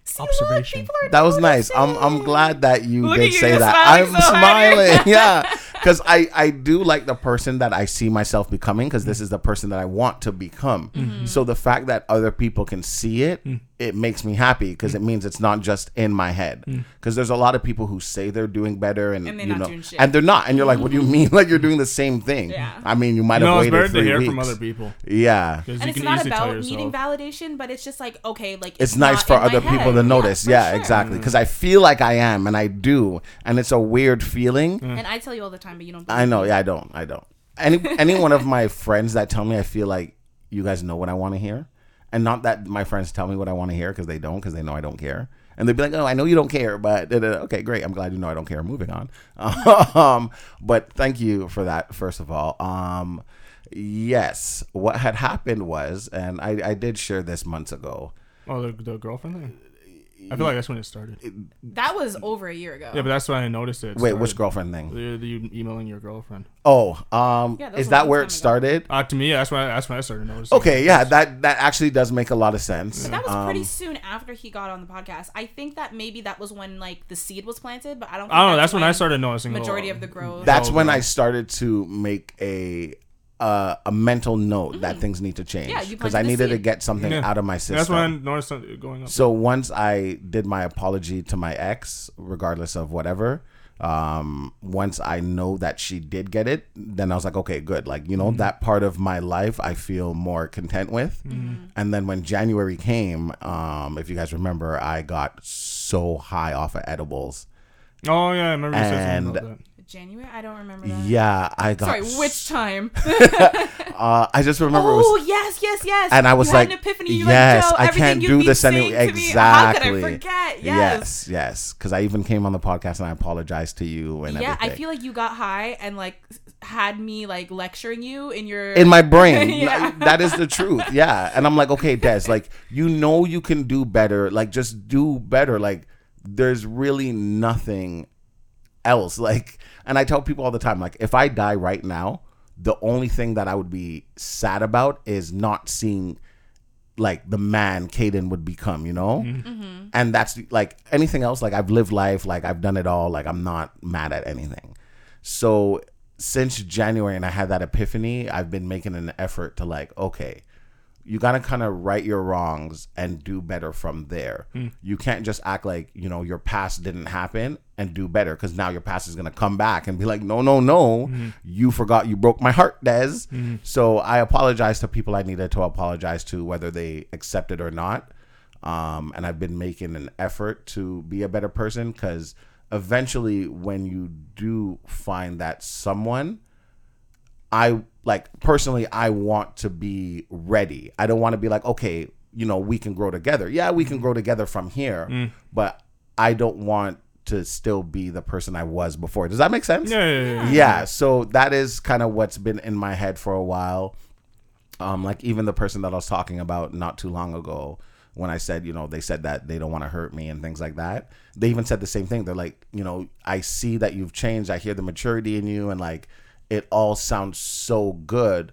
S1: See, look,
S3: Observation.
S1: people are
S2: That was nice. I'm I'm glad that you
S1: Look at
S2: did
S1: you,
S2: say
S1: you're
S2: that.
S1: smiling
S2: I'm
S1: so hard.
S2: smiling, yeah, because I I do like the person that I see myself becoming because this is the person that I want to become.
S1: Mm-hmm.
S2: So the fact that other people can see it,
S3: Mm.
S2: it makes me happy because it means it's not just in my head.
S3: Mm.
S2: Because there's a lot of people who say they're doing better and,
S1: And they're
S2: you
S1: not
S2: know,
S1: doing shit.
S2: and they're not, and you're like, what do you mean? Like you're doing the same thing?
S1: Yeah.
S2: I mean, you might have
S3: no, it's
S2: waited
S3: better
S2: three
S3: to hear
S2: weeks.
S3: from other people.
S2: Yeah.
S3: Because
S1: And
S3: you
S1: it's
S3: can
S1: not
S3: easily tell
S1: about
S3: yourself.
S1: needing validation, but it's just like, okay, like
S2: it's nice
S1: not
S2: for
S1: in my
S2: other people
S1: head.
S2: to notice.
S1: for
S2: Yeah,
S1: sure.
S2: exactly. Because I feel like I am, and I do, and it's a weird feeling.
S1: And I tell you all the time, but you don't.
S2: I
S1: believe
S2: know.
S1: me.
S2: Yeah, I don't. I don't. Any any one of my friends that tell me I feel like you guys know what I want to hear, and not that my friends tell me what I want to hear because they don't, because they know I don't care, and they'd be like, "Oh, I know you don't care, but da, da, da." okay, great. I'm glad you know I don't care. Moving on. um, but thank you for that, first of all. Um, Yes. What had happened was, and I, I did share this months ago.
S3: Oh, the, the girlfriend thing.
S2: Uh,
S3: I feel like that's when it started. Yeah,
S1: That was over a year ago.
S3: but that's when I noticed it.
S2: Wait,
S3: started.
S2: which girlfriend thing?
S3: The, the you emailing your girlfriend.
S2: Oh, um,
S1: Yeah, that was
S2: is
S1: a
S2: that
S1: long
S2: where
S1: time
S2: it
S1: ago.
S2: started?
S3: Uh, to me, that's when I, that's when I started noticing.
S2: Okay, yeah, that that actually does make a lot of sense.
S1: That was
S2: Um,
S1: pretty soon after he got on the podcast. I think that maybe that was when like the seed was planted, but I don't. Think
S3: I don't know. That's when I
S1: when
S3: started noticing. a
S1: Majority
S3: lot.
S1: of the growth.
S2: That's
S3: Oh,
S2: when
S3: no.
S2: I started to make a uh, a mental note that things need to change
S1: Mm. Yeah, you
S2: because I
S1: planted the
S2: needed to
S1: seed.
S2: get something
S3: Yeah.
S2: out of my system.
S3: That's when I noticed something going up.
S2: So once I did my apology to my ex, regardless of whatever, um, once I know that she did get it, then I was like, okay, good. Like, you know, that part of my life I feel more content with.
S1: Mm-hmm.
S2: And then when January came, um, if you guys remember, I got so high off of edibles.
S3: Oh yeah, I remember you said
S2: And-
S3: something about that.
S1: January. I don't remember. That.
S2: Yeah, I got.
S1: Sorry, which time?
S2: Uh, I just remember it was
S1: oh yes, yes, yes.
S2: and I was
S1: you
S2: like,
S1: had an epiphany. You
S2: yes,
S1: like, Joe,
S2: I
S1: everything
S2: can't
S1: you've
S2: do
S1: been
S2: this
S1: saying
S2: anymore.
S1: to me, oh,
S2: Exactly.
S1: How could I forget? Yes.
S2: yes, yes. Because I even came on the podcast and I apologized to you and
S1: Yeah,
S2: everything.
S1: I feel like you got high and like s- had me like lecturing you in your.
S2: in my brain.
S1: Yeah.
S2: Like, that is the truth. Yeah. And I'm like, okay, Des, like, you know you can do better. Like, just do better. Like, there's really nothing else. Like, and I tell people all the time, like, if I die right now, the only thing that I would be sad about is not seeing like the man Caden would become, you know? And that's like anything else, like I've lived life, like I've done it all, like I'm not mad at anything. So since January and I had that epiphany, I've been making an effort to like, okay, you gotta kind of right your wrongs and do better from there. You can't just act like you know your past didn't happen and do better because now your past is gonna come back and be like, no, no, no, you forgot you broke my heart, Des. So I apologize to people I needed to apologize to, whether they accept it or not. Um, and I've been making an effort to be a better person because eventually, when you do find that someone, I like personally, I want to be ready. I don't want to be like, okay, you know, we can grow together. Yeah, we can grow together from here, but I don't want to still be the person I was before. Does that make sense?
S3: Yeah, yeah, yeah, yeah.
S2: yeah so that is kind of what's been in my head for a while um like even the person that i was talking about not too long ago when i said you know they said that they don't want to hurt me and things like that they even said the same thing they're like you know i see that you've changed i hear the maturity in you and like it all sounds so good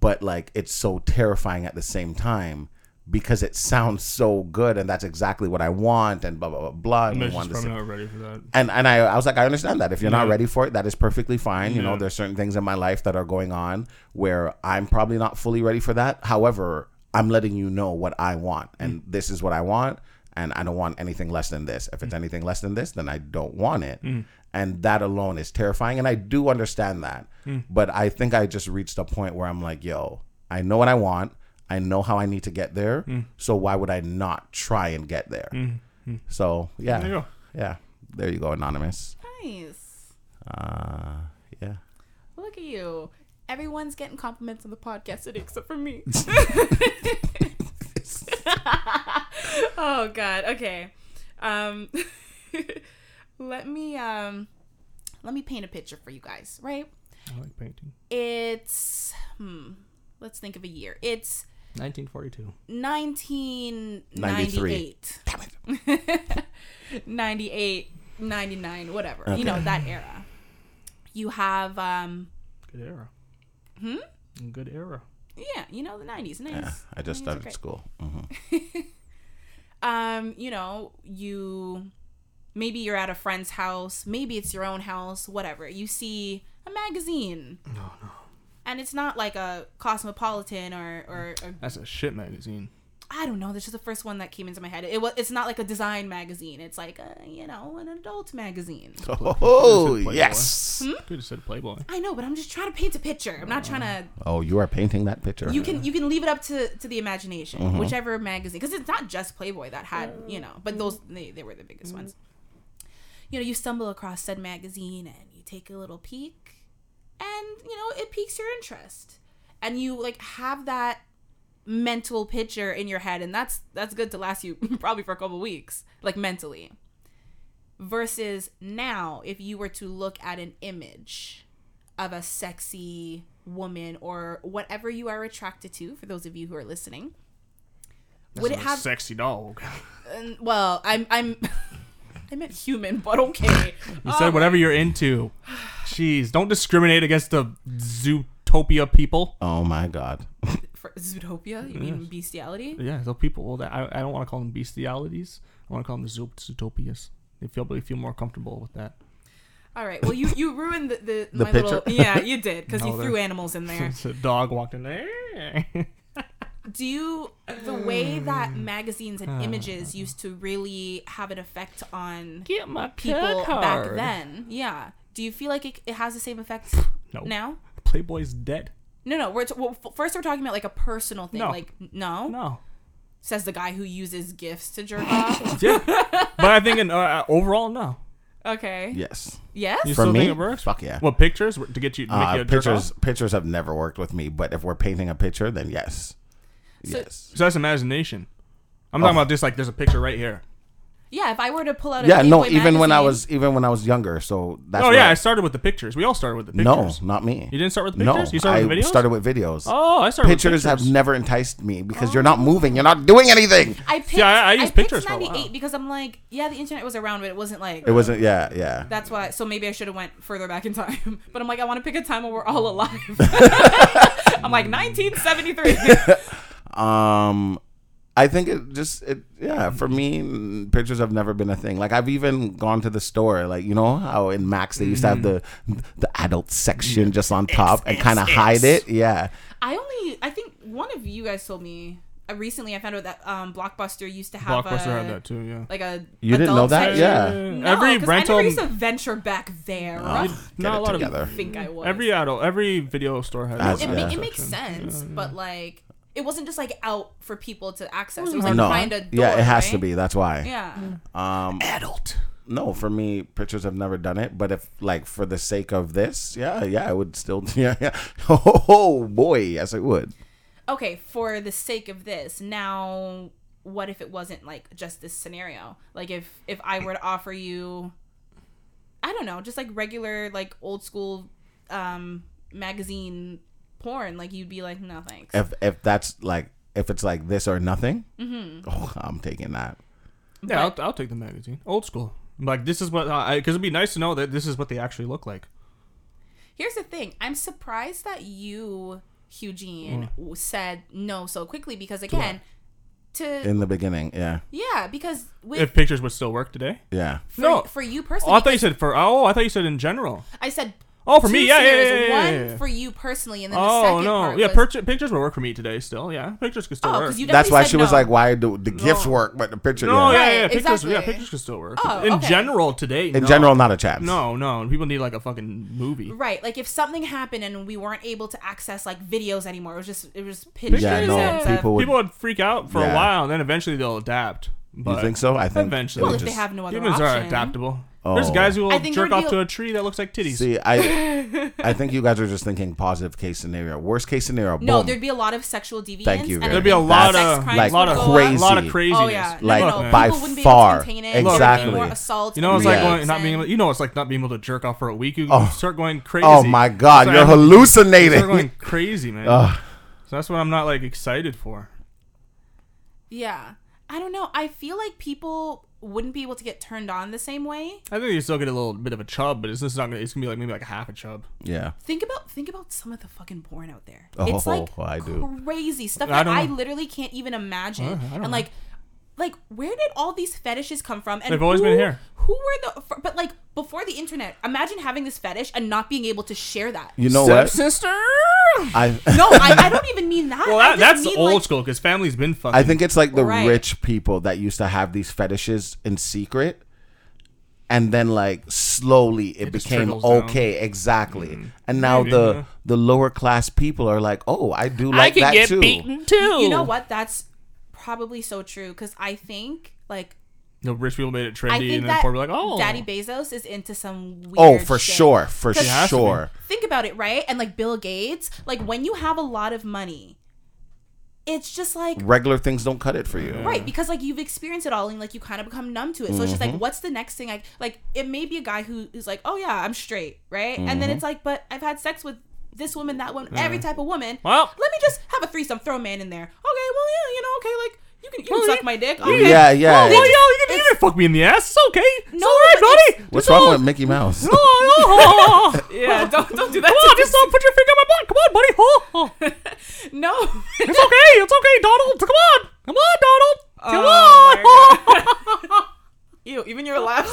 S2: but like it's so terrifying at the same time because it sounds so good and that's exactly what i want and blah blah blah blah and we
S3: I'm just
S2: wanted to
S3: probably
S2: say-
S3: not ready for that.
S2: and and I, I was like, I understand that. If you're not
S3: Yeah.
S2: ready for it, that is perfectly fine. You know,
S3: Yeah.
S2: there's certain things in my life that are going on where I'm probably not fully ready for that. However, I'm letting you know what I want,
S3: Mm.
S2: and this is what I want, and I don't want anything less than this. If it's
S3: Mm.
S2: anything less than this, then I don't want it. And that alone is terrifying, and I do understand that.
S3: Mm.
S2: But I think I just reached a point where I'm like, yo, I know what I want. I know how I need to get there.
S3: Mm.
S2: So why would I not try and get there? So yeah.
S3: There you go.
S2: Yeah. There you go, Anonymous.
S1: nice.
S2: Uh, yeah.
S1: Look at you. Everyone's getting compliments on the podcast today except for me. oh god. Okay. Um let me um let me paint a picture for you guys, right?
S3: I like painting.
S1: It's hmm, let's think of a year. It's
S3: 1942.
S1: 1998. 98, 99, whatever. You know, that era. You have um
S3: Good era. Hmm. Good era.
S1: yeah, you know the 90s, 90s.
S2: Yeah. I just
S1: Mine's Mm, are
S2: started
S1: great.
S2: school. hmm
S1: um you know you maybe you're at a friend's house maybe it's your own house whatever you see a magazine no no and it's not like a cosmopolitan or or, or
S3: That's a shit magazine.
S1: i don't know this is the first one that came into my head it was it's not like a design magazine it's like a, you know an adult magazine
S2: Oh,
S3: Playboy.
S2: yes.
S1: Hmm?
S3: Could have said Playboy.
S1: i know but i'm just trying to paint a picture i'm not trying to
S2: Oh, you are painting that picture.
S1: you can you can leave it up to to the imagination whichever magazine because it's not just playboy that had you know but those they, they were the biggest ones you know you stumble across said magazine and you take a little peek and you know it piques your interest and you like have that mental picture in your head and that's that's good to last you probably for a couple weeks like mentally versus now if you were to look at an image of a sexy woman or whatever you are attracted to, for those of you who are listening, would
S3: That's
S1: it
S3: a
S1: have?
S3: sexy dog?
S1: n- well, I'm I'm I meant human, but okay. Um,
S3: You said whatever you're into. Jeez, don't discriminate against the Zootopia people.
S2: Oh my god.
S1: For Zootopia, you mean bestiality?
S3: Yeah, the people. Well, that, I, I don't want to call them bestialities. I want to call them the Zoot- Zootopias. They feel they feel more comfortable with that.
S1: All right. Well, you you ruined the, the,
S2: The
S1: my
S2: picture?
S1: little yeah you did because
S3: No,
S1: you threw animals in there.
S3: So the dog walked in there.
S1: do you the way that magazines and images used to really have an effect on
S3: Get my
S1: people back then yeah do you feel like it, it has the same effect
S3: No.
S1: now
S3: Playboy's dead.
S1: no no we're t- well, f- first we're talking about like a personal thing
S3: No.
S1: like n- no?
S3: No.
S1: says the guy who uses gifts to jerk off
S3: Yeah. but I think in, uh, overall, no.
S1: okay
S2: Yes.
S1: yes
S3: You
S2: For
S3: still
S2: me?
S3: think it works?
S2: Fuck yeah.
S3: What pictures to get you to make you
S2: Uh,
S3: a jerk
S2: pictures
S3: off?
S2: pictures have never worked with me, but if we're painting a picture, then yes.
S1: So-
S2: yes.
S3: So that's imagination. I'm
S2: Oh.
S3: talking about just like there's a picture right here.
S1: yeah if i were to pull out a
S2: Yeah, no,
S1: Playboy
S2: even when I
S1: magazine-
S2: was even when I was younger, so that's
S3: oh
S2: where
S3: yeah,
S2: I-
S3: I started with the pictures. We all started with the
S2: No,
S3: pictures.
S2: not me.
S3: You didn't start with the
S2: no,
S3: pictures? You started
S2: I
S3: with videos?
S2: started with videos.
S3: Oh, I started
S2: pictures,
S3: with pictures.
S2: have never enticed me because
S1: Oh.
S2: you're not moving, you're not doing anything.
S1: i picked,
S3: I- I
S1: I,
S3: used pictures
S1: picked
S3: for a while.
S1: 98 because i'm like yeah the internet was around but it wasn't like
S2: It wasn't. Yeah, yeah.
S1: that's why so maybe i should have went further back in time but i'm like i want to pick a time when we're all alive i'm like 1973
S2: Um, I think it just it yeah for me n- pictures have never been a thing. Like I've even gone to the store, like you know how in Max they used to have the the adult section just on top and kind of hide it. Yeah,
S1: i only i think one of you guys told me uh, recently i found out that um, blockbuster used to have
S3: Blockbuster
S1: a,
S3: had that too. Yeah.
S1: like a
S2: You didn't know
S1: adult
S2: that?
S1: section.
S2: Yeah.
S1: no,
S3: every
S1: 'cause
S3: rental.
S1: i never used to venture back there i
S2: get
S3: not a
S2: it
S3: lot
S2: together.
S3: of
S1: think i was
S3: every adult, every video store has.
S2: That's-
S1: it,
S3: one.
S1: ma-
S2: Yeah.
S1: it makes sense but like it wasn't just like out for people to access it was like
S2: no,
S1: find a door,
S2: yeah, it has to
S1: right?
S2: be. That's why.
S1: yeah
S2: Um,
S3: adult.
S2: no, for me, pictures have never done it. But if like for the sake of this, yeah, yeah, I would still, yeah, yeah. Oh boy, yes, I would.
S1: okay, for the sake of this, now what if it wasn't like just this scenario? Like if if I were to offer you I don't know, just like regular like old school um magazine porn, like you'd be like, "No, thanks."
S2: If if that's like if it's like this or nothing, oh, I'm taking that.
S3: Yeah, I'll, I'll take the magazine. Old school. Like this is what I because it'd be nice to know that this is what they actually look like.
S1: Here's the thing. I'm surprised that you Eugene w
S3: Mm.
S1: said no so quickly because again to
S2: in the beginning. Yeah,
S1: yeah, because with
S3: If pictures would still work today.
S2: yeah.
S1: for,
S3: no.
S1: for you
S3: Oh, I
S1: personally,
S3: thought you said for. Oh, I thought you said in general.
S1: I said
S3: Oh, for
S1: two
S3: me, yeah, yeah, yeah,
S1: scenarios.
S3: yeah, yeah,
S1: One
S3: yeah.
S1: for you personally, and then the
S3: Oh
S1: second
S3: no,
S1: part
S3: yeah,
S1: was-
S3: picture, pictures would work for me today. Still, yeah, pictures could still
S1: Oh,
S3: work.
S1: 'cause you
S2: That's
S1: definitely
S2: why
S1: said
S2: she was
S1: no.
S2: like, "Why do the gifts work, but the picture?"
S3: no,
S2: yeah.
S3: yeah, yeah,
S1: Right,
S3: yeah, pictures, yeah,
S1: exactly.
S3: pictures could still work.
S1: Oh,
S3: in
S1: okay.
S3: general today,
S2: In
S3: no.
S2: general, not a chance.
S3: no, no, people need like a fucking movie.
S1: Right, like if something happened and we weren't able to access like videos anymore, it was just it was pictures.
S2: Yeah, no,
S1: and stuff.
S2: people would.
S3: People would freak out for
S2: Yeah.
S3: a while, and then eventually they'll adapt. But
S2: you think so? I think
S3: Eventually.
S2: they
S1: well,
S2: would
S1: if they
S2: just-
S1: have no other
S3: humans
S1: option,
S3: are adaptable.
S2: Oh.
S3: There's guys who
S1: I
S3: will
S1: think
S3: jerk
S1: there would
S3: off
S1: be
S3: to
S1: a-
S3: a tree that looks like titties.
S2: See, I, I think you guys are just thinking positive case scenario, worst case scenario.
S1: No,
S2: boom.
S1: there'd be a lot of sexual deviance.
S2: Thank you.
S1: and
S2: Gary.
S3: There'd be a
S1: then
S3: lot
S1: sex
S3: of-
S1: crimes
S2: like
S1: would
S3: a
S1: go up.
S2: crazy,
S3: a lot of craziness.
S1: Oh yeah,
S2: Like,
S1: no, no, no.
S2: by
S1: people wouldn't be
S2: far.
S1: able to contain it. There'd be
S2: Exactly.
S1: more assaults.
S3: You know,
S1: and
S3: it's like
S2: Yeah.
S3: going, not being able. You know, it's like not being able to jerk off for a week. You start going crazy.
S2: Oh my God,
S3: So
S2: you're
S3: I'm- you
S2: hallucinating.
S3: start going crazy, man.
S2: Ugh.
S3: So that's what I'm not like excited for.
S1: yeah, I don't know. I feel like people wouldn't be able to get turned on the same way.
S3: I think you still get a little bit of a chub, but it's just not. Gonna, it's gonna be like maybe like half a chub.
S2: yeah.
S1: Think about think about some of the fucking porn out there.
S2: Oh,
S1: it's like
S2: I do.
S1: crazy stuff
S3: I
S1: that
S3: don't
S1: I,
S3: know. Uh-huh,
S1: literally can't even imagine.
S3: I don't
S1: and
S3: know.
S1: like, like where did all these fetishes come from? And
S3: They've always been
S1: who-
S3: here.
S1: Who were the? fir- But like before the internet, imagine having this fetish and not being able to share that.
S2: You know Oh, what?
S3: sister.
S2: I
S1: No, I, I don't even mean that.
S3: Well,
S1: I
S3: that,
S1: just
S3: that's
S1: mean,
S3: old
S1: like,
S3: school because family's been fucking.
S2: I think it's like the
S1: Right.
S2: rich people that used to have these fetishes in secret. And then, like slowly, it,
S3: just
S2: became
S3: trickles down.
S2: okay. Exactly, and now
S3: Maybe,
S2: the
S3: yeah.
S2: the lower class people are like, "Oh, I do like that too."
S3: too.
S1: You know what? That's probably so true because I think like
S3: The rich people made it
S1: I
S3: trendy,
S1: think
S3: and then
S1: that
S3: poor people were like, oh,
S1: Daddy Bezos is into some weird.
S2: Oh, for
S1: shit.
S2: sure, for
S3: has to be.
S2: sure.
S1: think about it, right? And like Bill Gates, like when you have a lot of money, it's just like
S2: Regular things don't cut it for you.
S1: right because like you've experienced it all and like you kind of become numb to it. So it's just like what's the next thing I like it may be a guy who is like, "Oh yeah, I'm straight," right? And then it's like, "But I've had sex with this woman, that woman, every type of woman.
S3: Well-
S1: let me just have a threesome. Throw a man in there. Okay, well, yeah, you know, okay, like you can you can
S3: Well,
S1: suck
S3: yeah.
S1: my dick.
S3: Yeah.
S1: Okay.
S2: Yeah, yeah.
S3: Oh, well, yeah, you can, you can fuck me in the ass. It's okay.
S1: No,
S3: No, it's all right,
S1: it's-
S3: buddy.
S2: What's
S3: Just
S2: wrong
S3: all-
S2: with Mickey Mouse?
S3: Oh, oh, oh, oh.
S1: Yeah, don't don't do that.
S3: Come on, just don't put your finger in my butt. Come on, buddy. Oh, oh.
S1: no.
S3: It's okay. It's okay, Donald. Come on. Come on, Donald. Come
S1: Oh,
S3: on.
S1: You even your laugh.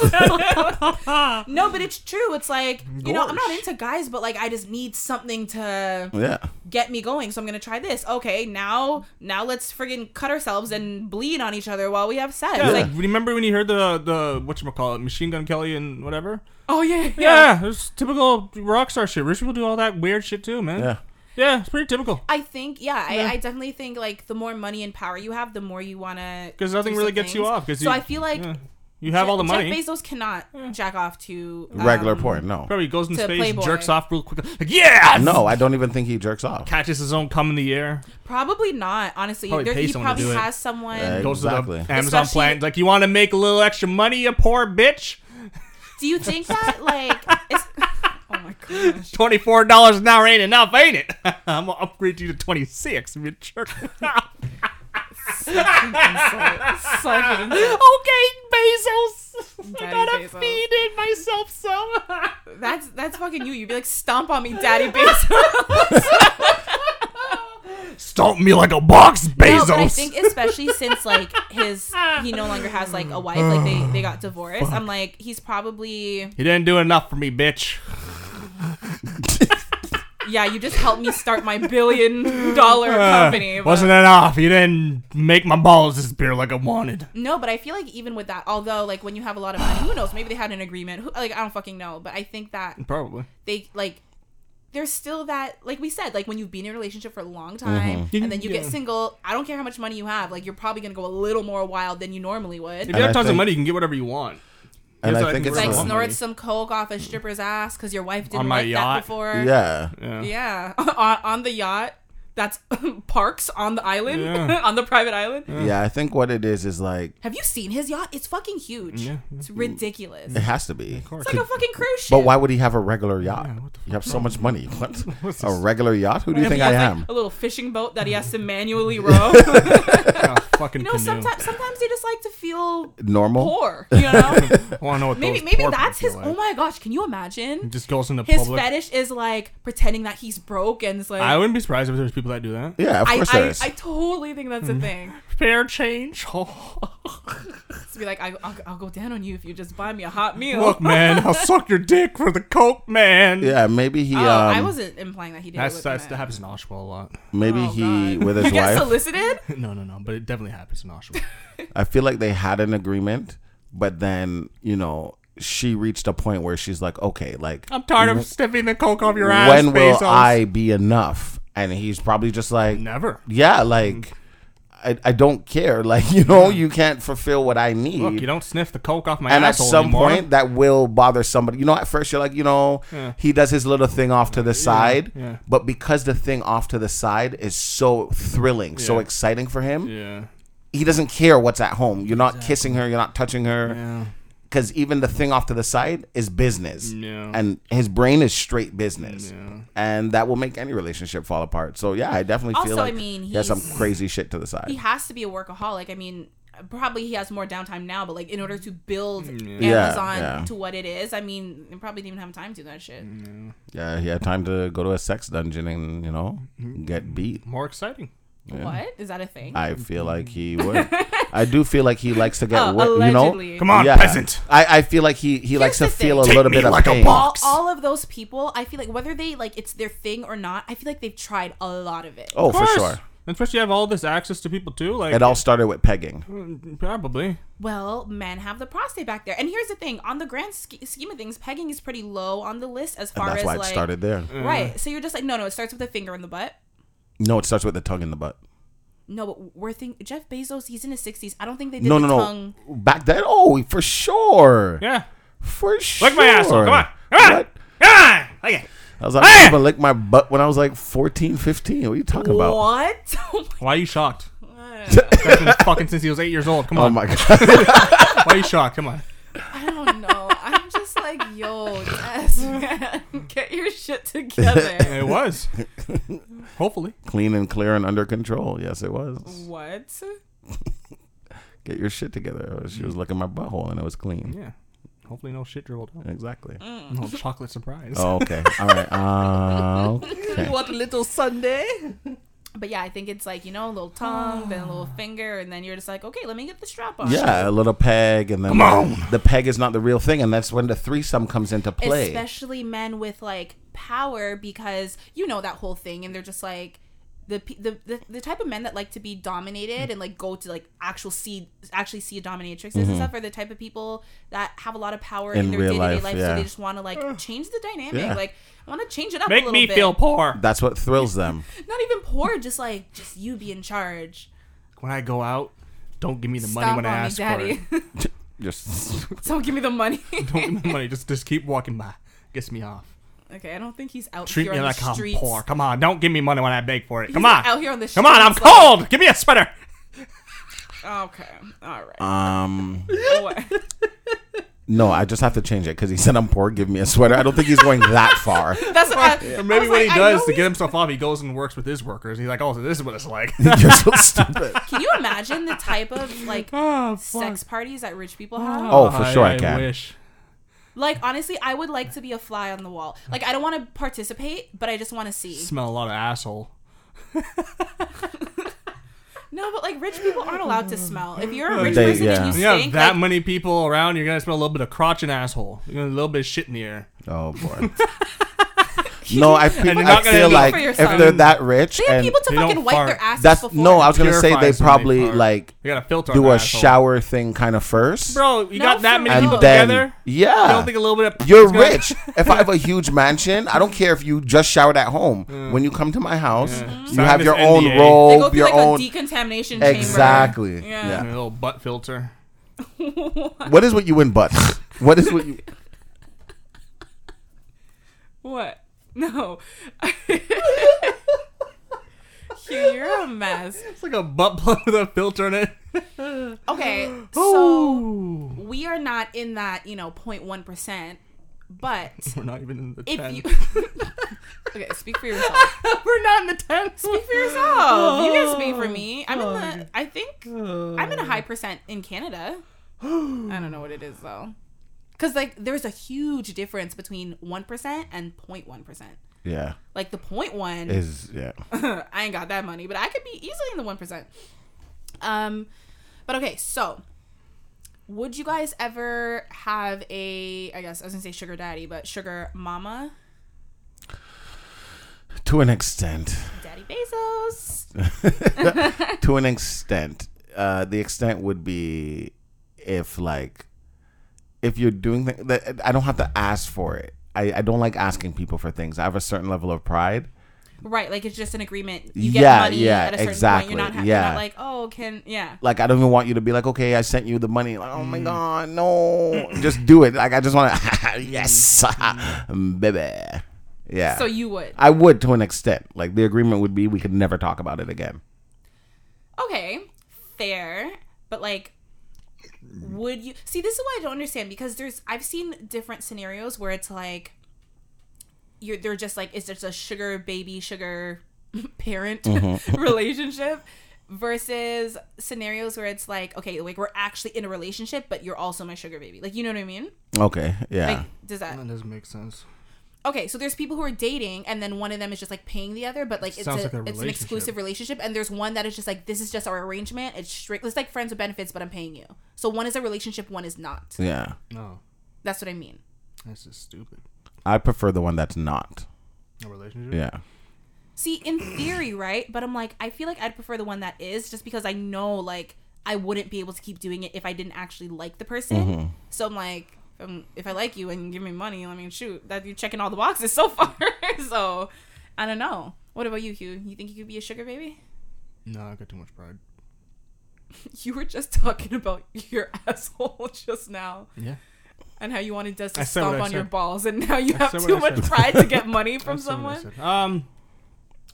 S1: no, but it's true. It's like you know, I'm not
S3: Gorsh.
S1: into guys, but like I just need something to
S2: Yeah.
S1: get me going. So I'm gonna try this. Okay, now now let's friggin' cut ourselves and bleed on each other while we have sex.
S3: Yeah,
S1: Like,
S3: like, remember when you heard the the whatchamacallit, Machine Gun Kelly and whatever?
S1: oh yeah,
S3: Yeah, it's typical rock star shit. Rich people do all that weird shit too, man.
S2: Yeah.
S3: Yeah, it's pretty typical.
S1: I think yeah,
S3: Yeah.
S1: I, I definitely think like the more money and power you have, the more you wanna.
S3: 'Cause nothing
S1: do
S3: really
S1: some
S3: gets you
S1: things.
S3: off, 'cause
S1: so
S3: you-
S1: I feel like
S3: Yeah. You have all the
S1: Jeff-
S3: money.
S1: Jeff Bezos cannot jack off to um,
S2: Regular porn. No.
S3: Probably goes in
S1: to
S3: space,
S1: Playboy.
S3: jerks off real quick. Like, yeah,
S2: No, I don't even think he jerks off.
S3: catches his own cum in the air.
S1: Probably not. Honestly,
S3: Probably
S1: there,
S3: pay
S1: he
S3: someone to
S1: probably
S3: do it.
S1: has someone.
S2: Yeah,
S3: Goes
S2: Exactly.
S3: to the Amazon
S1: Especially-
S3: plant. Like, you want to make a little extra money, you poor bitch.
S1: Do you think that like? It's, oh my gosh.
S3: Twenty four dollars an hour ain't enough, ain't it? I'm gonna upgrade you to twenty six. You jerk.
S1: Such an-
S3: okay, Bezos. I
S1: Daddy
S3: gotta
S1: Bezos.
S3: feed it myself some.
S1: That's that's fucking you. You'd be like, stomp on me, Daddy Bezos.
S3: Stomp me like a box,
S1: No,
S3: Bezos.
S1: but I think especially since like his he no longer has like a wife, like they, they got divorced. I'm like, he's probably
S3: you didn't do enough for me, bitch.
S1: yeah, you just helped me start my billion dollar company. but-
S3: Uh, Wasn't enough. You didn't make my balls disappear like I wanted.
S1: No, but I feel like even with that, although like when you have a lot of money, who knows? Maybe they had an agreement. Who, like I don't fucking know, but I think that
S3: Probably.
S1: they like there's still that like we said like when you've been in a relationship for a long time
S3: You-
S1: and then you get
S3: yeah.
S1: single i don't care how much money you have like you're probably gonna go a little more wild than you normally would
S3: If
S2: And
S3: you have
S2: I
S3: tons of
S2: think-
S3: money, you can get whatever you want.
S2: And
S3: Yes, I
S2: I think
S3: can
S2: it's
S3: work
S1: like
S3: Sure.
S2: the-
S1: snort
S3: Money.
S1: some coke off a stripper's ass because your wife didn't
S3: On my
S1: like
S3: yacht.
S1: that before
S2: Yeah.
S3: Yeah.
S1: yeah on, on the yacht that's parks on the island
S3: Yeah.
S1: on the private island
S2: Yeah, I think what it is is like
S1: have you seen his yacht it's fucking huge
S3: Yeah.
S1: it's ridiculous
S2: it has to be.
S1: it's like a fucking cruise ship
S2: But why would he have a regular yacht?
S3: Yeah, what the
S2: you have so much money. What?
S3: What's
S2: a
S3: this?
S2: regular yacht? Who do you
S1: He
S2: think I
S1: has, like,
S2: am?
S1: a little fishing boat that he has to manually row
S3: Yeah, fucking
S1: you know
S3: canoe.
S1: sometimes sometimes they just like to feel
S2: Normal?
S1: poor you know
S3: I wanna know what
S1: maybe
S3: those
S1: maybe
S3: poor
S1: that's
S3: people
S1: his
S3: like.
S1: oh my gosh can you imagine
S3: Just goes into
S1: his
S3: public.
S1: fetish is like pretending that he's broke and it's like
S3: I wouldn't be surprised if there's people that do that.
S2: Yeah, of
S1: I,
S2: course there
S1: I,
S2: is.
S1: I totally think that's
S3: Mm.
S1: a thing.
S3: Fair change.
S1: To be like, I, I'll, I'll go down on you if you just buy me a hot meal.
S3: Look, man, I'll suck your dick for the coke, man.
S2: yeah, maybe he
S1: Oh,
S2: um
S1: I wasn't implying that he did.
S3: That's,
S1: it
S3: that's that happens in Oshawa a lot.
S2: maybe he with his
S1: you get
S2: wife.
S1: solicited.
S3: No, no, no, but it definitely happens in Oshawa.
S2: I feel like they had an agreement, but then, you know, she reached a point where she's like, "Okay, like
S3: I'm tired of sniffing the coke off your ass.
S2: when will
S3: Bezos.
S2: I be enough?" And he's probably just like,
S3: Never.
S2: "Yeah, like I, I don't care. Like, you know, you can't fulfill what I need."
S3: Look, you don't sniff the coke off my
S2: and at
S3: asshole
S2: some
S3: anymore.
S2: point that will bother somebody. You know, at first you're like, you know,
S3: Yeah.
S2: he does his little thing off to the side,
S3: yeah.
S2: but because the thing off to the side is so thrilling, so
S3: Yeah.
S2: exciting for him,
S3: yeah.
S2: he doesn't care what's at home. You're not kissing her, you're not touching her,
S3: Yeah.
S2: because even the thing off to the side is business,
S3: Yeah.
S2: and his brain is straight business,
S3: Yeah.
S2: and that will make any relationship fall apart. So yeah, I definitely feel
S1: Also, I
S2: like
S1: mean,
S2: he has some
S1: he's-
S2: crazy shit to the side.
S1: He has to be a workaholic. I mean, probably he has more downtime now, but like in order to build
S3: Mm,
S2: Yeah,
S1: Amazon
S2: yeah.
S1: to what it is, I mean, they probably didn't even have time to do that shit.
S3: Mm,
S2: yeah, he had time to go to a sex dungeon and you know
S3: Mm-hmm.
S2: get beat.
S3: More exciting.
S1: What is that a thing?
S2: I feel like he would. I do feel like he likes to get
S1: Mm-hmm. Oh,
S2: wet, you know.
S1: allegedly.
S3: Come on,
S2: Yeah.
S3: peasant.
S2: I, I feel like he, he likes
S1: the
S2: to feel a
S1: thing.
S2: little
S3: Take me
S2: bit of
S3: like a
S2: pain.
S3: boss.
S1: all,
S3: box.
S1: all of those people, I feel like whether they like it's their thing or not, I feel like they've tried a lot of it.
S2: Oh, for
S3: Of course.
S2: sure.
S3: Especially you have all this access to people too. Like mm,
S2: It all started with pegging.
S3: probably.
S1: Well, men have the prostate back there, and here's the thing: on the grand sch- scheme of things, pegging is pretty low on the list as far
S2: That's
S1: as
S2: why it
S1: like
S2: started there.
S3: Mm.
S1: right. So you're just like, no, no, it starts with a finger in the butt.
S2: No, it starts with the tongue in the butt.
S1: No, but we're thinking Jeff Bezos. He's in his sixties. I don't think they did
S2: No,
S1: the
S2: no, no.
S1: tongue.
S2: Back then, oh, for sure.
S3: Yeah.
S2: For sure.
S3: Lick my asshole. Come on. Come on.
S2: What?
S3: Come on. Lick it.
S2: I was like,
S3: Hey!
S2: I but lick my butt when I was like 14, 15. What are you talking about?
S1: What? Oh
S3: Why are you shocked?
S1: my God.
S3: That's been fucking since he was eight years old. Come
S2: Oh
S3: on.
S2: my god. Um,
S3: Why are you shocked? Come on.
S1: I don't know. I'm just like, yo, yes, man, get your shit together.
S3: It was. Hopefully.
S2: Clean and clear and under control. Yes, it was.
S1: What?
S2: Get your shit together. She
S1: Mm.
S2: was looking at my butthole and it was clean.
S3: Yeah. Hopefully no shit dribbled out.
S2: Exactly.
S1: Mm.
S3: No chocolate surprise.
S2: Oh, okay. All right. Uh, okay.
S4: What little Sunday?
S1: But yeah, I think it's like, you know, a little tongue, then a little finger, and then you're just like, okay, let me get the strap on.
S2: Yeah, a little peg, and then the peg is not the real thing, and that's when the threesome comes into play.
S1: Especially men with like power because you know that whole thing, and they're just like, the, pe- the, the the type of men that like to be dominated and like go to like actual see actually see dominatrixes and stuff are the type of people that have a lot of power in,
S2: Mm-hmm. In
S1: their
S2: real
S1: day to day
S2: life,
S1: life,
S2: yeah.
S1: so they just want to like change the dynamic.
S2: Yeah.
S1: Like I want to change it up. a
S3: Make
S1: little
S3: me
S1: bit.
S3: feel poor.
S2: that's what thrills them.
S1: not even poor, just like just you be in charge.
S3: When I go out, don't give me the money
S1: Stop
S3: when I
S1: on me,
S3: ask for
S1: daddy.
S3: it.
S2: Just
S1: Don't give me the money.
S3: Don't give me the money. Just just keep walking by. Gets me off.
S1: okay, I don't think he's out
S3: Treat
S1: here
S3: me
S1: on
S3: like
S1: the streets.
S3: I'm poor. Come on, don't give me money when I beg for it. Come
S1: He's
S3: on.
S1: out here on the
S3: Come on, I'm
S1: streets, like-
S3: cold. Give me a sweater.
S1: Okay, all right.
S2: um.
S1: What?
S2: No, I just have to change it because he said I'm poor. Give me a sweater. I don't think he's going that far.
S1: That's what I, I
S3: Or maybe
S1: was
S3: what
S1: like,
S3: he
S1: I
S3: does
S1: know
S3: to
S1: he's-
S3: get himself off, he goes and works with his workers. He's like, oh, so this is what it's like.
S2: You're so stupid.
S1: Can you imagine the type of like
S3: oh,
S1: sex parties that rich people have?
S2: Oh, for sure I can.
S3: Ah, wish.
S1: Like honestly, I would like to be a fly on the wall. Like I don't want to participate, but I just want to see.
S3: Smell a lot of asshole.
S1: No, but like rich people aren't allowed to smell. If you're a rich
S2: They-
S1: person
S2: yeah.
S1: and you
S3: When Uh, you have
S1: stink,
S3: that
S1: like,
S3: many people around, you're gonna smell a little bit of crotch and asshole. You're gonna a little bit of shit in the air.
S2: Oh boy. No, I, pe-
S3: And you're
S2: I
S3: not gonna
S2: feel
S3: do it
S2: like
S1: for
S2: if
S1: yourself.
S2: they're that rich
S1: they have
S2: and
S1: people to
S3: They don't
S1: fucking wipe
S3: fart.
S1: their asses
S2: that's
S1: before.
S2: no, I was gonna say
S3: Purifies
S2: they
S3: when they
S2: probably
S3: fart.
S2: like
S3: You gotta filter
S2: do
S3: an
S2: a
S3: asshole.
S2: shower thing kind of first,
S3: Bro, you
S1: No,
S3: got that
S1: for
S3: many
S1: real.
S2: and
S3: people
S2: then
S3: together?
S2: yeah,
S3: You don't think a little bit of
S2: You're
S3: is gonna-
S2: rich. if I have a huge mansion, I don't care if you just showered at home. When you come to my house, you
S3: Sign
S2: have
S3: this
S2: your
S3: NDA.
S2: own
S1: They go
S2: robe,
S1: through
S2: your
S1: like a
S2: own.
S1: decontamination chamber.
S2: Exactly.
S1: Yeah.
S2: Yeah.
S3: A little butt filter.
S2: What is what you in butts? what is what you?
S1: What? No. Hugh, you're a mess.
S3: It's like a butt plug with a filter in it.
S1: Okay, so
S3: Ooh.
S1: we are not in that, you know, 0.1%, but
S3: We're not even in the
S1: if
S3: tent.
S1: you. okay, speak for yourself.
S3: We're not in the tent.
S1: Speak for yourself. You can speak for me. I'm in the. I think I'm in a high percent in Canada. I don't know what it is, though. Because, like, there's a huge difference between 1% and 0.1%.
S2: Yeah,
S1: Like, the 0.1
S2: is yeah.
S1: I ain't got that money, but I could be easily in the one percent. Um, but okay, so would you guys ever have a? I guess I was gonna say sugar daddy, but sugar mama,
S2: To an extent,
S1: daddy Bezos.
S2: to an extent, uh, the extent would be if like if you're doing th- that. I don't have to ask for it. I, I don't like asking people for things. I have a certain level of pride.
S1: Right, like it's just an agreement. You get
S2: Yeah,
S1: money
S2: yeah,
S1: at a certain
S2: exactly,
S1: point. You're not, ha- you're
S2: yeah.
S1: not like, oh, can yeah.
S2: Like I don't even want you to be like, okay, I sent you the money. Like, oh my
S1: Mm.
S2: god, no, just do it. Like I just want to, yes, baby. Yeah.
S1: Mm. So you would
S2: I would to an extent. Like the agreement would be we could never talk about it again.
S1: okay, fair, but like. Would you see? This is what I don't understand because there's I've seen different scenarios where it's like you're they're just like it's just a sugar baby sugar parent
S2: Mm-hmm.
S1: relationship versus scenarios where it's like okay like we're actually in a relationship but you're also my sugar baby like you know what i mean
S2: Okay. Yeah.
S1: like does that
S3: That doesn't make sense.
S1: okay so there's people who are dating and then one of them is just like paying the other but like it's,
S3: Sounds
S1: a,
S3: like
S1: it's
S3: a
S1: an
S3: relationship.
S1: exclusive relationship and there's one that is just like this is just our arrangement it's strict it's like friends with benefits but i'm paying you so one is a relationship one is not
S2: yeah.
S3: No,
S1: that's what i mean
S3: that's just stupid.
S2: I prefer the one that's not.
S3: A relationship.
S2: Yeah.
S1: See, in theory, right? But I'm like, I feel like I'd prefer the one that is just because I know, like, I wouldn't be able to keep doing it if I didn't actually like the person. So I'm like, um, if I like you and you give me money, I mean, shoot, that you're checking all the boxes so far. so I don't know. What about you, Hugh? You think you could be a sugar baby?
S3: No, I got too much pride.
S1: You were just talking about your asshole just now
S3: Yeah.
S1: and how you wanted us to
S3: I said what
S1: stomp
S3: I
S1: on your
S3: said.
S1: balls, and now you
S3: I
S1: have
S3: said
S1: too
S3: what I
S1: much
S3: said.
S1: pride to get money from someone.
S3: Um,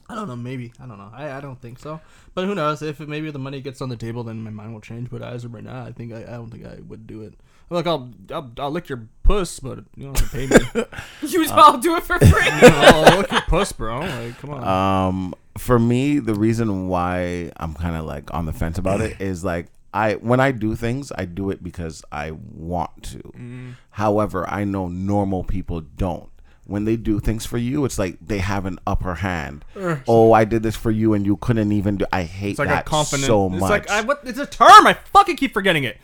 S3: I don't know. Maybe I don't know. I, I don't think so. But who knows? If it, maybe the money gets on the table, then my mind will change. But as of right now, I think I, I don't think I would do it. look, I'll, I'll I'll lick your puss, but you don't have to pay me.
S1: You
S3: Uh,
S1: all do it for free.
S3: I'll, I'll lick your puss, bro. Like, come on.
S2: Um, for me, the reason why I'm kind of like on the fence about it is like I when I do things, I do it because I want to.
S3: Mm-hmm.
S2: However, I know normal people don't. When they do things for you, it's like they have an upper hand. Oh, I did this for you, and you couldn't even do. I hate
S3: it's like
S2: that
S3: a confident.
S2: so much.
S3: It's like I, what? It's a term. I fucking keep forgetting it.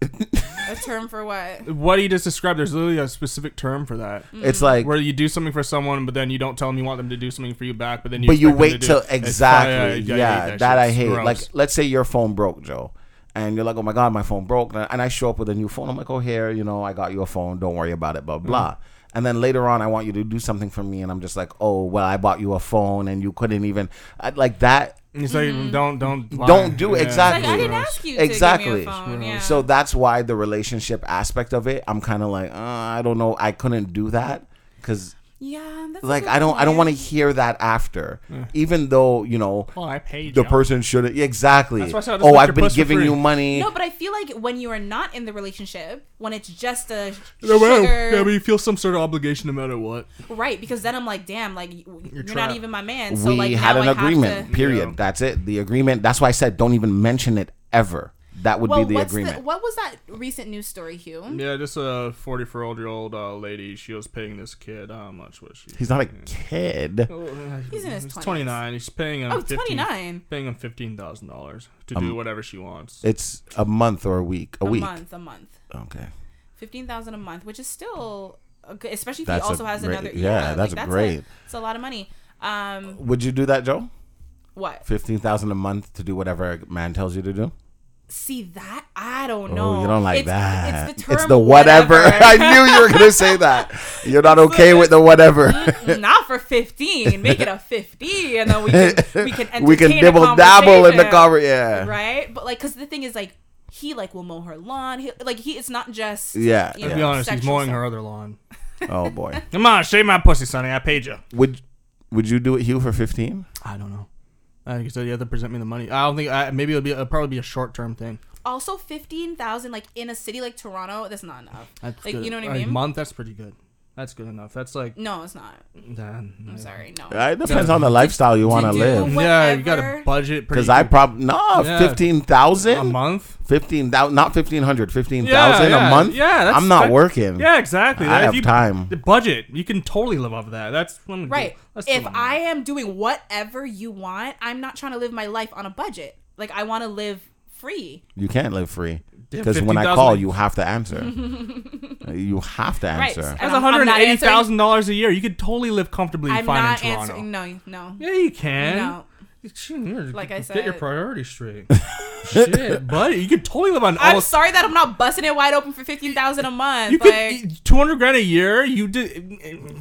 S1: a term for what?
S3: What he just described. There's literally a specific term for that.
S2: It's like
S3: Where you do something for someone, but then you don't tell them you want them to do something for you back, but then you
S2: but you
S3: expect them
S2: wait
S3: to do
S2: till
S3: it. It's-
S2: exactly
S3: I- I- I hate
S2: yeah,
S3: shit.
S2: that, i
S3: It's
S2: hate
S3: gross.
S2: like let's say your phone broke joe and you're like oh my god my phone broke and i show up with a new phone i'm like oh here you know i got you a phone don't worry about it blah blah and then later on i want you to do something for me and i'm just like oh well i bought you a phone and you couldn't even I, like that
S3: And It's like don't don't lie.
S2: Don't do exactly.
S1: Mm-hmm. Like I didn't ask you to give me
S2: Exactly.
S1: a phone. Yeah.
S2: so that's why the relationship aspect of it i'm kind of like uh, i don't know i couldn't do that because
S1: yeah, that's a
S2: like
S1: good
S2: i don't i don't
S1: point.
S2: want to hear that after even though you know
S3: Oh, I paid
S2: the
S3: y'all.
S2: person shouldn't yeah, exactly.
S3: That's why I said I'll just
S2: oh,
S3: let
S2: I've
S3: your
S2: been
S3: puss for
S2: giving
S3: free.
S2: you money.
S1: No, but I feel like when you are not in the relationship, when it's just a
S3: No, well,
S1: sugar,
S3: yeah, but you feel some sort of obligation no matter what.
S1: right? Because then I'm like, damn, like you- you're,
S3: trapped.
S1: not even my man. So
S2: we
S1: like
S2: had
S1: now
S2: an
S1: I have
S2: agreement.
S1: to-
S2: Period.
S3: Yeah.
S2: That's it. The agreement. That's why I said don't even mention it ever. That would
S1: well,
S2: be the
S1: what's the,
S2: agreement.
S1: what was that recent news story, Hugh?
S3: Yeah, just a 44 old year old uh, lady. She was paying this kid. uh, How much was she? Oh, uh,
S2: He's not a kid.
S1: He's in his 20s.
S3: 29. She's paying him.
S1: Oh,
S3: 15
S1: 29.
S3: Paying him fifteen thousand dollars to
S2: Um,
S3: do whatever she wants.
S2: It's a month or a week. A,
S1: A
S2: week.
S1: month, a month,
S2: Okay.
S1: fifteen thousand a month, which is still a good, especially if
S2: That's a
S1: he also has
S2: great-
S1: another.
S2: yeah, that's
S1: like,
S2: great.
S1: A, it's a lot of money. Um,
S2: Would you do that, Joe?
S1: what?
S2: Fifteen thousand a month to do whatever a man tells you to do.
S1: See that? I don't
S2: Oh,
S1: know.
S2: you don't like
S1: it's,
S2: that.
S1: It's the term.
S2: whatever. I knew you were gonna say that. You're not okay with the whatever.
S1: not for 15 make it a 50 and then we can we can entertain
S2: we can
S1: a
S2: dibble dabble in the
S1: conversation,
S2: cover. Yeah.
S1: right but like because the thing is like he like will mow her lawn he, like he it's not just
S2: Yeah,
S1: you
S2: yeah.
S3: To be honest, he's
S1: sexual
S3: mowing
S1: stuff.
S3: her other lawn.
S2: Oh boy.
S3: Come on, shave my pussy, Sonny. I paid you.
S2: Would Would you do it, Hugh, for fifteen?
S3: I don't know. I think you said you have to present me the money. I don't think. I, maybe it'll be. It'll probably be a short term thing.
S1: also 15000 like in a city like toronto that's not enough
S3: That's
S1: like
S3: good.
S1: you know what i
S3: A
S1: mean
S3: month. That's pretty good. That's good enough. That's like.
S1: no it's not
S3: I'm
S1: i'm sorry no
S2: Uh, It depends on the lifestyle you want to
S1: do-
S2: live.
S3: Yeah, you got to
S1: Whatever.
S3: budget. pretty
S2: Because I
S3: good.
S2: probably no
S3: Yeah.
S2: fifteen
S3: a
S2: thousand,
S3: month.
S2: fifteen thousand, not fifteen hundred, fifteen thousand
S3: yeah,
S2: a month.
S3: yeah, that's-
S2: I'm not
S3: that-
S2: working.
S3: Yeah, exactly.
S2: I
S3: That- if
S2: have
S3: you,
S2: time.
S3: The budget. You can totally live off of that. That's I'm gonna do-
S1: right
S3: that's
S1: if
S3: doable.
S1: i am doing whatever you want i'm not trying to live my life on a budget like i want to live free
S2: You can't live free
S3: Yeah,
S2: because when I
S3: 15,000
S2: call, you have to answer. you have to
S1: Right.
S2: answer.
S1: And
S3: that's
S1: I'm-
S3: one
S1: I'm not
S3: hundred eighty thousand
S1: answering-
S3: dollars a year. You could totally live comfortably
S1: i'm
S3: fine
S1: not
S3: in Toronto.
S1: answering no no
S3: Yeah, you can.
S1: no Like I
S3: get your
S1: said-
S3: priorities straight. Shit, buddy, you could totally live on.
S1: I'm
S3: all
S1: sorry that I'm not busting it wide open for fifteen thousand a month.
S3: Oh. You
S1: like
S3: could two hundred grand a year. You did.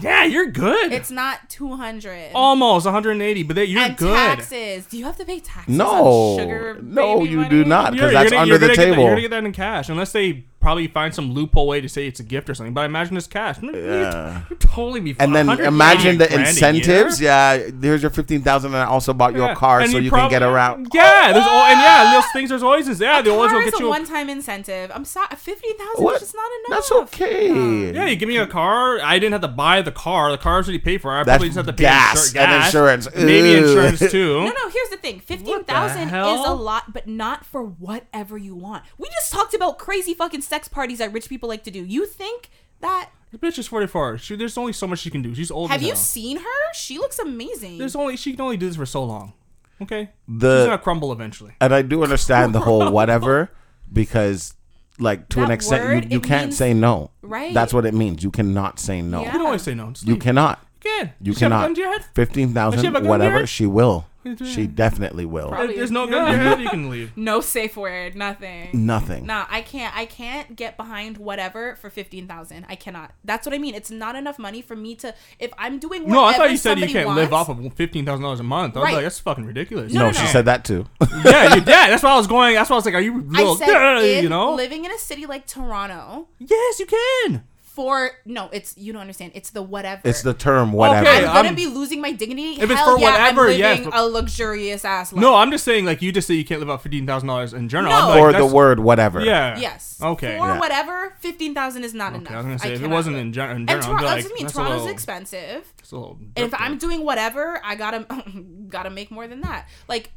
S3: Yeah, you're good.
S1: it's not two hundred.
S3: almost one hundred and eighty, but that you're
S1: and
S3: Oh, good.
S1: taxes. Do you have to pay taxes?
S2: No.
S1: on sugar
S2: No,
S1: baby
S2: you
S1: money?
S2: do not.
S3: Yeah,
S2: 'cause that's under the
S3: gonna get that-
S2: table.
S3: you're gonna get that in cash, unless they probably find some loophole way to say it's a gift or something. But I imagine it's cash. No, you're-
S2: Yeah.
S3: you're totally be.
S2: And then
S3: 100
S2: imagine the
S3: grand a
S2: incentives.
S3: year.
S2: Yeah, there's your fifteen thousand, and I also bought you
S3: Yeah,
S2: a car
S3: and
S2: so you can
S3: prob-
S2: get around. Oh,
S3: Yeah, there's all and yeah, those things. There's always this. Yeah, they always
S1: Car
S3: will
S1: is
S3: get
S1: a
S3: you. A,
S1: one-time incentive. I'm sorry, fifteen thousand is
S2: What?
S1: just not enough.
S2: That's okay.
S3: yeah, you give me a car. I didn't have to buy the car. The car was already paid for. I
S2: That's
S3: probably just have to pay
S2: gas
S3: insur-
S2: and insurance.
S3: maybe
S2: Ew.
S3: insurance too.
S1: No, no. Here's the thing: fifteen thousand is a
S3: hell?
S1: lot, but not for whatever you want. We just talked about crazy fucking sex parties that rich people like to do. You think that?
S3: The bitch is 44. She, there's only so much she can do. She's old.
S1: Have
S3: as
S1: you
S3: hell.
S1: seen her? She looks amazing.
S3: There's only she can only do this for so long. Okay, she's gonna
S2: The
S3: crumble eventually.
S2: and I do understand the whole whatever because, like, to an
S1: That
S2: extent,
S1: word,
S2: you, you
S1: it
S2: can't
S1: means-
S2: say no.
S1: right.
S2: That's what it means. You cannot say no.
S1: Yeah.
S3: You can always say no. Just
S2: You
S3: leave.
S2: cannot.
S3: You can.
S2: You
S3: Does she have a gun
S2: cannot.
S3: to your head?
S2: Fifteen
S3: Does she have a
S2: thousand,
S3: gun to your
S2: whatever.
S3: head?
S2: She will.
S3: Yeah.
S2: She definitely will.
S1: Probably.
S3: If There's no gun to your head. You can leave.
S1: no safe word. Nothing.
S2: Nothing.
S1: Nah, I can't. I can't get behind whatever for fifteen thousand. I cannot. That's what I mean. It's not enough money for me to. If I'm doing whatever
S3: No, I thought you said you
S1: somebody
S3: can't live off
S1: wants-
S3: of fifteen thousand dollars a month. I was
S1: Right.
S3: like, that's fucking ridiculous.
S1: No,
S2: No,
S1: no,
S2: she
S1: no.
S2: said that too.
S3: yeah, you, yeah, that's why I was going. That's why I was like, are you
S1: I
S3: little?
S1: said,
S3: yeah,
S1: in
S3: you know?
S1: living in a city like Toronto,
S3: yes, you can.
S1: for no, it's you don't understand. It's the whatever.
S2: It's the term whatever.
S1: I'm
S3: Okay.
S1: gonna
S3: I'm-
S1: be losing my dignity.
S3: If it's
S1: Hell
S3: for
S1: yeah,
S3: whatever,
S1: I'm
S3: yes,
S1: living
S3: but-
S1: a luxurious ass life.
S3: No, I'm just saying, like, you just say you can't live off $15,000 in general. I'm
S1: No.
S3: like,
S2: or the
S3: that's-
S2: word whatever.
S3: Yeah.
S1: Yes.
S3: Okay.
S1: For
S2: Yeah.
S1: whatever, fifteen thousand is not
S3: Okay,
S1: enough.
S3: I was gonna
S1: I
S3: say if it
S1: cannot
S3: wasn't
S1: live.
S3: in, gen- in
S1: And
S3: general, I'd be
S1: Toronto,
S3: like,
S1: that's what I mean.
S3: that's
S1: Torondo's
S3: a little,
S1: expensive.
S3: that's a little
S1: And if
S3: dirt
S1: I'm
S3: bag.
S1: doing whatever, I gotta gotta make more than that. Like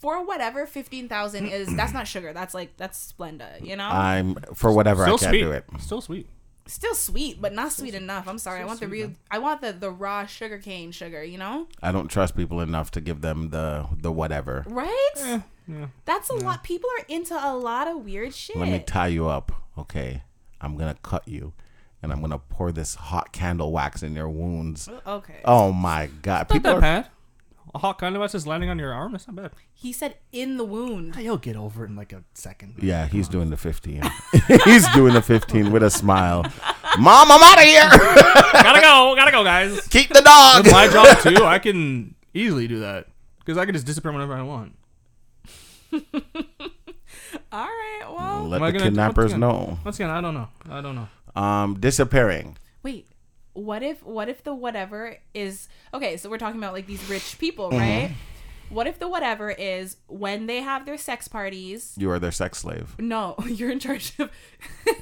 S1: for whatever, fifteen thousand is that's not sugar. That's like that's Splenda. You know,
S2: I'm for whatever I
S3: still
S2: can't
S3: sweet,
S2: do it.
S3: still sweet.
S1: still sweet, but not sweet enough. I'm sorry. I want the real. I want the the raw sugar cane sugar. You know,
S2: I don't trust people enough to give them the the whatever.
S1: right?
S3: Eh, yeah.
S1: That's a lot. People are into a lot of weird shit.
S2: Let me tie you up. Okay. I'm going to cut you and I'm going to pour this hot candle wax in your wounds.
S1: okay.
S2: Oh my god.
S3: Not
S2: People
S3: that
S2: are
S3: bad. A hot kind of us is landing on your arm. That's not bad.
S1: He said in the wound.
S3: He'll get over it in like a second.
S2: Yeah, he's doing the 15. he's doing the 15 with a smile. Mom, I'm out of here.
S3: gotta go, gotta go, guys.
S2: Keep the dog.
S3: My job too. I can easily do that because I can just disappear whenever I want.
S1: All right. Well,
S2: Let
S3: Am I
S2: the
S3: gonna-
S2: kidnappers
S3: what's
S2: know.
S3: Once again, I don't know. I don't know.
S2: Um disappearing.
S1: wait. What if what if the whatever is okay? So we're talking about like these rich people, right? What if the whatever is when they have their sex parties?
S2: You are their sex slave.
S1: No, you're in charge of,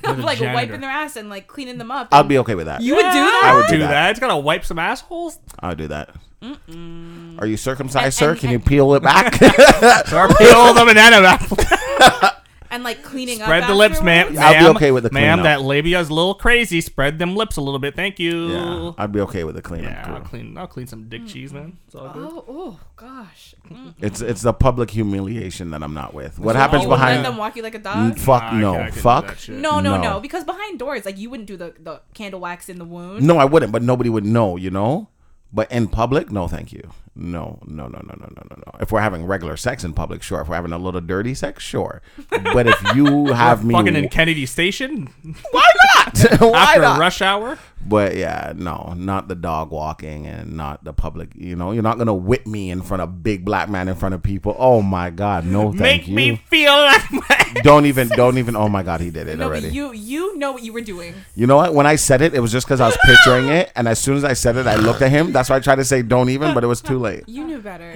S1: of
S3: the
S1: like
S3: janitor.
S1: wiping their ass and like cleaning them up.
S2: I'll be okay with that.
S1: you would do that.
S2: I would do
S3: do
S2: that.
S3: that. It's gonna wipe some assholes.
S2: I'll do that. Are you circumcised, sir?
S1: and-
S2: Can
S1: and-
S2: you peel it back?
S3: Peel the banana apple.
S1: and like cleaning up.
S3: Spread the lips, ma'am.
S1: afterwards?
S2: I'll be
S3: Ma'am,
S2: okay with the
S3: ma'am.
S2: cleanup.
S3: That labia's a little crazy. Spread them lips a little bit. Thank you.
S2: yeah, I'd be okay with the cleanup.
S3: Yeah, I'll
S2: crew.
S3: clean. I'll clean some dick cheese, man. It's all good.
S1: Oh, oh gosh. Mm.
S2: It's it's the public humiliation that I'm not with. What
S3: So
S2: happens
S1: Oh,
S2: behind?
S1: Let them walk you like a
S2: Mm,
S1: dog.
S2: fuck
S3: I
S2: no,
S3: can't- I can't do
S2: fuck
S3: that shit.
S1: No, no,
S2: No.
S1: no, Because behind doors, like you wouldn't do the the candle wax in the wound.
S2: no. I wouldn't, but nobody would know, you know. But in public, no, thank you. No, no, no, no, no, no, no, no. If we're having regular sex in public, sure. If we're having a little dirty sex, sure. But if you have me,
S3: Fucking in Kennedy Station
S2: why not? why
S3: after
S2: not?
S3: rush hour.
S2: But yeah, no, not the dog walking and not the public. You know, you're not gonna whip me in front of big black man in front of people. Oh my god, no, thank
S3: Make
S2: you.
S3: me feel like my.
S2: don't even, don't even. Oh my god, he did it
S1: No,
S2: already.
S1: but you you know what you were doing.
S2: You know what? When I said it, it was just because I was picturing it, and as soon as I said it, I looked at him. That's why I tried to say "don't even," but it was too late.
S1: You knew better.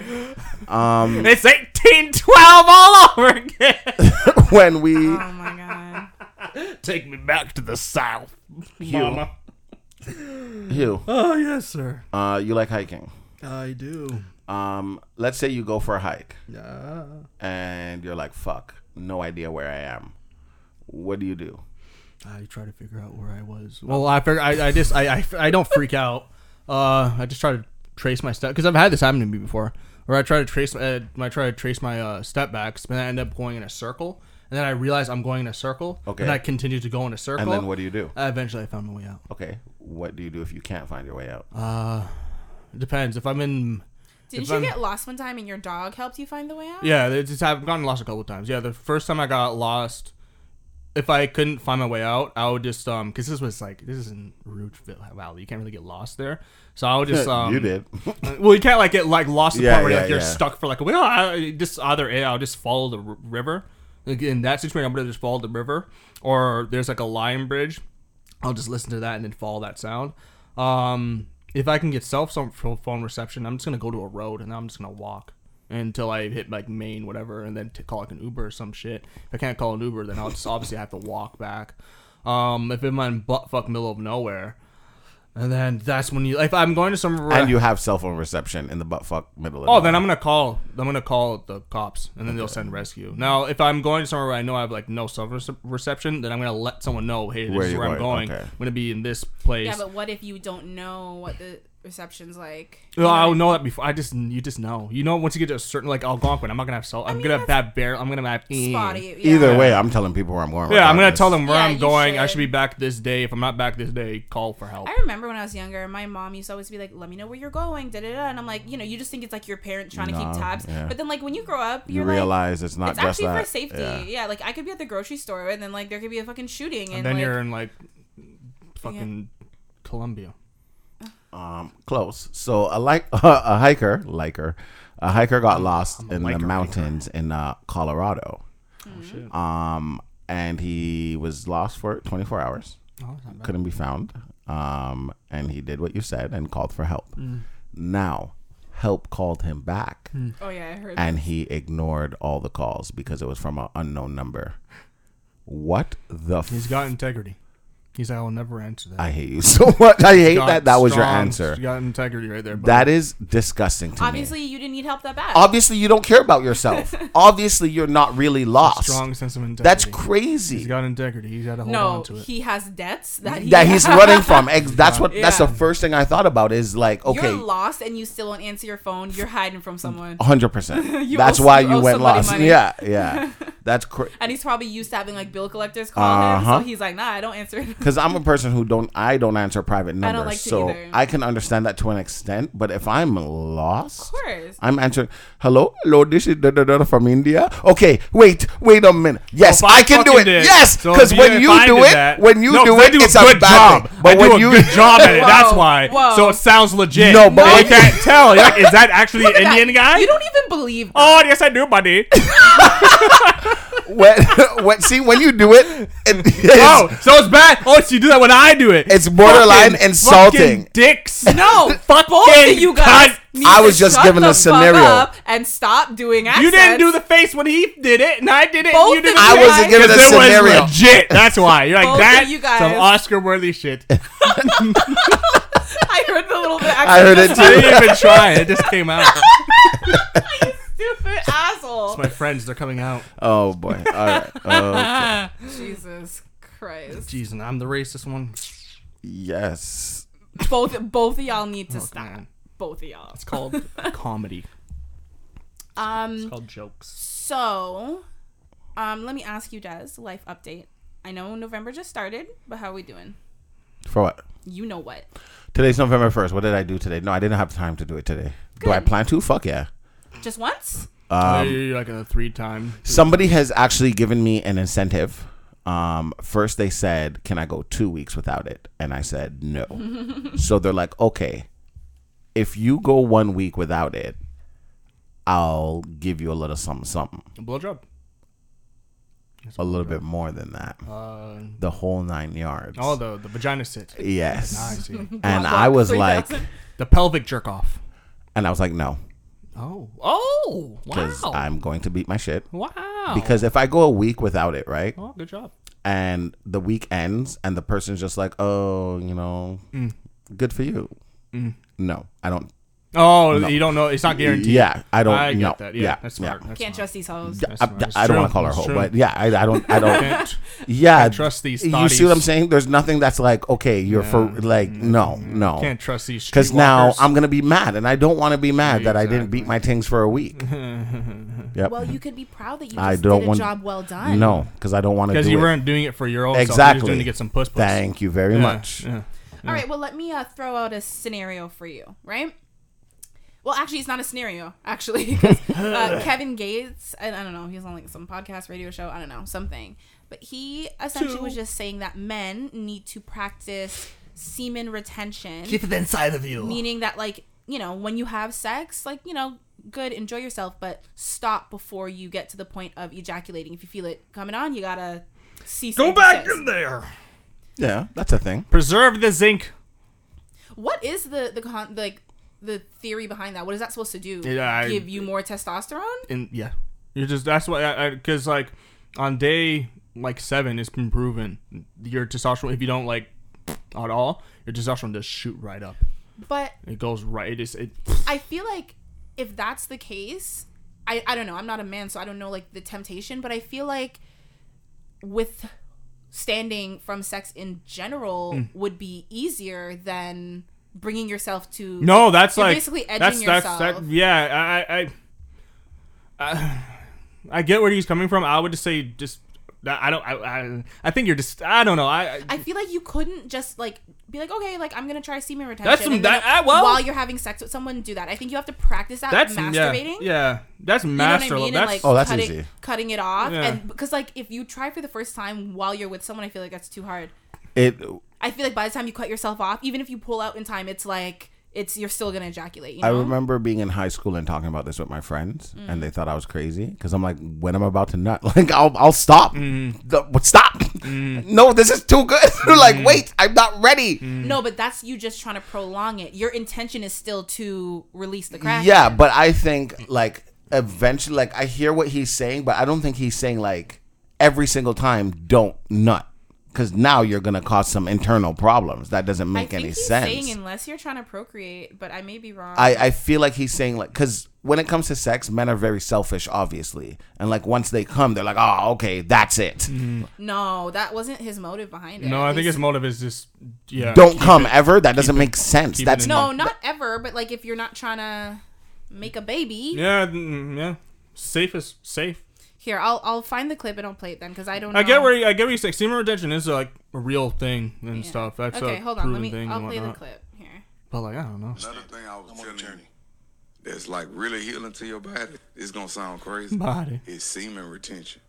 S2: Um,
S3: It's 1812 all over again.
S2: when we
S3: Uh-huh.
S1: Oh my god.
S3: Take me back to the south,
S2: mama. Hugh,
S3: Oh yes, sir.
S2: uh, you like hiking.
S3: I do.
S2: Um, let's say you go for a hike
S3: Yeah.
S2: and you're like, "Fuck, no idea where I am." What do you do?
S3: I try to figure out where I was. Well, I figure, I, I just I, I I don't freak out. Uh, I just try to trace my step because I've had this happen to me before, where I try to trace uh, I try to trace my uh, step backs, but then I end up going in a circle, and then I realize I'm going in a circle.
S2: Okay.
S3: And I continue to go in a circle.
S2: And then what do you do?
S3: I eventually I found my way out.
S2: Okay, what do you do if you can't find your way out?
S3: It depends if I'm in.
S1: Didn't
S3: If
S1: you
S3: I'm-
S1: get lost one time and your dog helped you find the way out?
S3: Yeah, it's just, I've gotten lost a couple times. Yeah, the first time I got lost, if I couldn't find my way out, I would just um, cause this was like this is in Rouge Valley, you can't really get lost there. So I would just um,
S2: you did.
S3: Well, you can't like get like lost in the
S2: Yeah,
S3: part where
S2: yeah,
S3: like you're
S2: yeah.
S3: stuck for like a well, I, just either a I'll just follow the r- river. Like, in that situation, I'm gonna just follow the river, or there's like a lion bridge. I'll just listen to that and then follow that sound. Um, if I can get cell phone phone reception, I'm just gonna go to a road and I'm just gonna walk until I hit like Maine, whatever, and then t- call like an Uber or some shit. If I can't call an Uber, then I'll just obviously have to walk back. Um, if I'm in butt fuck middle of nowhere, and then that's when you if I'm going to some
S2: and you have cell phone reception in the butt fuck middle of
S3: Oh,
S2: nowhere.
S3: then I'm gonna call. I'm gonna call the cops, and then they'll send rescue. Now, if I'm going somewhere where I know I have like no cell rece- reception, then I'm gonna let someone know, hey, this
S2: Where
S3: is
S2: you
S3: where I'm
S2: going,
S3: going.
S2: okay.
S3: I'm gonna be in this place.
S1: Yeah, but what if you don't know what the reception's like?
S3: No, I would know that before. I just you just know. You know, once you get to a certain like Algonquin, I'm not gonna have cell. I'm
S1: mean,
S3: gonna have that bear. I'm gonna have
S1: Spotty. Yeah.
S2: Either way, I'm telling people where I'm going.
S3: Yeah, I'm gonna
S2: regardless.
S3: tell them where
S1: Yeah,
S3: I'm
S1: you
S3: going. I
S1: should.
S3: should be back this day. If I'm not back this day, call for help.
S1: I remember when I was younger, my mom used to always be like, "Let me know where you're going," da da da, and I'm like, you know, you just think it's like your parent trying to
S2: No,
S1: keep tabs,
S2: yeah.
S1: but then like when you grow up,
S2: You
S1: you're like,
S2: realize it's not
S1: it's
S2: just
S1: actually
S2: that.
S1: for safety. Yeah.
S2: Yeah.
S1: like I could be at the grocery store and then like there could be a fucking shooting, and,
S3: and then
S1: like,
S3: you're in like fucking Colombia.
S2: Um, close. So a like a hiker, liker, a hiker got lost in
S3: liker,
S2: the mountains in uh, Colorado.
S3: Oh shit.
S2: Um, and he was lost for 24 hours. couldn't be found. Um, and he did what you said and called for help.
S3: Mm.
S2: Now, help called him back,
S3: Hmm.
S1: Oh yeah, I heard.
S2: and he ignored all the calls because it was from an unknown number. What the?
S3: He's
S2: F-
S3: got integrity. He's like, I will never answer that.
S2: I hate you so much. I hate that. That was your
S3: Strong-
S2: answer.
S3: Got integrity right there. But
S2: That is disgusting to me.
S1: Obviously, you didn't need help that bad.
S2: Obviously, you don't care about yourself. Obviously, you're not really lost.
S3: strong sense of integrity.
S2: That's
S3: He's
S2: crazy.
S3: got integrity. He's got to hold
S1: no,
S3: on to it.
S1: he has debts that he
S2: That he's running from. Ex- That's what. That's
S1: Yeah.
S2: the first thing I thought about. Is like, okay,
S1: You're lost and you still don't answer your phone. You're hiding from someone,
S2: hundred percent.
S1: You
S2: That's
S1: owe-
S2: why
S1: you
S2: you
S1: owe
S2: went
S1: somebody
S2: lost.
S1: money.
S2: Yeah, yeah. That's crazy.
S1: and he's probably used to having like bill collectors call
S2: Uh-huh.
S1: him. So he's like, nah, I don't answer it.
S2: Because I'm a person who don't I don't answer private numbers,
S1: don't like to
S2: so
S1: either.
S2: I can understand that to an extent. But if I'm lost,
S1: course.
S2: I'm answering. Hello, hello, this is da, da, da, from India. Okay, wait, wait a minute. Yes,
S3: Well, if
S2: I can do
S3: Oh, fucking
S2: it.
S3: did-
S2: Yes,
S3: so
S2: because
S3: if
S2: when
S3: if
S2: you
S3: I
S2: do
S3: did
S2: it,
S3: that-
S2: when you
S3: No, 'cause
S2: do
S3: I
S2: it,
S3: do a
S2: it's a
S3: good
S2: bad
S3: job.
S2: thing. But
S3: I do
S2: when
S3: a
S2: you
S3: good job at it. That's
S1: Whoa,
S3: why.
S1: whoa.
S3: So it sounds legit.
S2: No, but
S3: they
S2: it-
S3: can't tell. You're like, is that actually an
S1: That-
S3: Indian guy?
S1: You don't even believe.
S3: oh yes, I do, buddy.
S2: when, when see when you do it, it
S3: oh,
S2: it's,
S3: so it's bad. Oh, so you do that when I do it.
S2: it's borderline
S3: Fucking-
S2: insulting.
S3: fucking dicks.
S1: No,
S3: Fucking
S1: both of you guys.
S3: cunt.
S1: need
S2: I
S1: to
S2: was just
S1: shut
S2: given
S1: the
S2: a scenario.
S1: fuck up and stop doing accents.
S3: You didn't do the face when he did it, and I did it.
S1: Both
S3: and you didn't.
S1: of
S2: I
S1: you
S3: do it.
S2: wasn't
S1: guys-
S2: given a
S3: 'Cause it
S2: scenario.
S3: was legit. That's why you're
S1: Both
S3: like
S1: of
S3: that.
S1: you guys.
S3: Some Oscar-worthy shit. I
S1: I heard the little bit. Accent
S2: I heard it too.
S3: didn't even try. It just came out.
S1: Stupid asshole.
S3: My friends, they're coming out.
S2: Oh boy. All right. Uh, Okay.
S1: Jesus Christ.
S3: Jeez, and I'm the racist one.
S2: Yes.
S1: Both both of y'all need to
S3: Oh,
S1: stop.
S3: man.
S1: Both of y'all.
S3: It's called comedy. It's
S1: Um.
S3: called jokes.
S1: So, um, let me ask you, Des, life update. I know November just started, but how we doing?
S2: For what?
S1: You know what?
S2: Today's November first. What did I do today? No, I didn't have time to do it today. Do I
S1: Good.
S2: plan to? Fuck yeah.
S1: Just once?
S3: Um, you're like a three time.
S2: Somebody has actually given me an incentive. Um, first they said, "Can I go two weeks without it?" And I said, "No." so they're like, "Okay, if you go one week without it, I'll give you a little something, something,
S3: A blowjob.
S2: a little bit more than that,
S3: Uh,
S2: the whole nine yards."
S3: oh, the, the vagina sit.
S2: yes.
S3: I see.
S2: And
S1: Block,
S2: I
S1: block,
S2: was
S1: 3,000.
S2: like,
S3: The pelvic jerk off.
S2: and I was like, "No,"
S3: Oh. Oh.
S2: because
S3: Wow.
S2: I'm going to beat my shit.
S1: Oh.
S3: wow.
S2: Because if I go a week without it, right?
S3: Oh, good job.
S2: and the week ends and the person's just like, oh, you know,
S3: Mm.
S2: good for you. No, I don't.
S3: Oh, you don't know. It's not Mm. guaranteed.
S2: Yeah, I don't.
S3: I get
S2: no,
S3: that. Yeah, that's smart. That's
S1: Can't
S3: smart.
S1: trust these hoes.
S2: Yeah,
S3: That's
S2: I,
S3: smart. It's
S2: I don't
S3: true.
S2: want to call her
S3: It's
S2: hoe,
S3: true.
S2: but yeah, I, I don't. I don't.
S3: Can't-
S2: yeah,
S3: trust these
S2: You see what I'm
S3: thotties. Mm-hmm.
S2: saying? There's nothing that's like, okay, you're for like, no, no.
S3: Can't trust these.
S2: Because now
S3: streetwalkers.
S2: I'm gonna be mad, and I don't want to be mad that I didn't
S3: Exactly.
S2: beat my things for a week. yep.
S1: Well, you could be proud that you just
S2: I don't
S1: did a
S2: want-
S1: job well done.
S2: no, because I don't want to.
S3: because you
S2: it.
S3: weren't doing it for your own self. You're just
S2: exactly
S3: doing it to get some puss puss.
S2: Thank you very
S3: Yeah,
S2: much.
S3: yeah.
S1: All right, well, let me uh, throw out a scenario for you, right? Well, actually, it's not a scenario, actually. 'cause, uh, Kevin Gates, I, I don't know, he was on like some podcast, radio show, I don't know, something. But he essentially was just saying that men need to practice semen retention. Keep it inside of you. Meaning that, like, you know, when you have sex, like, you know, good, enjoy yourself, but stop before you get to the point of ejaculating. If you feel it coming on, you gotta cease.
S3: Go
S1: and
S3: back
S1: desist.
S3: in there.
S2: Yeah, that's a thing.
S3: Preserve the zinc.
S1: What is the the con- like the theory behind that? What is that supposed to do?
S3: Yeah, I-
S1: Give you more testosterone?
S3: and yeah, you're just that's why I because like on day like seven, it's been proven your testosterone if you don't like at all, your testosterone just shoot right up.
S1: But
S3: It goes right. It just it.
S1: I feel like if that's the case, I I don't know. I'm not a man, so I don't know like the temptation. But I feel like withstanding from sex in general
S3: Hmm.
S1: would be easier than bringing yourself to
S3: No, that's
S1: You're
S3: like
S1: basically edging
S3: that's, That's,
S1: yourself.
S3: that, yeah, I, I, I, I get where he's coming from. I would just say just. that- I don't. I, I. I think you're just. I don't know. I. I
S1: I feel like you couldn't just like be like, okay, like I'm gonna try semen retention.
S3: That's some-
S1: and then,
S3: that-
S1: uh,
S3: I- well-
S1: while you're having sex with someone, do that. I think you have to practice that.
S3: that's
S1: masturbating.
S3: Yeah, yeah. That's
S1: You know what
S3: master.
S1: I mean? And,
S3: That's
S1: like
S2: Oh, that's
S1: cutting,
S2: easy.
S1: Cutting it off,
S3: Yeah.
S1: and because like if you try for the first time while you're with someone, I feel like that's too hard.
S2: It
S1: I feel like by the time you cut yourself off, even if you pull out in time, it's like it's you're still gonna ejaculate. You know?
S2: I remember being in high school and talking about this with my friends,
S1: Mm.
S2: and they thought I was crazy because I'm like, when I'm about to nut, like I'll I'll stop, The- what- stop. No, this is too good. like, wait, I'm not ready.
S1: No, but that's you just trying to prolong it. Your intention is still to release the crack.
S2: Yeah, but I think like eventually, like I hear what he's saying, but I don't think he's saying like every single time, don't nut, because now you're gonna cause some internal problems. That doesn't
S1: I
S2: make
S1: think
S2: any
S1: he's
S2: sense.
S1: saying unless you're trying to procreate, but I may be wrong.
S2: I, I feel like he's saying like because when it comes to sex, men are very selfish, obviously, and like once they come, they're like, oh, okay, that's it.
S1: no, that wasn't his motive behind it.
S3: oh, No, I think his
S1: It's-
S3: motive is just yeah.
S2: Don't come ever. That doesn't make sense.
S3: keep it
S2: That's
S3: in-
S1: no, not ever. But like, if you're not trying to make a baby,
S3: Yeah, mm, yeah. Safe is safe.
S1: here I'll I'll find the clip and I'll play it then because I don't. Know.
S3: I get where you, I get where you say semen retention is like a real thing and
S1: Yeah.
S3: stuff. That's
S1: okay,
S3: a
S1: hold on. Let
S3: proven
S1: me.
S3: thing
S1: I'll
S3: and
S1: play the
S3: whatnot.
S1: clip here.
S3: But like I don't know.
S4: Another thing I was telling you that's like really healing to your body, it's gonna sound crazy,
S3: Body.
S4: is semen retention.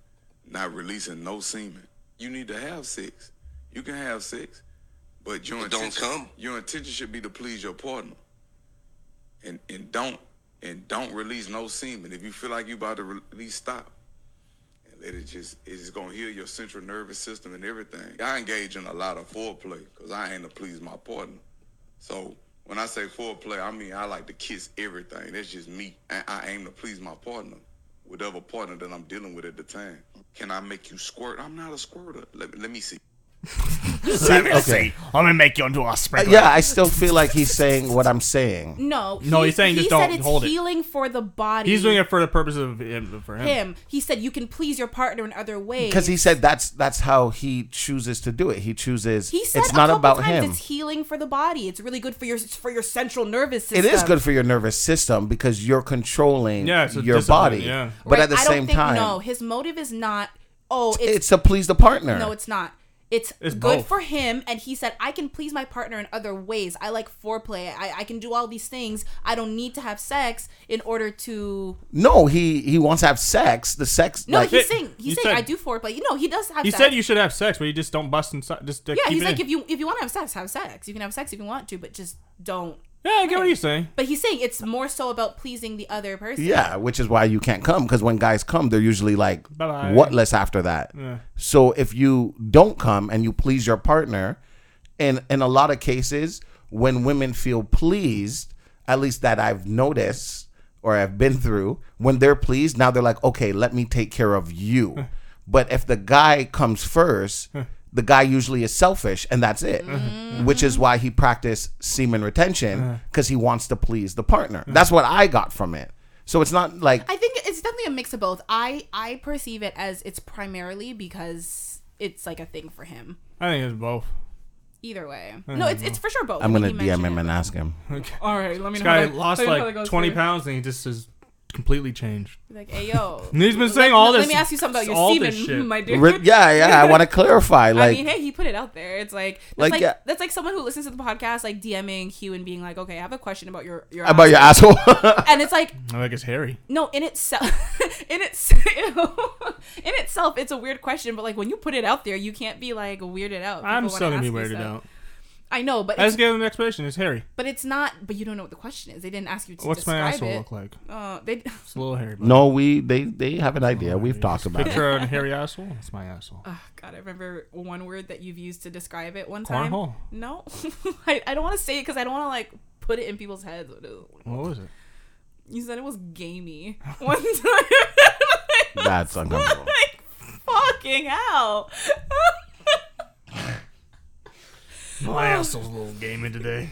S4: Not releasing no semen. You need to have sex. You can have sex, but your
S5: It don't
S4: intention,
S5: come.
S4: your intention should be to please your partner. And and don't and don't release no semen. If you feel like you about to re- release, stop. And let it just it's just gonna heal your central nervous system and everything. I engage in a lot of foreplay because I ain't to please my partner. So when I say foreplay, I mean I like to kiss everything. That's just me. I, I aim to please my partner, whatever partner that I'm dealing with at the time. Can I make you squirt? I'm not a squirter. Let, me- let me see.
S3: Let me
S2: okay.
S3: I'm gonna make you into a
S2: Uh,
S3: sprinkler.
S2: yeah, I still feel like he's saying what I'm saying.
S1: No,
S3: No,
S1: he-
S3: he's
S1: he
S3: saying just
S1: said
S3: don't
S1: it's
S3: hold it.
S1: healing for the body.
S3: He's doing it for the purpose of him. For him.
S1: him. He said you can please your partner in other ways
S2: Because he said that's that's how he chooses to do it. He chooses.
S1: He said
S2: it's not
S1: a couple
S2: about
S1: times
S2: him.
S1: It's healing for the body. It's really good for your for your central nervous
S2: It
S1: system.
S2: is good for your nervous system because you're controlling
S3: Yeah, it's a
S2: your
S3: discipline,
S2: body.
S3: yeah.
S2: But
S1: Right,
S2: at the
S1: I don't
S2: same
S1: think-
S2: time,
S1: no. His motive is not. Oh, it's,
S2: it's to please the partner.
S1: no, it's not. It's,
S3: It's
S1: good
S3: both.
S1: for him, and he said, "I can please my partner in other ways. I like foreplay. I, I can do all these things. I don't need to have sex in order to."
S2: No, he he wants to have sex. The sex.
S1: No,
S2: like,
S1: he's
S3: It-
S1: saying he's
S3: you
S1: saying
S3: said-
S1: I do foreplay. You know, he does have.
S3: He
S1: sex.
S3: said you should have sex, but you just don't bust inside. Just uh,
S1: Yeah,
S3: keep
S1: he's
S3: it
S1: like,
S3: in.
S1: if you if you want to have sex, have sex. You can have sex if you want to, but just don't.
S3: yeah, I get what you're saying.
S1: But he's saying it's more so about pleasing the other person.
S2: Yeah, which is why you can't come because when guys come, they're usually like
S3: Bye-bye.
S2: whatless after that. So if you don't come and you please your partner, and in a lot of cases, when women feel pleased, at least that I've noticed or I've been through, when they're pleased, now they're like, okay, let me take care of you. but if the guy comes first, the guy usually is selfish and that's it
S1: Mm-hmm.
S2: which is why he practiced semen retention because he wants to please the partner that's what i got from it so it's not like
S1: I think it's definitely a mix of both. I I perceive it as it's primarily because it's like a thing for him.
S3: I think it's both.
S1: Either way, no, it's it's for sure both.
S2: i'm
S1: I
S2: gonna
S1: think he
S2: dm him
S1: mentioned
S2: and ask him
S1: it. All right, let me
S3: This
S1: know.
S3: guy
S1: how that-
S3: lost
S1: let me know how that
S3: like
S1: goes
S3: 20
S1: through.
S3: pounds and he just is completely changed.
S1: Like, hey yo,
S3: And he's been
S1: let-
S3: saying all
S1: let
S3: this-
S1: me ask you something about
S3: all
S1: your
S3: this shit.
S1: semen, my dear.
S2: Re- yeah yeah i want to clarify like
S1: I mean, hey, he put it out there. It's like that's
S2: Like,
S1: like,
S2: yeah.
S1: that's like someone who listens to the podcast, like DMing Hugh and being like, okay, I have a question about your your
S2: about your asshole
S1: and it's like
S3: I think it's hairy.
S1: no in itself in its in itself it's a weird question but like when you put it out there you can't be like weirded out People
S3: I'm
S1: wanna
S3: still gonna
S1: ask
S3: be
S1: you
S3: weirded
S1: stuff.
S3: out.
S1: i know but
S3: I just
S1: it's,
S3: gave him an explanation. It's hairy.
S1: but it's not but you don't know what the question is they didn't ask you to
S3: What's my
S1: describe
S3: asshole
S1: it
S3: look like?
S1: uh they
S3: It's a little hairy. but-
S2: no we they they have an idea we've talked about it
S3: Picture a hairy asshole. That's my asshole.
S1: oh god i remember one word that you've used to describe it one time
S3: Cornhole.
S1: no I, I don't want to say it because i don't want to like put it in people's heads
S3: What was it?
S1: you said it was gamey one time
S2: that's uncomfortable
S1: like fucking hell
S3: My asshole's a little gamey today.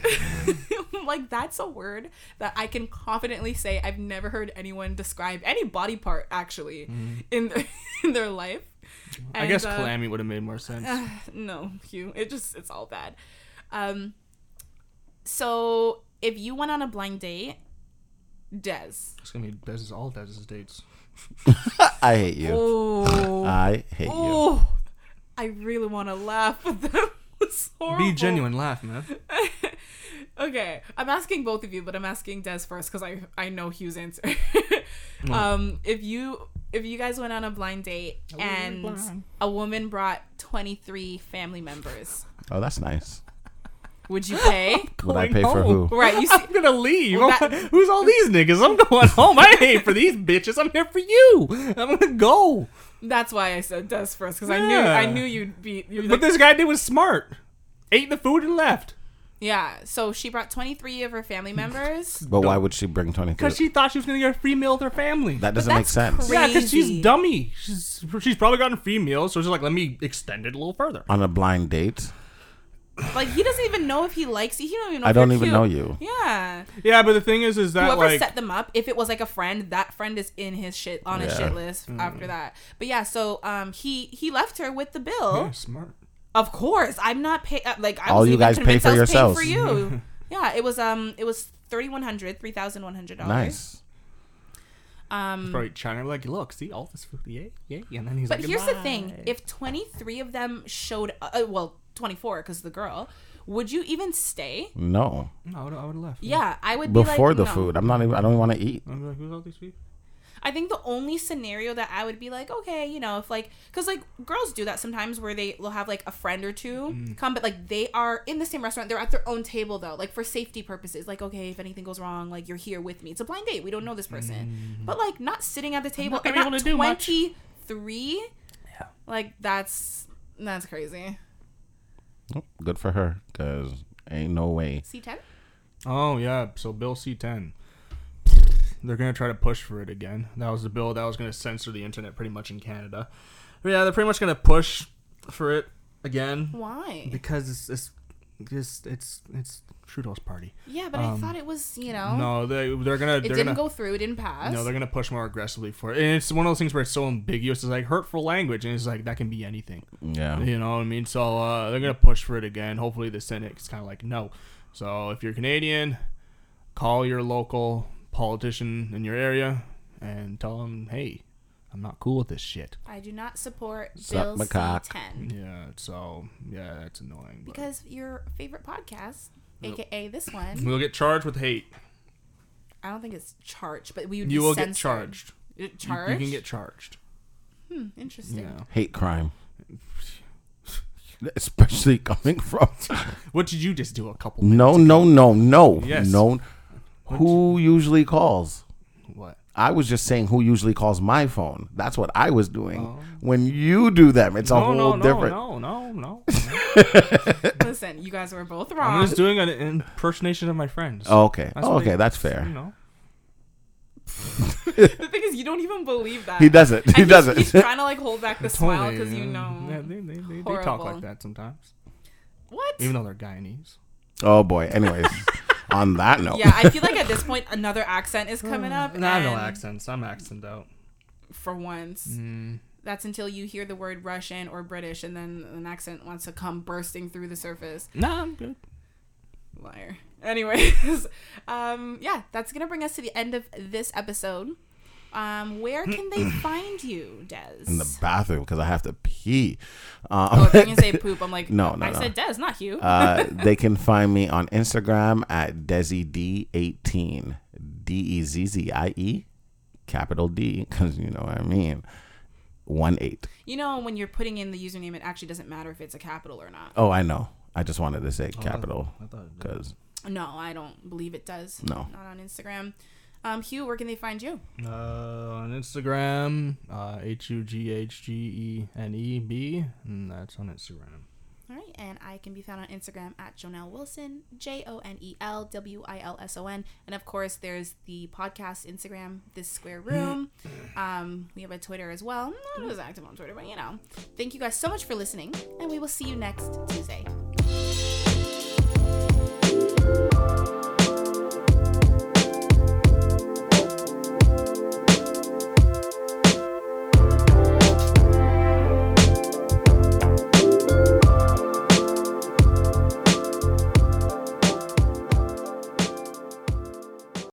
S1: like that's a word that I can confidently say I've never heard anyone describe any body part actually in their, in their life.
S3: Mm-hmm. I guess
S1: And, uh,
S3: clammy would have made more sense.
S1: No, Hugh. It just it's all bad. Um, so if you went on a blind date, Des.
S3: It's gonna be Dez's, all Dez's dates.
S2: i hate you
S1: Oh,
S2: i hate you
S1: oh, I really want to laugh, but that was horrible.
S3: Be genuine, laugh, man.
S1: Okay, I'm asking both of you, but I'm asking Des first because I I know Hugh's answer.
S2: Oh.
S1: um, if you if you guys went on a blind date and a woman brought 23 family members,
S2: oh that's nice
S1: Would you pay?
S2: Would I
S3: Going
S2: pay for
S3: home.
S2: who?
S1: right. You see,
S3: I'm gonna leave.
S1: Well, that-
S3: I'm- Who's all these niggas? I'm going home. I ain't for these bitches. I'm here for you. I'm gonna go.
S1: that's why I said desperate because I knew
S3: Yeah.
S1: I knew you'd be. You'd be
S3: What
S1: like,
S3: this guy did was smart. Ate the food and left
S1: yeah. So she brought 23 of her family members.
S2: But why would she bring twenty three?
S3: because she thought she was gonna get a free meal with her family.
S2: That doesn't make
S1: that's
S2: sense.
S1: cra-
S3: yeah, because
S1: Crazy.
S3: she's dummy. She's she's probably gotten free meals, so she's like, let me extend it a little further.
S2: On a blind
S1: Oh,
S2: date,
S1: like he doesn't even know if he likes you. He don't even know.
S2: I
S1: if you're
S2: don't even
S1: cute.
S2: know you.
S1: Yeah.
S3: Yeah, but the thing is, is that
S1: Whoever
S3: like
S1: set them up, if it was like a friend, that friend is in his shit on his
S2: Yeah.
S1: shit list
S3: Mm.
S1: after that. But yeah, so um, he he left her with the bill.
S3: Yeah, smart.
S1: Of course, I'm not pay. uh, Like I
S2: All
S1: was
S2: you
S1: even
S2: guys pay
S1: convinced
S2: for
S1: I was paying
S2: yourselves.
S1: For you, yeah. It was um, it was thirty one hundred, three thousand one hundred dollars.
S2: Nice.
S1: Um,
S3: Probably China like, look, see all this food, yeah, yeah, and then he's
S1: but
S3: like,
S1: here's the
S3: "Goodbye."
S1: thing: if twenty three of them showed, uh, well, twenty four because the girl, would you even stay?
S2: No,
S3: no, I would, I would have left.
S1: Yeah, I would be
S2: before
S1: like,
S2: the
S1: no.
S2: food, I'm not even. I don't want to eat.
S3: I'd be like, who's all these people?
S1: I think the only scenario that I would be like, okay, you know, if like, because like girls do that sometimes where they will have like a friend or two
S3: Mm.
S1: come, but like they are in the same restaurant. They're at their own table though, like for safety purposes. Like, okay, if anything goes wrong, like you're here with me. It's a blind date. We don't know this person. But like not sitting at the table
S3: Mm. not
S1: and
S3: gonna be
S1: not
S3: able to do much.
S1: 23,
S3: Yeah.
S1: like that's, that's crazy.
S2: Oh, Good for her, cause ain't no way.
S1: C10?
S3: Oh yeah, so Bill C ten. They're gonna try to push for it again. That was the bill that was gonna censor the internet pretty much in Canada. But yeah, they're pretty much gonna push for it again
S1: Why?
S3: because it's it's just it's it's Trudeau's party.
S1: Yeah, but I thought it was, you know,
S3: um, No, they they're gonna
S1: Oh. it
S3: they're
S1: didn't
S3: gonna,
S1: go through. It didn't pass.
S3: No, they're gonna push more aggressively for it. And it's one of those things where it's so ambiguous. It's like hurtful language, and it's like that can be anything.
S2: Yeah.
S3: You know what I mean? So uh, they're gonna push for it again. Hopefully, the Senate is kind of like no. So if you're Canadian, call your local politician in your area and tell them, hey, I'm not cool with this shit.
S1: I do not support
S2: Suck
S1: Bill
S2: my cock.
S1: C10.
S3: Yeah. So yeah, that's annoying. but-
S1: Because your favorite podcast, aka this one,
S3: we'll get charged with hate.
S1: I don't think it's charged, but we would
S3: You
S1: be
S3: will
S1: censored.
S3: get charged.
S1: Uh,
S3: You-
S1: Charged.
S3: You, can get charged.
S1: interesting.
S3: Yeah.
S2: Hate crime. Especially coming from
S3: What did you just do? A couple.
S2: no, no, no, no,
S3: Yes.
S2: no. Who usually calls? Mm.
S3: What?
S2: I was just saying who usually calls my phone. That's what I was doing. When you do them, it's a
S3: Oh. No,
S2: whole
S3: no, no,
S2: different.
S3: no, no, no.
S1: Listen, you guys were both
S3: I'm
S1: wrong.
S3: just doing an impersonation of my friends.
S2: Oh, okay,
S3: That's
S2: Oh,
S3: what
S2: okay,
S3: I-
S2: that's fair.
S3: You know.
S1: the thing is, you don't even believe that.
S2: He doesn't.
S1: And
S2: He
S1: he's-
S2: doesn't.
S1: He's trying to like hold back the
S3: Totally,
S1: smile because you
S3: yeah.
S1: know
S3: Yeah, they, they, they, they talk
S1: Horrible.
S3: like that sometimes,
S1: what?
S3: even though they're Guyanese.
S2: Oh boy. Anyways, on that note,
S1: yeah, I feel like at this point another accent is coming up.
S3: Nah, no
S1: and
S3: accents. I'm accent Mm. out.
S1: For once. That's until you hear the word Russian or British, and then an accent wants to come bursting through the surface.
S3: Nah, I'm good.
S1: Liar. Anyways, um, yeah, that's gonna bring us to the end of this episode. Um, where can they find you, Des?
S2: Hmm. in the bathroom because I have to pee. Uh,
S1: oh, if you're gonna say poop, I'm like,
S2: No, no,
S1: I
S2: no.
S1: said Des, not you.
S2: uh, they can find me on Instagram at DesiD18. D E Z Z I E, capital D, because you know what I mean. One eight.
S1: you know, when you're putting in the username, it actually doesn't matter if it's a capital or not.
S2: Oh, I know. I just wanted to say capital because
S1: No, I don't believe it does.
S2: Oh. No.
S1: not on Instagram. Um, Hugh, where can they find you?
S3: Uh, on Instagram, uh, H U G H G E N E B, and that's on Instagram.
S1: All right, and I can be found on Instagram at Jonelle Wilson, J O N E L W I L S O N, and of course there's the podcast Instagram, This Square Room. Um, we have a Twitter as well. I'm not as active on Twitter, but you know. Thank you guys so much for listening, and we will see you next Tuesday.